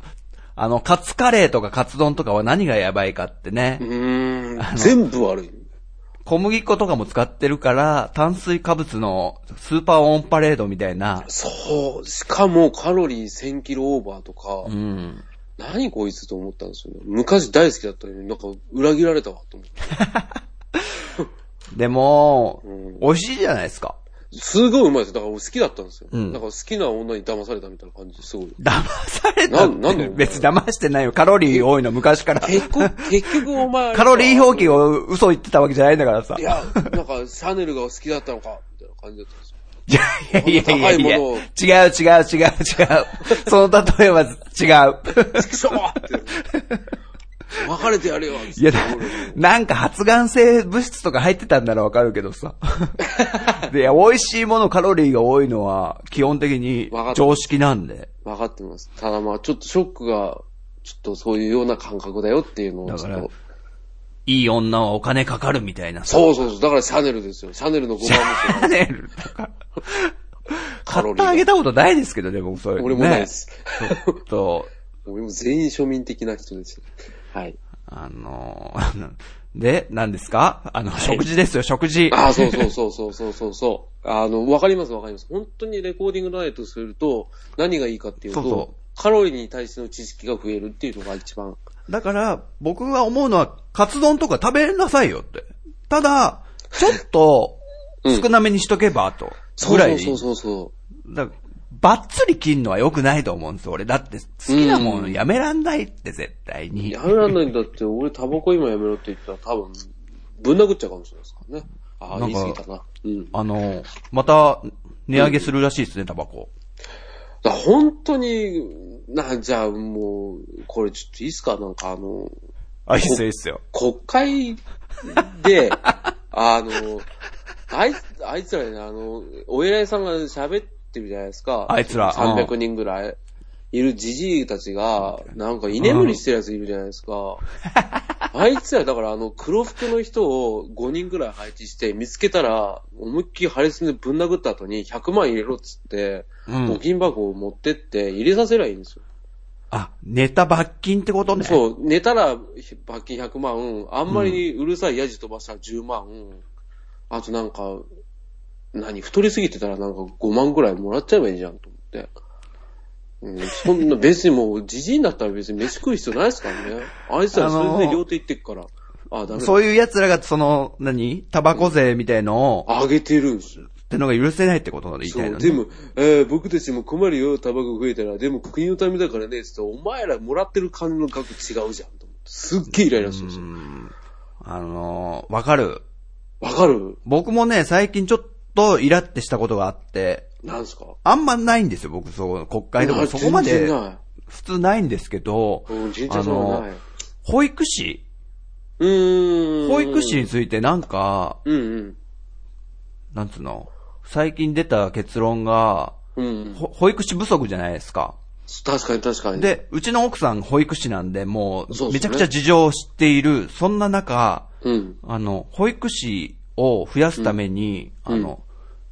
[SPEAKER 2] あの、カツカレーとかカツ丼とかは何がやばいかってね。
[SPEAKER 1] うーん、全部悪い。
[SPEAKER 2] 小麦粉とかも使ってるから、炭水化物のスーパーオンパレードみたいな。
[SPEAKER 1] そう、しかもカロリー1000キロオーバーとか、
[SPEAKER 2] うん。
[SPEAKER 1] 何こいつと思ったんですよね。昔大好きだったのに、なんか裏切られたわと思って。
[SPEAKER 2] でも、
[SPEAKER 1] ん
[SPEAKER 2] 美味しいじゃないですか。
[SPEAKER 1] すごいうまいです。だから俺好きだったんですよ。
[SPEAKER 2] うん
[SPEAKER 1] だから好きな女に騙されたみたいな感じですごい。
[SPEAKER 2] 騙されたって
[SPEAKER 1] ななんで
[SPEAKER 2] 別に騙してないよ。カロリー多いの昔から。
[SPEAKER 1] 結
[SPEAKER 2] (laughs)
[SPEAKER 1] 局、結局お前あれか
[SPEAKER 2] カロリー表記を嘘言ってたわけじゃないんだからさ。
[SPEAKER 1] いや、なんかシャネルが好きだったのか、みたいな感じだったんですよ。
[SPEAKER 2] いやいやいやいやいや、違う違う違う違う。その例えは違う。
[SPEAKER 1] くそーって。別れてやれよ
[SPEAKER 2] いや、だなんか発がん性物質とか入ってたんならわかるけど (laughs) さ。でいや、美味しいものカロリーが多いのは基本的に
[SPEAKER 1] わかった
[SPEAKER 2] 常識なんで。
[SPEAKER 1] 分かってます。ただまあ、ちょっとショックがちょっとそういうような感覚だよっていうのを
[SPEAKER 2] だ
[SPEAKER 1] ち
[SPEAKER 2] か
[SPEAKER 1] ょっ
[SPEAKER 2] ら
[SPEAKER 1] と。、
[SPEAKER 2] いい女はお金かかるみたいなさ。
[SPEAKER 1] そうそうそう。だからシャネルですよ。シャネルの5番
[SPEAKER 2] シ
[SPEAKER 1] ですよ。
[SPEAKER 2] ャネルと (laughs) か。
[SPEAKER 1] カ
[SPEAKER 2] 買
[SPEAKER 1] ロ
[SPEAKER 2] っ
[SPEAKER 1] リー
[SPEAKER 2] て
[SPEAKER 1] が
[SPEAKER 2] あげたことないですけどね、僕そういうの
[SPEAKER 1] 俺もないで。す。
[SPEAKER 2] ちょっと、
[SPEAKER 1] 俺も全員庶民的な人ですよ。はい。
[SPEAKER 2] あの、 (laughs) で、何ですかあの、食事ですよ、食 (laughs) 事。
[SPEAKER 1] ああ、そうそうそうそうそうそうそう。あの、わかりますわかります。本当にレコーディングのライトすると、何がいいかっていうと、
[SPEAKER 2] そうそ
[SPEAKER 1] カロリーに対しての知識が増えるっていうのが一番。
[SPEAKER 2] だから、僕が思うのは、カツ丼とか食べなさいよって。ただ、ちょっと、
[SPEAKER 1] (laughs) うん
[SPEAKER 2] 少なめにしとけば、と。
[SPEAKER 1] そ
[SPEAKER 2] ぐ
[SPEAKER 1] う
[SPEAKER 2] らい。
[SPEAKER 1] そうそうそう。
[SPEAKER 2] だからばっつり切んのは良くないと思うんです俺。だって、好きなものやめらんないって、絶対に。
[SPEAKER 1] やめらんないんだって、俺タバコ今やめろって言ったら多分、ぶん殴っちゃうかもしれないですからね。ああ、
[SPEAKER 2] な
[SPEAKER 1] 言
[SPEAKER 2] ん
[SPEAKER 1] い
[SPEAKER 2] か
[SPEAKER 1] 過ぎたな。うん。
[SPEAKER 2] あの、また、値上げするらしいですね、タバコ。
[SPEAKER 1] だから本当に、な、じゃあもう、これちょっといいっすかなんかあの、
[SPEAKER 2] あ、いいっすよ、いいっすよ。
[SPEAKER 1] 国会
[SPEAKER 2] (laughs)
[SPEAKER 1] で、あの、あいあいつらね、あの、お偉いさんが喋ってるじゃないですか。
[SPEAKER 2] あいつら
[SPEAKER 1] 300人ぐらいいるじじいたちが、なんか居眠りしてるやついるじゃないですか。あいつら、だからあの、黒服の人を5人ぐらい配置して、見つけたら、思いっきり破裂でぶん殴った後に100万入れろっつって、
[SPEAKER 2] うん
[SPEAKER 1] 募金箱を持ってって入れさせりゃいいんですよ。
[SPEAKER 2] あ、ネタ罰金ってことね。う。
[SPEAKER 1] そう、寝たら罰金100万、あんまりうるさいヤジ飛ばしたら10万、あとなんか、何、太りすぎてたらなんか5万ぐらいもらっちゃえばいいじゃんと思って。うん、そんな (laughs) 別にもう、じじいになったら別に飯食う必要ないですからね。あいつらそれで両手行ってっから。あダメだ。
[SPEAKER 2] そういう奴らが、その、何タバコ税みたいのを、
[SPEAKER 1] あげてるんですよ。
[SPEAKER 2] ってのが許せないってことなの言いた
[SPEAKER 1] そ
[SPEAKER 2] いの
[SPEAKER 1] う、
[SPEAKER 2] ね
[SPEAKER 1] でも、えー僕たちも困るよ、タバコ増えたら。でも国のためだからね、つって、お前らもらってる金の額違うじゃんと思って。すっげえイライラするんですよ。
[SPEAKER 2] あのー、わかる。
[SPEAKER 1] わかる
[SPEAKER 2] 僕もね、最近ちょっとイラってしたことがあって、
[SPEAKER 1] なんですか
[SPEAKER 2] あんまないんですよ、僕、そう、国会でもそこま
[SPEAKER 1] 全
[SPEAKER 2] で
[SPEAKER 1] 然ない
[SPEAKER 2] 普通ないんですけど、
[SPEAKER 1] うん、全
[SPEAKER 2] あ
[SPEAKER 1] 然そう
[SPEAKER 2] の
[SPEAKER 1] ない
[SPEAKER 2] ー、。保育士
[SPEAKER 1] うーん。
[SPEAKER 2] 保育士についてなんか、
[SPEAKER 1] うんうん。
[SPEAKER 2] なんつうの最近出た結論が、
[SPEAKER 1] うんうん。
[SPEAKER 2] ほ保育士不足じゃないですか。
[SPEAKER 1] 確かに確かに。、
[SPEAKER 2] で、うちの奥さん保育士なんで、も
[SPEAKER 1] そう
[SPEAKER 2] う、
[SPEAKER 1] です
[SPEAKER 2] めち
[SPEAKER 1] ね
[SPEAKER 2] ゃくちゃ事情を知っている、そんな中、
[SPEAKER 1] うん。
[SPEAKER 2] あの、保育士を増やすために、あの、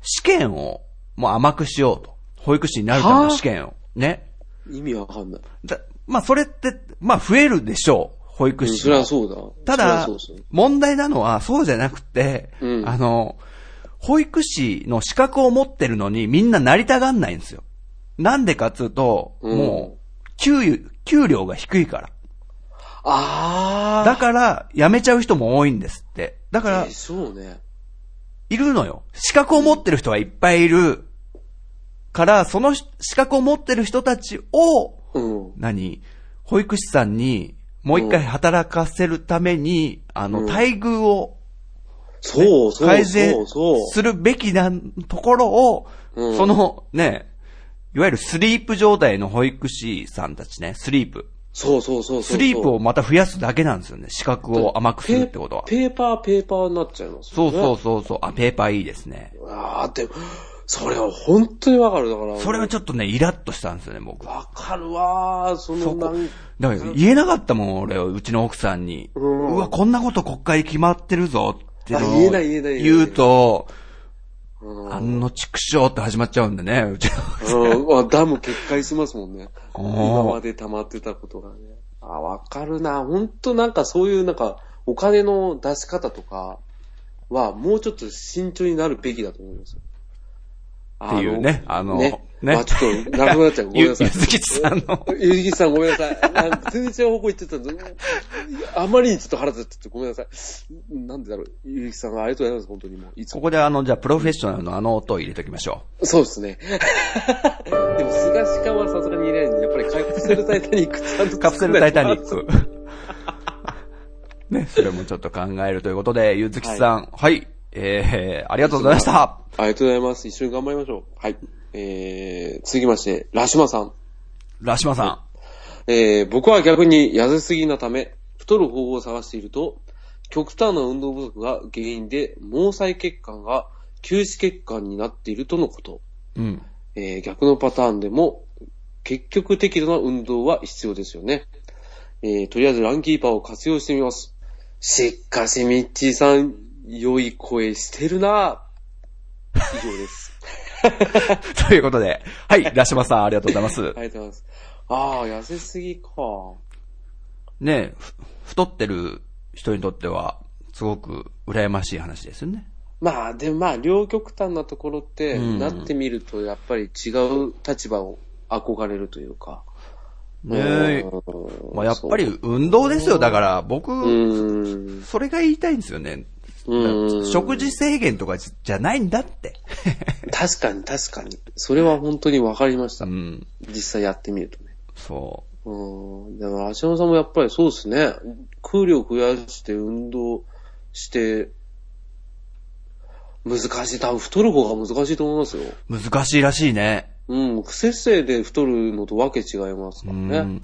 [SPEAKER 2] 試験をもう甘くしようと。保育士になるための試験を。ね。
[SPEAKER 1] 意味わかんない。
[SPEAKER 2] だまあ、それって、まあ、増えるでしょう。保育士
[SPEAKER 1] そ
[SPEAKER 2] も
[SPEAKER 1] りゃそうだ。
[SPEAKER 2] ただ
[SPEAKER 1] そりゃそうですよ、
[SPEAKER 2] 問題なのは、そうじゃなくて、
[SPEAKER 1] うん
[SPEAKER 2] あの、保育士の資格を持ってるのにみんななりたがんないんですよ。なんでかっつうと、
[SPEAKER 1] うん
[SPEAKER 2] もう、給、給料が低いから。
[SPEAKER 1] あー。
[SPEAKER 2] だから、辞めちゃう人も多いんですって。だから
[SPEAKER 1] え、そうね。
[SPEAKER 2] いるのよ。資格を持ってる人はいっぱいいる。から、その資格を持ってる人たちを、
[SPEAKER 1] うん。
[SPEAKER 2] 何保育士さんに、もう一回働かせるために、あの、待遇を
[SPEAKER 1] そう、そう、
[SPEAKER 2] 改
[SPEAKER 1] そ
[SPEAKER 2] 善
[SPEAKER 1] う、そう。
[SPEAKER 2] するべきなところを、
[SPEAKER 1] うん
[SPEAKER 2] そのね、いわゆるスリープ状態の保育士さんたちね、スリープ。
[SPEAKER 1] そうそうそうそう。
[SPEAKER 2] スリープをまた増やすだけなんですよね、資格を甘くするってことは。
[SPEAKER 1] ペーパー、ペーパーになっちゃいます
[SPEAKER 2] そ
[SPEAKER 1] よ
[SPEAKER 2] う
[SPEAKER 1] ね。
[SPEAKER 2] そうそうそう、あ、ペーパーいいですね。
[SPEAKER 1] う。あー、でも、それは本当にわかる。だから、
[SPEAKER 2] それはちょっとね、イラッとしたんですよね、僕。だ
[SPEAKER 1] わかるわー、そのなん
[SPEAKER 2] から言えなかったもん、俺、うちの奥さんに。う
[SPEAKER 1] うん
[SPEAKER 2] わ、こんなこと国会決まってるぞってのを
[SPEAKER 1] あ言えない言えない言えない
[SPEAKER 2] 言うと、
[SPEAKER 1] う
[SPEAKER 2] あの畜生って始まっちゃうんでね、うちの
[SPEAKER 1] うん、まあダム決壊しますもんね。
[SPEAKER 2] あー
[SPEAKER 1] 今まで溜まってたことがね。あ、わかるな。ほんとなんかそういうなんか、お金の出し方とかは、もうちょっと慎重になるべきだと思います。
[SPEAKER 2] っていうね
[SPEAKER 1] あの
[SPEAKER 2] あの
[SPEAKER 1] ね。
[SPEAKER 2] ね
[SPEAKER 1] まあちょっと、なくなっち
[SPEAKER 2] (laughs)
[SPEAKER 1] ゃう。ごめん
[SPEAKER 2] ゆ、ゆ
[SPEAKER 1] なさい。
[SPEAKER 2] ずきちさんの。
[SPEAKER 1] ゆずきさんごめんなさい。なんか全然違う方向行ってたんで、あまりにちょっと腹立っててごめんなさい。なんでだろう。ゆずきさんありがとうございます、本当にもう。いつも
[SPEAKER 2] ここであの、じゃあ、プロフェッショナルのあの音を入れておきましょ
[SPEAKER 1] そうですね。 (laughs) でも、菅氏化はさすがにいないんで、やっぱりカプセルタイタニックちゃんと
[SPEAKER 2] う。カプセルタイタニッ
[SPEAKER 1] 作
[SPEAKER 2] ク。 (laughs) ね、それもちょっと考えるということで、ゆずきさん、はい、えー、ありがとうございました。
[SPEAKER 1] らないと。ありがとうございます。一緒に頑張りましょう。はい。えー、続きまして、ラシマさん。
[SPEAKER 2] ラシマさん。
[SPEAKER 1] えー、僕は逆に痩せすぎなため、太る方法を探していると、極端な運動不足が原因で、毛細血管が休止血管になっているとのこと。
[SPEAKER 2] うん。
[SPEAKER 1] えー逆のパターンでも、結局適度な運動は必要ですよね。えー、とりあえずランキーパーを活用してみます。しかし、ミッチーさん、良い声してるな以上
[SPEAKER 2] (laughs)
[SPEAKER 1] です。
[SPEAKER 2] ということで、はい、ラシマさんありがとうございます
[SPEAKER 1] あ。りがとうございます。ああ、痩せすぎか。
[SPEAKER 2] ねえふ太ってる人にとっては、すごく羨ましい話ですよね。
[SPEAKER 1] まあ、でもまあ、両極端なところって、
[SPEAKER 2] うん
[SPEAKER 1] なってみると、やっぱり違う立場を憧れるというか。
[SPEAKER 2] ねえ
[SPEAKER 1] うん
[SPEAKER 2] まあ、やっぱり運動ですよ。だから、
[SPEAKER 1] う
[SPEAKER 2] 僕、
[SPEAKER 1] ーん。
[SPEAKER 2] それが言いたいんですよね。
[SPEAKER 1] うん
[SPEAKER 2] 食事制限とかじじゃないんだって。
[SPEAKER 1] 確かに確かに。それは本当に分かりまし
[SPEAKER 2] う
[SPEAKER 1] た。
[SPEAKER 2] ん。
[SPEAKER 1] 実際やってみるとね。
[SPEAKER 2] そう
[SPEAKER 1] ーん。でも、芦山さんもやっぱりそうですね。空量増やして運動して、難しい。多分太る方が難しいと思いますよ。
[SPEAKER 2] う。難しいらしいね。
[SPEAKER 1] うん。不節制で太るのとわけ違いますから
[SPEAKER 2] う
[SPEAKER 1] ね。
[SPEAKER 2] ん。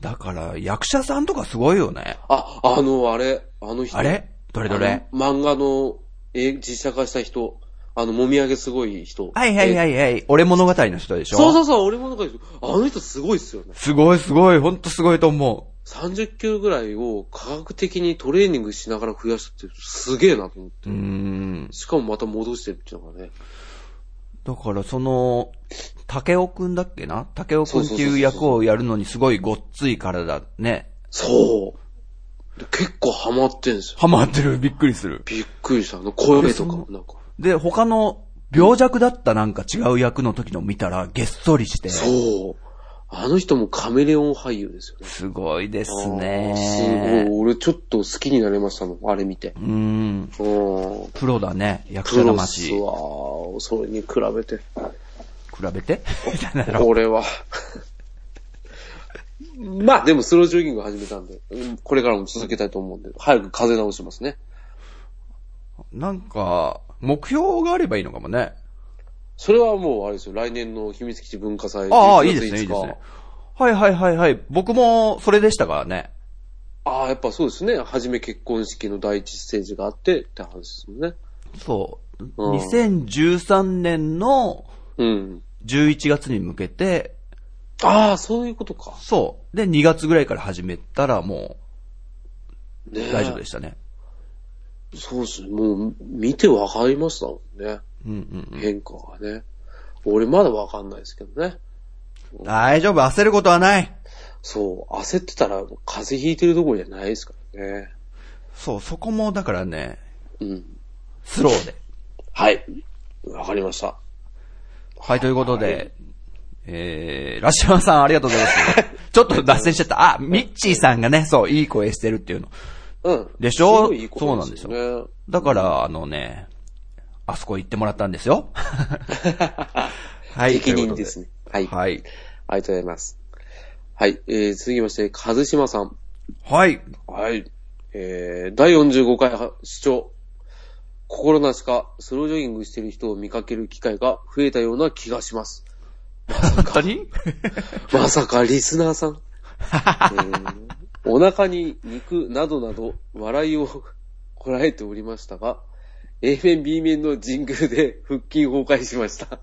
[SPEAKER 2] だから、役者さんとかすごいよね。
[SPEAKER 1] あ、あの、あれ、あの人。
[SPEAKER 2] あれどれどれ
[SPEAKER 1] あの漫画の、え、実写化した人。あの、もみあげすごい人。
[SPEAKER 2] はいはい
[SPEAKER 1] い。
[SPEAKER 2] はいはい。俺物語の人でしょ
[SPEAKER 1] そうそうそう、俺もなんかですよあの人すごいっすよね。
[SPEAKER 2] すごいすごい。ほんとすごいと思
[SPEAKER 1] 30キロぐらいを科学的にトレーニングしながら増やすってすげえなと思って。
[SPEAKER 2] う。うーん。
[SPEAKER 1] しかもまた戻してるっていうのがね。
[SPEAKER 2] だから、その、竹尾くんだっけな竹尾くんって
[SPEAKER 1] そうそうそう
[SPEAKER 2] い
[SPEAKER 1] そうう
[SPEAKER 2] 役をやるのにすごいごっつい体ね。
[SPEAKER 1] そう。で結構ハマってんですよ。
[SPEAKER 2] ハマってる。びっくりする。
[SPEAKER 1] びっくりした。あの、声とかも
[SPEAKER 2] え
[SPEAKER 1] なんか。
[SPEAKER 2] で、他の病弱だったなんか違う役の時の見たら、げっそりして。
[SPEAKER 1] そう。あの人もカメレオン俳優ですよね。
[SPEAKER 2] すごいです
[SPEAKER 1] す
[SPEAKER 2] ね。
[SPEAKER 1] ごい。俺ちょっと好きになりましたもん、あれ見て。
[SPEAKER 2] うーん。
[SPEAKER 1] うん。
[SPEAKER 2] プロだね。役
[SPEAKER 1] プ
[SPEAKER 2] 者
[SPEAKER 1] ロっす
[SPEAKER 2] 魂。比
[SPEAKER 1] わー。それに比べて。
[SPEAKER 2] べてなんだろう
[SPEAKER 1] 俺は。 (laughs) まあでもスロージョギング始めたんで、うんこれからも続けたいと思うんで、早く風邪直しますね。
[SPEAKER 2] なんか、目標があればいいのかもね。
[SPEAKER 1] それはもうあれですよ、来年の秘密基地文化祭。
[SPEAKER 2] ああ、
[SPEAKER 1] 11
[SPEAKER 2] いいですね、い
[SPEAKER 1] 月5
[SPEAKER 2] い
[SPEAKER 1] 日
[SPEAKER 2] ですね。はいはいはいはい。僕もそれでしたからね。
[SPEAKER 1] ああ、やっぱそうですね。初め結婚式の第一ステージがあってって話ですもんね。
[SPEAKER 2] そう。
[SPEAKER 1] うん
[SPEAKER 2] 2013年の
[SPEAKER 1] うん。
[SPEAKER 2] 11月に向けて、
[SPEAKER 1] ああ、そういうことか。
[SPEAKER 2] そう。で、2月ぐらいから始めたらも
[SPEAKER 1] ね。
[SPEAKER 2] う大丈夫ですしたね。
[SPEAKER 1] そうですね。もう見てわかりましたもんね。
[SPEAKER 2] うんうんうん。
[SPEAKER 1] 変化がね。俺まだわかんないですけどね。
[SPEAKER 2] 大丈夫、焦ることはない。
[SPEAKER 1] そう、焦ってたら風邪ひいてるところじゃないですからね。
[SPEAKER 2] そう、そこもだからね、
[SPEAKER 1] うん。
[SPEAKER 2] スローで。
[SPEAKER 1] はい。わかりました。
[SPEAKER 2] はい、ということで、えー、ラシマさんありがとうございます。 (laughs) ちょっと脱線しちゃった。あ、ミッチーさんがね、そう、いい声してるっていうの。
[SPEAKER 1] うん。
[SPEAKER 2] でしょ
[SPEAKER 1] すごいいいことよね。
[SPEAKER 2] だから、あのね、あそこ行ってもらったんです (laughs) よ。は
[SPEAKER 1] 責任ですね。はい。あ
[SPEAKER 2] はい。
[SPEAKER 1] りがとうございます。はい。えー、続きまして、和島さん。
[SPEAKER 2] はい。
[SPEAKER 1] はい。えー、第45回視聴。心なしかスロージョギングしてる人を見かける機会が増えたような気がします。
[SPEAKER 2] 本当に
[SPEAKER 1] まさかリスナーさん。えーお腹に肉などなど笑いをこらえておりましたが、A 面 B 面の神宮で腹筋崩壊しました。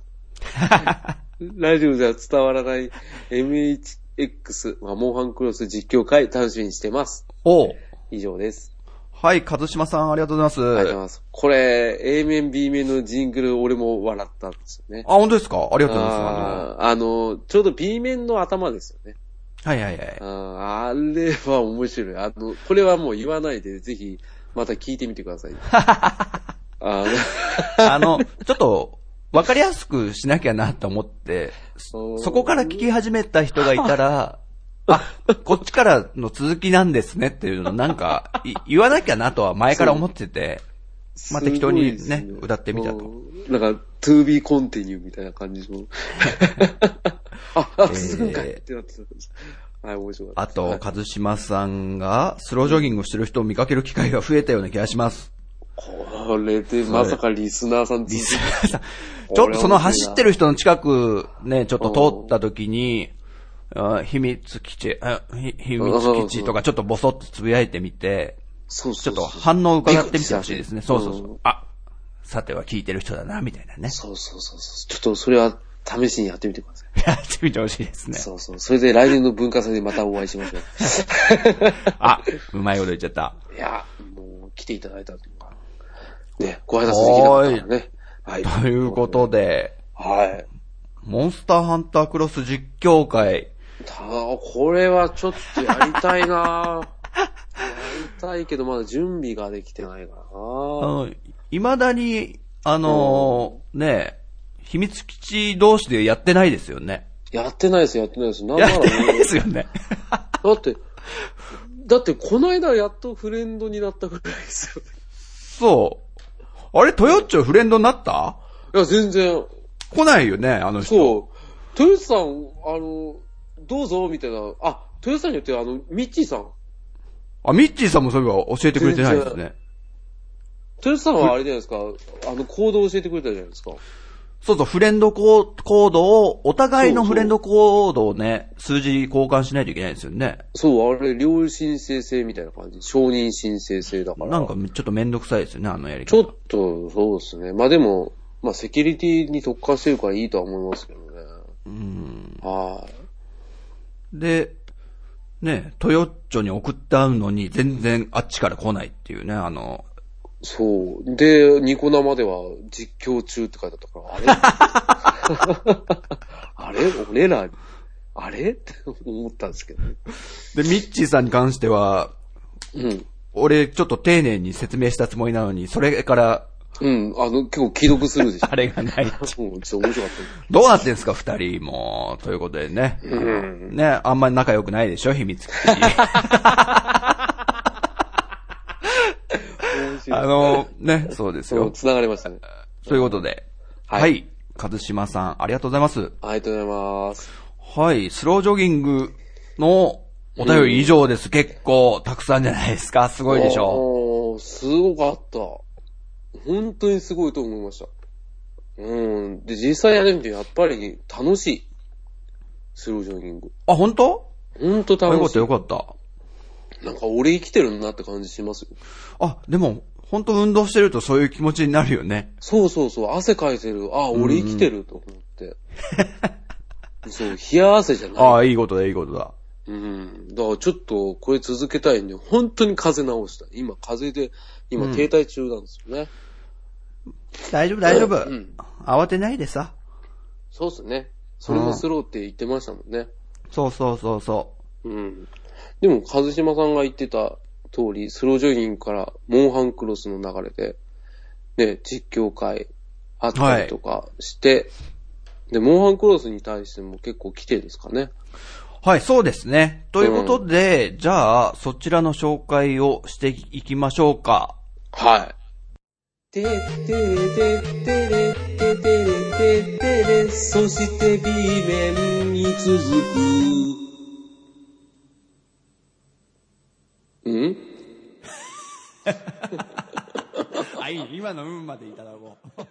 [SPEAKER 1] ラジオでは伝わらない MHX まあモンハンクロス実況会楽しみにしてます。
[SPEAKER 2] (laughs) おう
[SPEAKER 1] 以上です。
[SPEAKER 2] はい、和島さんありがとうござい
[SPEAKER 1] ありがとう
[SPEAKER 2] ます。
[SPEAKER 1] ございます。これ、A 面 B 面のジングル俺も笑ったんですよね。
[SPEAKER 2] あ、本当ですかありがとうございま
[SPEAKER 1] あーあの、ちょうど B 面の頭ですよね。
[SPEAKER 2] す。はいはいはい。
[SPEAKER 1] あーあれは面白い。あの、これはもう言わないで、ぜひ、また聞いてみてくだ
[SPEAKER 2] (laughs)
[SPEAKER 1] さい。あ
[SPEAKER 2] あの、 (laughs) ちょっと、わかりやすくしなきゃなと思って、
[SPEAKER 1] の、
[SPEAKER 2] そこから聞き始めた人がいたら、あ、こっちからの続きなんですねっていうのなんか、い言わなきゃなとは前から思ってて、まあ適当にね
[SPEAKER 1] すごいです
[SPEAKER 2] 歌ってみたと
[SPEAKER 1] うんなんか、to be continue みたいな感じの。
[SPEAKER 2] (laughs)
[SPEAKER 1] あ、あ、すぐんかいってなってた。はい、面白か
[SPEAKER 2] あ
[SPEAKER 1] った。
[SPEAKER 2] と、和島さんが、スロージョギングしてる人を見かける機会が増えたような気がします。
[SPEAKER 1] これで、まさかリスナーさんリス
[SPEAKER 2] さちょっとその走ってる人の近く、ね、ちょっと通った時に、あ秘密基地、あひ秘密基地とかちょっとボソッとつぶやいてみて、
[SPEAKER 1] そう
[SPEAKER 2] ち
[SPEAKER 1] そ
[SPEAKER 2] ょ
[SPEAKER 1] う
[SPEAKER 2] っ
[SPEAKER 1] そう
[SPEAKER 2] と反応を伺ってみてほしいですね。
[SPEAKER 1] びっくりした
[SPEAKER 2] そうそうそう。あ、さては聞いてる人だな、みたいなね。
[SPEAKER 1] そうそうそうそう。ちょっとそれは試しにやってみてください。
[SPEAKER 2] (laughs) やってみてほしいですね。
[SPEAKER 1] そうそう。それで来年の文化祭でまたお会いしまし
[SPEAKER 2] (laughs)
[SPEAKER 1] ょ
[SPEAKER 2] あ、うまいこと言っちゃった。
[SPEAKER 1] う。いや、もう来ていただいたというか、ね、ご挨拶できなかったからね。はい。
[SPEAKER 2] ということで、
[SPEAKER 1] はい。
[SPEAKER 2] モンスターハンタークロス実況会。
[SPEAKER 1] ただ、これはちょっとやりたいなやりたいけど、まだ準備ができてないから
[SPEAKER 2] あ
[SPEAKER 1] な
[SPEAKER 2] の、未だに、あのーねえ、秘密基地同士でやってないですよね。
[SPEAKER 1] やってないです、やってないです。なん
[SPEAKER 2] や
[SPEAKER 1] な
[SPEAKER 2] っ
[SPEAKER 1] ら
[SPEAKER 2] てない
[SPEAKER 1] ね、
[SPEAKER 2] ですよね。
[SPEAKER 1] だって、だってこの間やっとフレンドになったぐらいですよ。
[SPEAKER 2] そう。あれ、トヨッチョフレンドになった
[SPEAKER 1] いや、全然、
[SPEAKER 2] 来ないよね、あの人。
[SPEAKER 1] そう。豊洲さん、あの、どうぞ、みたいな。あ、豊洲さんによって、あの、ミッチーさん。
[SPEAKER 2] あ、ミッチーさんもそういえば教えてくれてないです
[SPEAKER 1] 全
[SPEAKER 2] ね。
[SPEAKER 1] 豊洲さんはあれじゃないですか、あの、行動を教えてくれたじゃないですか。
[SPEAKER 2] そうそう、フレンドコーコードを、お互いのフレンドコードをね、数字交換しないといけないんですよね。
[SPEAKER 1] そう、あれ、両親生制みたいな感じ。承認申請制だから。
[SPEAKER 2] なんかちょっとめんどくさいですよね、あのやり
[SPEAKER 1] ちょ
[SPEAKER 2] 方。
[SPEAKER 1] っと、そうですね。まあでも、まあセキュリティに特化してるからいいとは思いますけどね。うん。はい。
[SPEAKER 2] で、ね、トヨッチョに送ってあうのに全然あっちから来ないっていうね、あの、
[SPEAKER 1] そう。で、ニコ生では実況中って書いてあったから、あれ (laughs) あれ俺ら、あれって思ったんですけどね。
[SPEAKER 2] で、ミッチーさんに関しては、
[SPEAKER 1] うん。
[SPEAKER 2] 俺ちょっと丁寧に説明したつもりなのに、それから、
[SPEAKER 1] うん。あの、結構既読するでしょ。
[SPEAKER 2] あれがない。
[SPEAKER 1] うん、ちょっと面白かっ
[SPEAKER 2] どうなってんすか、二人も。ということでね。
[SPEAKER 1] た。うん。
[SPEAKER 2] ね、あんまり仲良くないでしょ、秘密基地。
[SPEAKER 1] 面白い。
[SPEAKER 2] あの、ね、そうです
[SPEAKER 1] そ
[SPEAKER 2] よ
[SPEAKER 1] う、。繋がりましたね。
[SPEAKER 2] ということで。
[SPEAKER 1] は
[SPEAKER 2] はいい。一島さん、ありがとうございます。
[SPEAKER 1] ありがとうございます。
[SPEAKER 2] はい。スロージョギングのお便り以上です。結構、たくさんじゃないですか。すごいでしょ。
[SPEAKER 1] ょすごかった。本当にすごいと思いました。うん。で、実際やるみてやっぱり楽しい。スロージョギング。
[SPEAKER 2] あ、本当
[SPEAKER 1] 本当
[SPEAKER 2] あよか
[SPEAKER 1] 楽
[SPEAKER 2] っ
[SPEAKER 1] した
[SPEAKER 2] よかった。
[SPEAKER 1] い。なんか俺生きてるなって感じしますよ。
[SPEAKER 2] あ、でも、本当運動してるとそういう気持ちになるよね。
[SPEAKER 1] そうそうそう、汗かいてる。あ、俺生きてると思って。 (laughs) そう、冷や汗じゃ
[SPEAKER 2] あ
[SPEAKER 1] ない。
[SPEAKER 2] あ、いいことだ、いいことだ。
[SPEAKER 1] うん。だからちょっとこれ続けたいんで、本当に風邪直した。今風邪で、今停滞中なんですよね。
[SPEAKER 2] 大丈夫、大丈夫
[SPEAKER 1] うん。
[SPEAKER 2] 慌てないでさ。
[SPEAKER 1] そうっすね。それもスローって言ってましたもんね。
[SPEAKER 2] そうそうそうそ
[SPEAKER 1] うん。でも、和島さんが言ってた通り、スロージョギングからモンハンクロスの流れで、ね、実況会あったりとかして、で、モンハンクロスに対しても結構来てですかね。
[SPEAKER 2] う。はい、そうですね。ということで、じゃあ、そちらの紹介をしていきましょうか。
[SPEAKER 1] はい。ててててれててれててれ、そして B 面に続く。ん
[SPEAKER 2] はい、今の運までいただこう。